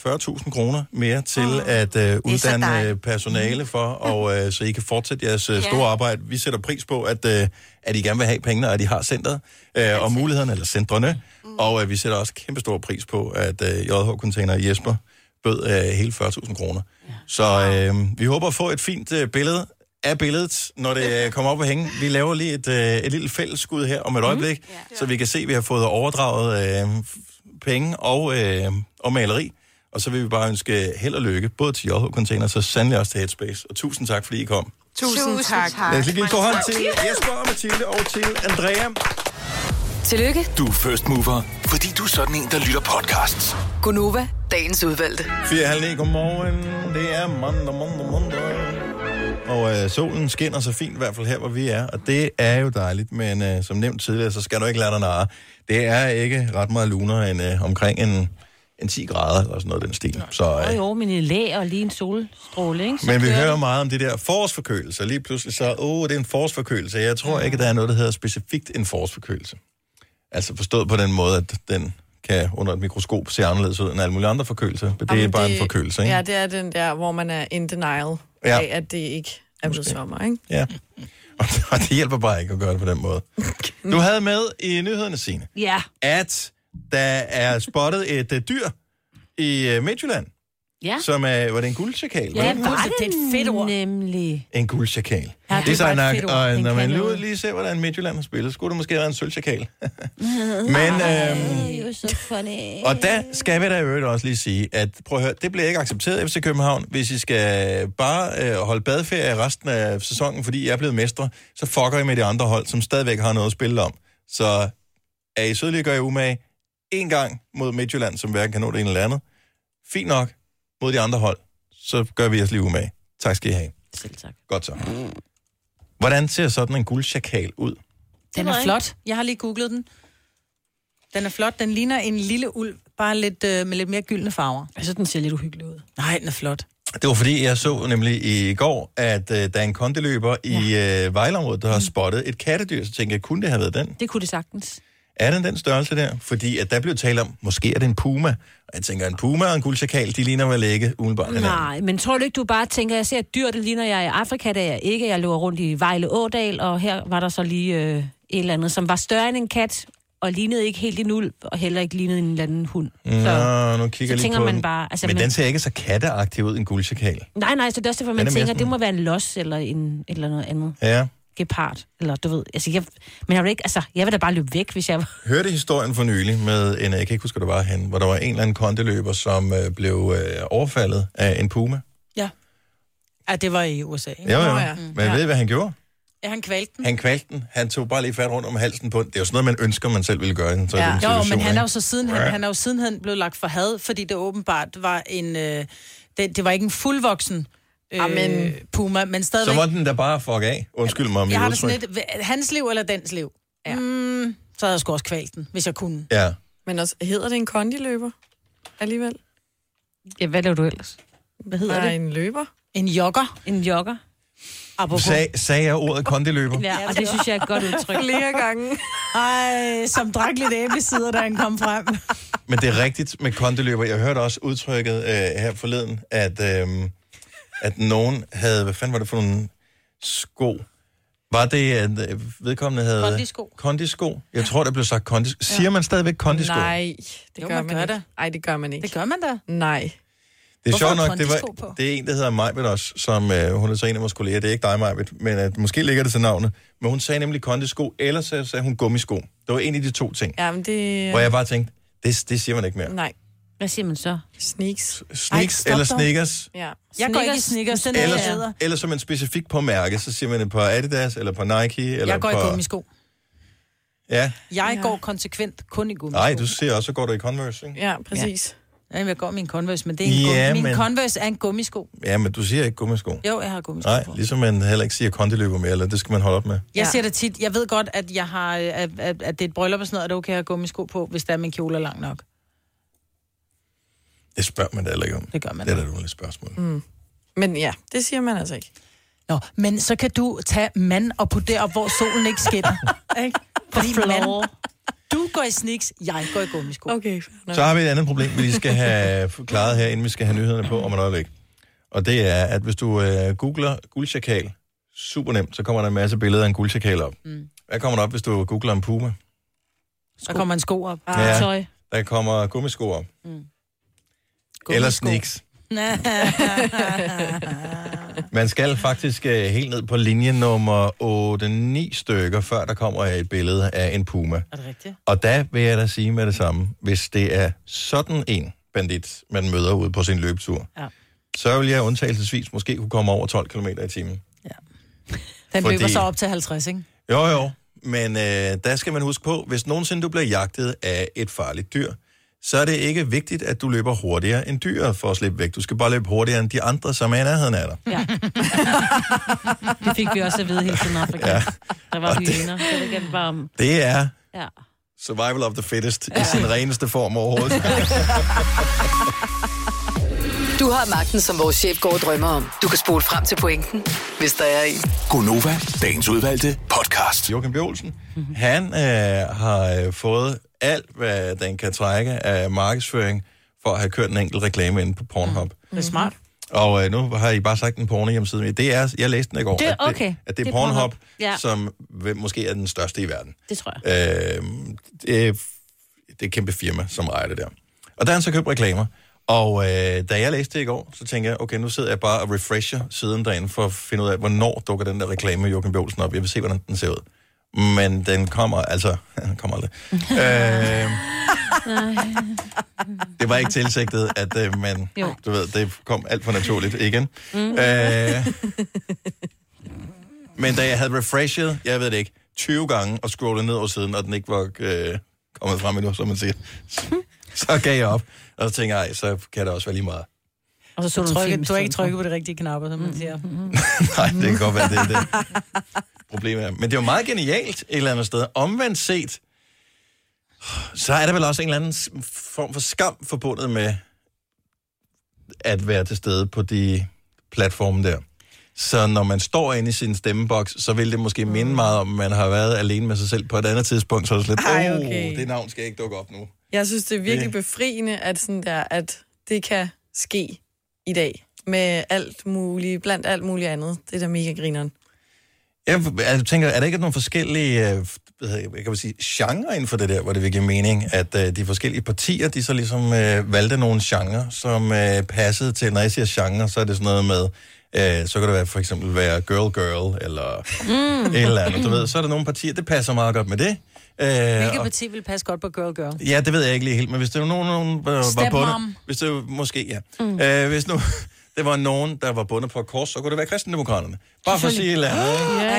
[SPEAKER 1] øh, 40.000 kroner mere til mm. at øh, uddanne øh, personale for, og øh, så I kan fortsætte jeres øh,
[SPEAKER 18] Ja.
[SPEAKER 1] store arbejde. Vi sætter pris på, at, øh, at I gerne vil have pengene, og at I har centret øh, og mulighederne, eller centrene. Mm. Og øh, vi sætter også kæmpe stor pris på, at øh, JH Container Jesper bød øh, hele 40.000 kroner. Ja. Så øh, vi håber at få et fint øh, billede af billedet, når det øh, kommer op at hænge. Vi laver lige et, øh, et lille fællesskud her om et øjeblik, mm. så vi kan se, at vi har fået overdraget øh, f- penge og, øh, og maleri. Og så vil vi bare ønske held og lykke, både til JH Container, så sandelig også til Headspace. Og tusind tak, fordi I kom.
[SPEAKER 17] Tusind, Tusind tak. tak.
[SPEAKER 1] Lad os lige give en god hånd til Jesper og Mathilde og til Andrea.
[SPEAKER 6] Tillykke,
[SPEAKER 7] Du er first mover, fordi du er sådan en, der lytter podcasts.
[SPEAKER 6] Gunova, dagens udvalgte.
[SPEAKER 1] 4.30, godmorgen. Det er mandag, mandag, mandag. Og øh, solen skinner så fint, i hvert fald her, hvor vi er. Og det er jo dejligt, men øh, som nævnt tidligere, så skal du ikke lade dig narre. Det er ikke ret meget lunere end øh, omkring en, en 10 grader, eller sådan noget i den stil. Så, øh,
[SPEAKER 3] Og jo, mine læg og lige en solstråle, ikke? Så
[SPEAKER 1] men vi
[SPEAKER 3] kører
[SPEAKER 1] hører
[SPEAKER 3] det.
[SPEAKER 1] meget om det der forårsforkølelse. Lige pludselig så, åh, det er en forårsforkølelse. Jeg tror
[SPEAKER 2] Mm.
[SPEAKER 1] ikke, der er noget, der hedder specifikt en forårsforkølelse. Altså forstået på den måde, at den kan under et mikroskop se anderledes ud end alle mulige andre forkølelser. Men det er
[SPEAKER 2] Jamen,
[SPEAKER 1] bare en forkølelse, ikke?
[SPEAKER 2] Ja, det er den der, hvor man er in denial
[SPEAKER 1] Ja.
[SPEAKER 2] ja. af, at det ikke er blevet sommer, ikke?
[SPEAKER 1] Ja. Og, og det hjælper bare ikke at gøre det på den måde. Du havde med i nyhederne, Signe,
[SPEAKER 3] Ja,
[SPEAKER 1] at der er spottet et uh, dyr i uh, Midtjylland,
[SPEAKER 3] ja.
[SPEAKER 1] som er, var det en guldsjakal?
[SPEAKER 3] Ja,
[SPEAKER 1] var
[SPEAKER 3] var det, det er et fedt ord. Mm. Nemlig.
[SPEAKER 1] En guldsjakal.
[SPEAKER 3] Ja, det
[SPEAKER 1] det er så
[SPEAKER 3] var et
[SPEAKER 1] nok,
[SPEAKER 3] fedt ord.
[SPEAKER 1] og
[SPEAKER 3] Den
[SPEAKER 1] når man
[SPEAKER 3] kan
[SPEAKER 1] nu
[SPEAKER 3] noget.
[SPEAKER 1] lige ser, hvordan Midtjylland har spillet, skulle det måske være en
[SPEAKER 3] [LAUGHS]
[SPEAKER 1] sølvsjakal. Men, øhm,
[SPEAKER 3] Det er jo så funny.
[SPEAKER 1] og der skal vi da i øvrigt også lige sige, at prøv at høre, det bliver ikke accepteret FC København. Hvis I skal bare øh, holde badeferie resten af sæsonen, fordi jeg er blevet mestre, så fucker I med de andre hold, som stadigvæk har noget at spille om. Så er I sødlige, gør I umage. En gang mod Midtjylland, som hverken kan nå det ene eller andet. Fint nok mod de andre hold, så gør vi os lige umage. Tak skal I have.
[SPEAKER 3] Selv tak.
[SPEAKER 1] Godt så. Hvordan ser sådan en guldsjakal ud?
[SPEAKER 4] Den er flot. Jeg har lige googlet den. Den er flot. Den ligner en lille ulv, bare lidt, øh, med lidt mere gyldne farver.
[SPEAKER 3] Altså, den ser lidt uhyggelig ud.
[SPEAKER 4] Nej, den er flot.
[SPEAKER 1] Det var fordi, jeg så nemlig i går, at øh, der er en kondiløber i øh, Vejleområdet, der
[SPEAKER 3] Mm.
[SPEAKER 1] har spottet et kattedyr, så tænkte jeg, kunne det have været den?
[SPEAKER 3] Det kunne det sagtens.
[SPEAKER 1] Er den den størrelse der? Fordi at der blev talt om, måske er det en puma. Og jeg tænker, en puma og en guldsjakal, de ligner vel ikke umiddelbart hinanden.
[SPEAKER 3] Nej, men tror du ikke, du bare tænker, jeg ser et dyr, det ligner jeg er i Afrika, da jeg ikke jeg løber rundt i Vejle Ådal, og her var der så lige øh, et eller andet, som var større end en kat, og lignede ikke helt en ulv, og heller ikke lignede en eller anden hund.
[SPEAKER 1] Nå, nu kigger jeg
[SPEAKER 3] så
[SPEAKER 1] lige
[SPEAKER 3] tænker
[SPEAKER 1] på
[SPEAKER 3] man
[SPEAKER 1] den.
[SPEAKER 3] bare, altså,
[SPEAKER 1] men
[SPEAKER 3] man-
[SPEAKER 1] den ser ikke så katteagtig ud, en guldsjakal.
[SPEAKER 3] Nej, nej, så det er også derfor,
[SPEAKER 1] Den
[SPEAKER 3] man
[SPEAKER 1] er mere
[SPEAKER 3] tænker,
[SPEAKER 1] sådan-
[SPEAKER 3] det må være en los eller en, eller noget andet.
[SPEAKER 1] Ja.
[SPEAKER 3] Gepard, eller du ved. Altså, jeg, men jeg vil, ikke, altså, jeg vil da bare løbe væk, hvis jeg var...
[SPEAKER 1] hørte historien for nylig med en, jeg kan ikke huske, hvor det var henne, hvor der var en eller anden kondeløber, som øh, blev øh, overfaldet af en puma.
[SPEAKER 4] Ja. Ja, det var i USA, ikke?
[SPEAKER 1] Ja,
[SPEAKER 4] Nå,
[SPEAKER 1] ja.
[SPEAKER 4] Mm.
[SPEAKER 1] Men
[SPEAKER 4] ja.
[SPEAKER 1] ved I, hvad han gjorde?
[SPEAKER 4] Ja, han kvalte den.
[SPEAKER 1] Han kvalte den. Han tog bare lige fat rundt om halsen på den. Det er jo sådan noget, man ønsker, man selv ville gøre i en sådan
[SPEAKER 4] Ja.
[SPEAKER 1] situation.
[SPEAKER 4] Jo, men han er jo
[SPEAKER 1] ikke?
[SPEAKER 4] så sidenhen, han er jo sidenhen blevet lagt for had, fordi det åbenbart var en... Øh, det, det, var ikke en fuldvoksen øh,
[SPEAKER 2] Ah,
[SPEAKER 1] Amen.
[SPEAKER 4] puma, men
[SPEAKER 1] Så
[SPEAKER 4] stadigvæk...
[SPEAKER 1] må den da bare fuck af. Undskyld mig om mit
[SPEAKER 4] Jeg har det
[SPEAKER 1] udtryk.
[SPEAKER 4] sådan lidt, hva- hans liv eller dens liv? Ja. Mm, så havde jeg sgu også kvalt den, hvis jeg kunne.
[SPEAKER 1] Ja.
[SPEAKER 2] Men også, hedder det en kondiløber alligevel?
[SPEAKER 3] Ja, hvad laver du ellers? Hvad hedder
[SPEAKER 2] Nej,
[SPEAKER 3] det?
[SPEAKER 2] en løber.
[SPEAKER 4] En jogger.
[SPEAKER 3] En jogger.
[SPEAKER 4] Apropos.
[SPEAKER 1] Sag, sagde jeg ordet kondeløber?
[SPEAKER 3] Ja, og det synes jeg er et godt [LAUGHS] udtryk.
[SPEAKER 2] Flere gange.
[SPEAKER 4] Ej, som drak lidt æblesider, da han kom frem.
[SPEAKER 1] Men det er rigtigt med kondeløber. Jeg hørte også udtrykket øh, her forleden, at, øh, at nogen havde... Hvad fanden var det for nogle sko? Var det, at øh, vedkommende havde...
[SPEAKER 2] Kondisko.
[SPEAKER 1] Kondisko. Jeg tror, der blev sagt kondisko. Siger man stadigvæk kondisko?
[SPEAKER 2] Nej, det
[SPEAKER 4] Jo,
[SPEAKER 2] gør
[SPEAKER 4] man
[SPEAKER 2] man,
[SPEAKER 4] gør
[SPEAKER 2] ikke.
[SPEAKER 4] det.
[SPEAKER 2] [LAUGHS] Ej, det gør man ikke.
[SPEAKER 4] [LAUGHS] Det gør man da.
[SPEAKER 2] Nej.
[SPEAKER 1] Det er
[SPEAKER 2] Hvorfor
[SPEAKER 1] sjovt
[SPEAKER 2] har
[SPEAKER 1] nok, det,
[SPEAKER 2] kondisko
[SPEAKER 1] var,
[SPEAKER 2] på?
[SPEAKER 1] det er en, der hedder Majbet også, som øh, hun er så en af vores kolleger. Det er ikke dig, Majbet, men at, måske ligger det til navnet. Men hun sagde nemlig kondisko, eller så sagde hun gummisko. Det var en af de to ting,
[SPEAKER 2] Ja, men det...
[SPEAKER 1] hvor jeg bare tænkte, det, det siger man ikke mere.
[SPEAKER 2] Nej.
[SPEAKER 3] Hvad siger man så?
[SPEAKER 2] Sneaks.
[SPEAKER 1] Sneaks
[SPEAKER 2] Ej, stop
[SPEAKER 1] eller
[SPEAKER 2] dog.
[SPEAKER 1] Snickers.
[SPEAKER 2] Ja.
[SPEAKER 4] Jeg går ikke i sneakers, den er
[SPEAKER 1] Eller,
[SPEAKER 4] jeg æder.
[SPEAKER 1] eller som en specifik på mærke, så siger man et par Adidas, eller på Nike, eller
[SPEAKER 4] Jeg går
[SPEAKER 1] på...
[SPEAKER 4] i gummisko.
[SPEAKER 1] Ja.
[SPEAKER 4] Jeg går konsekvent kun i gummisko.
[SPEAKER 1] Nej, du ser også, så går du i Converse, ikke?
[SPEAKER 2] Ja, præcis.
[SPEAKER 4] Ja. Jamen, jeg går min Converse, men det er en
[SPEAKER 1] Ja,
[SPEAKER 4] gummi. Min
[SPEAKER 1] men-
[SPEAKER 4] Converse er en gummisko.
[SPEAKER 1] Ja, men du siger ikke gummisko.
[SPEAKER 4] Jo, jeg har gummisko.
[SPEAKER 1] Nej, ligesom man heller ikke siger kondiløber mere, eller det skal man holde op med.
[SPEAKER 4] Jeg ja. ser det tit. Jeg ved godt, at, jeg har, øh, at, at, at det er et bryllup og sådan noget, og det er okay at have gummisko på, hvis der er min kjole er lang nok.
[SPEAKER 1] Det spørger man da heller ikke om.
[SPEAKER 4] Det gør man
[SPEAKER 1] Det er da et underligt spørgsmål.
[SPEAKER 2] Mm. Men ja, det siger man altså ikke.
[SPEAKER 4] Nå, men så kan du tage mand og putte derop, hvor solen ikke [LAUGHS] skinner. ikke? Fordi mand, du går i sneaks, jeg går i gummisko.
[SPEAKER 2] Okay,
[SPEAKER 1] Så har vi et andet problem, vi lige skal have [LAUGHS] klaret her, inden vi skal have nyhederne på om et øjeblik. Og det er, at hvis du øh, googler guldsjakal, super nemt, så kommer der en masse billeder af en guldsjakal op. Mm. Hvad kommer der op, hvis du googler en puma?
[SPEAKER 4] Så kommer en sko op.
[SPEAKER 3] Ah,
[SPEAKER 1] Ja. Tøj. Der kommer gummisko op. Mm. Eller
[SPEAKER 4] [LAUGHS]
[SPEAKER 1] sneaks. Man skal faktisk øh, helt ned på linje nummer 8-9 stykker, før der kommer et billede af en puma.
[SPEAKER 4] Er det rigtigt?
[SPEAKER 1] Og der vil jeg da sige med det samme, hvis det er sådan en bandit, man møder ude på sin løbetur,
[SPEAKER 4] Ja.
[SPEAKER 1] så vil jeg undtagelsesvis måske kunne komme over 12 km i timen.
[SPEAKER 4] Den
[SPEAKER 1] Fordi-
[SPEAKER 4] løber så op til 50, ikke?
[SPEAKER 1] Jo, jo, men øh, der skal man huske på, hvis nogensinde du bliver jagtet af et farligt dyr, så er det ikke vigtigt, at du løber hurtigere end dyret for at slippe væk. Du skal bare løbe hurtigere end de andre, som er i nærheden af dig.
[SPEAKER 4] [LAUGHS]
[SPEAKER 3] Ja. det fik vi også at vide hele tiden i Afrika. Ja. Der var hyener, så det galt bare om...
[SPEAKER 1] Det er
[SPEAKER 3] Ja.
[SPEAKER 1] survival of the fittest i sin reneste form overhovedet.
[SPEAKER 6] Du har magten, som vores chef går og drømmer om. Du kan spole frem til pointen, hvis der er en.
[SPEAKER 7] Gonova, dagens udvalgte podcast.
[SPEAKER 1] Joachim B. Olsen, han øh, har øh, fået alt, hvad den kan trække af markedsføring, for at have kørt en enkelt reklame inde på Pornhub.
[SPEAKER 4] Det er smart.
[SPEAKER 1] Og øh, nu har I bare sagt en porno hjemmeside. Det er, jeg læste den i går,
[SPEAKER 3] Det-
[SPEAKER 1] at,
[SPEAKER 3] okay.
[SPEAKER 1] det, at det er
[SPEAKER 3] Det er
[SPEAKER 1] Pornhub,
[SPEAKER 3] Pornhub. Ja.
[SPEAKER 1] som vel- måske er den største i verden.
[SPEAKER 3] Det tror jeg.
[SPEAKER 1] Øh, det, er, det er et kæmpe firma, som ejer det der. Og der har han så købt reklamer. Og øh, da jeg læste det i går, så tænkte jeg, okay, nu sidder jeg bare og refresher siden derinde for at finde ud af, hvornår dukker den der reklame med Joachim B. Olsen op. Jeg vil se, hvordan den ser ud. Men den kommer, altså, [LAUGHS] den kommer aldrig. øh,
[SPEAKER 3] [LAUGHS]
[SPEAKER 1] det var ikke tilsigtet, at øh, man,
[SPEAKER 3] Jo.
[SPEAKER 1] du ved, det kom alt for naturligt igen.
[SPEAKER 3] Mm.
[SPEAKER 1] Mm. Øh, men da jeg havde refreshet, jeg ved det ikke, 20 gange og scrollet ned over siden, og den ikke var øh, kommet frem endnu, som man siger, så gav jeg op. Og så tænkte jeg, "Ej, så kan det også være lige meget.
[SPEAKER 3] Og så så
[SPEAKER 4] du,
[SPEAKER 3] du en
[SPEAKER 4] trykke,
[SPEAKER 3] film i
[SPEAKER 4] du har ikke
[SPEAKER 3] stedet for.
[SPEAKER 4] trykket på de rigtige knapper, som man siger.
[SPEAKER 1] [LAUGHS] Nej, det kan godt være, det er det. Problemet er. Men det er jo meget genialt et eller andet sted. Omvendt set, så er der vel også en eller anden s- form for skam forbundet med at være til stede på de platforme der. Så når man står inde i sin stemmeboks, så vil det måske minde meget om, at man har været alene med sig selv på et andet tidspunkt, så er det slet,
[SPEAKER 2] Ej,
[SPEAKER 1] åh,
[SPEAKER 2] okay.
[SPEAKER 1] okay. det navn skal ikke dukke op nu.
[SPEAKER 2] Jeg synes, det er virkelig
[SPEAKER 1] Det-
[SPEAKER 2] befriende, at, sådan der, at det kan ske i dag med alt muligt, blandt alt muligt andet. Det er da mega grineren.
[SPEAKER 1] Jeg altså, tænker, er der ikke nogle forskellige øh, hvad hedder jeg, kan man sige, genre inden for det der, hvor det vil give mening, at øh, de forskellige partier, de så ligesom øh, valgte nogle genre, som øh, passede til, når jeg siger genre, så er det sådan noget med, øh, så kan det være, for eksempel være girl girl, eller
[SPEAKER 4] Mm.
[SPEAKER 1] et eller andet, du ved. Så er der nogle partier, det passer meget godt med det. Øh,
[SPEAKER 4] Hvilket
[SPEAKER 1] og-
[SPEAKER 4] parti vil passe godt på Girl Girl?
[SPEAKER 1] Ja, det ved jeg ikke lige helt, men hvis der var nogen, nogen der var
[SPEAKER 4] Stepmom.
[SPEAKER 1] bundet... Hvis det var, måske, ja. Mm. Øh, hvis nu [LAUGHS] det var nogen, der var bundet på et kors, så kunne det være kristendemokraterne. Bare for at sige et eller andet. ikke?
[SPEAKER 3] Ja,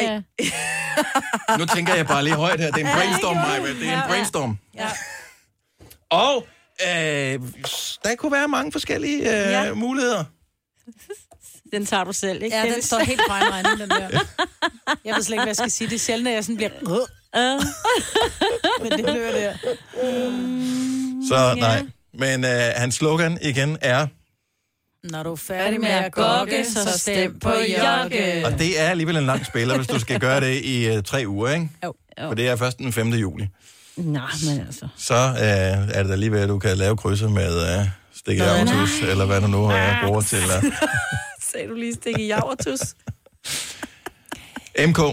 [SPEAKER 3] ja.
[SPEAKER 1] Nu tænker jeg bare lige højt her. Det er en brainstorm, Maja. Det er en brainstorm.
[SPEAKER 3] Ja.
[SPEAKER 1] Og øh, der kunne være mange forskellige øh,
[SPEAKER 3] Ja.
[SPEAKER 1] ja. muligheder.
[SPEAKER 3] Den tager du selv, ikke?
[SPEAKER 4] Ja, den
[SPEAKER 3] Dennis?
[SPEAKER 4] står helt på egen regning, den [LAUGHS] der. Jeg ved slet ikke, hvad jeg skal sige. Det er sjældent, at jeg sådan bliver... Øh. [LAUGHS] Men det blev det her.
[SPEAKER 1] Så nej. Men øh, hans slogan igen er...
[SPEAKER 4] Når du er færdig med at gokke, så stem på jokke.
[SPEAKER 1] Og det er alligevel en lang spiller, hvis du skal gøre det i øh, tre uger, ikke?
[SPEAKER 4] Jo.
[SPEAKER 1] For det er først den 5. juli.
[SPEAKER 3] Nej, men altså.
[SPEAKER 1] Så øh, er det alligevel, at du kan lave krydset med øh, stikket af tus, eller hvad du nu
[SPEAKER 4] Ah.
[SPEAKER 1] øh, bruger til. Øh.
[SPEAKER 2] Sagde du lige stik i javertus?
[SPEAKER 1] MK. Jeg
[SPEAKER 4] Jeg ved
[SPEAKER 1] ved,
[SPEAKER 4] ikke,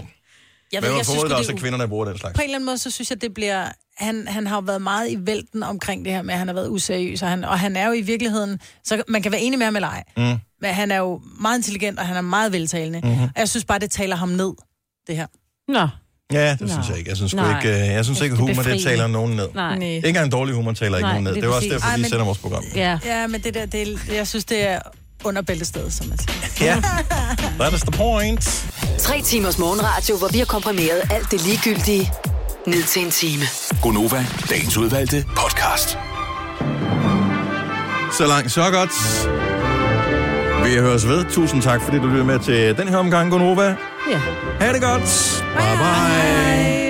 [SPEAKER 1] Men
[SPEAKER 4] jeg
[SPEAKER 1] jeg
[SPEAKER 4] synes,
[SPEAKER 1] formoder
[SPEAKER 4] det er
[SPEAKER 1] også, at
[SPEAKER 4] u-
[SPEAKER 1] kvinderne bruger den slags.
[SPEAKER 4] På en eller anden måde, så synes jeg, det bliver... Han, han har jo været meget i vælten omkring det her med, at han har været useriøs, og han, og han er jo i virkeligheden... Så man kan være enig med ham eller ej,
[SPEAKER 1] Mm.
[SPEAKER 4] men han er jo meget intelligent, og han er meget veltalende.
[SPEAKER 1] Mhm.
[SPEAKER 4] Mm-hmm. Og jeg synes bare, det taler ham ned, det her.
[SPEAKER 3] Nå.
[SPEAKER 1] Ja, det Nå. synes jeg ikke. Jeg synes, sgu
[SPEAKER 4] Nej.
[SPEAKER 1] ikke, øh, jeg synes
[SPEAKER 4] Det-
[SPEAKER 1] ikke
[SPEAKER 4] det er
[SPEAKER 1] humor, det
[SPEAKER 4] befriende.
[SPEAKER 1] taler nogen ned.
[SPEAKER 4] Nej. Nej.
[SPEAKER 1] Ikke engang dårlig humor taler ikke
[SPEAKER 4] Nej,
[SPEAKER 1] nogen ned.
[SPEAKER 4] lige
[SPEAKER 1] Det er også
[SPEAKER 4] præcis.
[SPEAKER 1] derfor,
[SPEAKER 4] Ej,
[SPEAKER 1] vi
[SPEAKER 4] men-
[SPEAKER 1] sender vores program.
[SPEAKER 3] Ja.
[SPEAKER 4] ja, men det der, det, er- jeg synes, det er under bæltestedet, som man siger.
[SPEAKER 1] Ja, that is the point.
[SPEAKER 6] Tre timers morgenradio, hvor vi har komprimeret alt det ligegyldige ned til en time.
[SPEAKER 7] Gonova, dagens udvalgte podcast.
[SPEAKER 1] Så langt, så godt. Vi høres ved. Tusind tak, fordi du lyttede med til den her omgang, Gonova.
[SPEAKER 3] Ja.
[SPEAKER 1] Ha' det godt. Bye bye.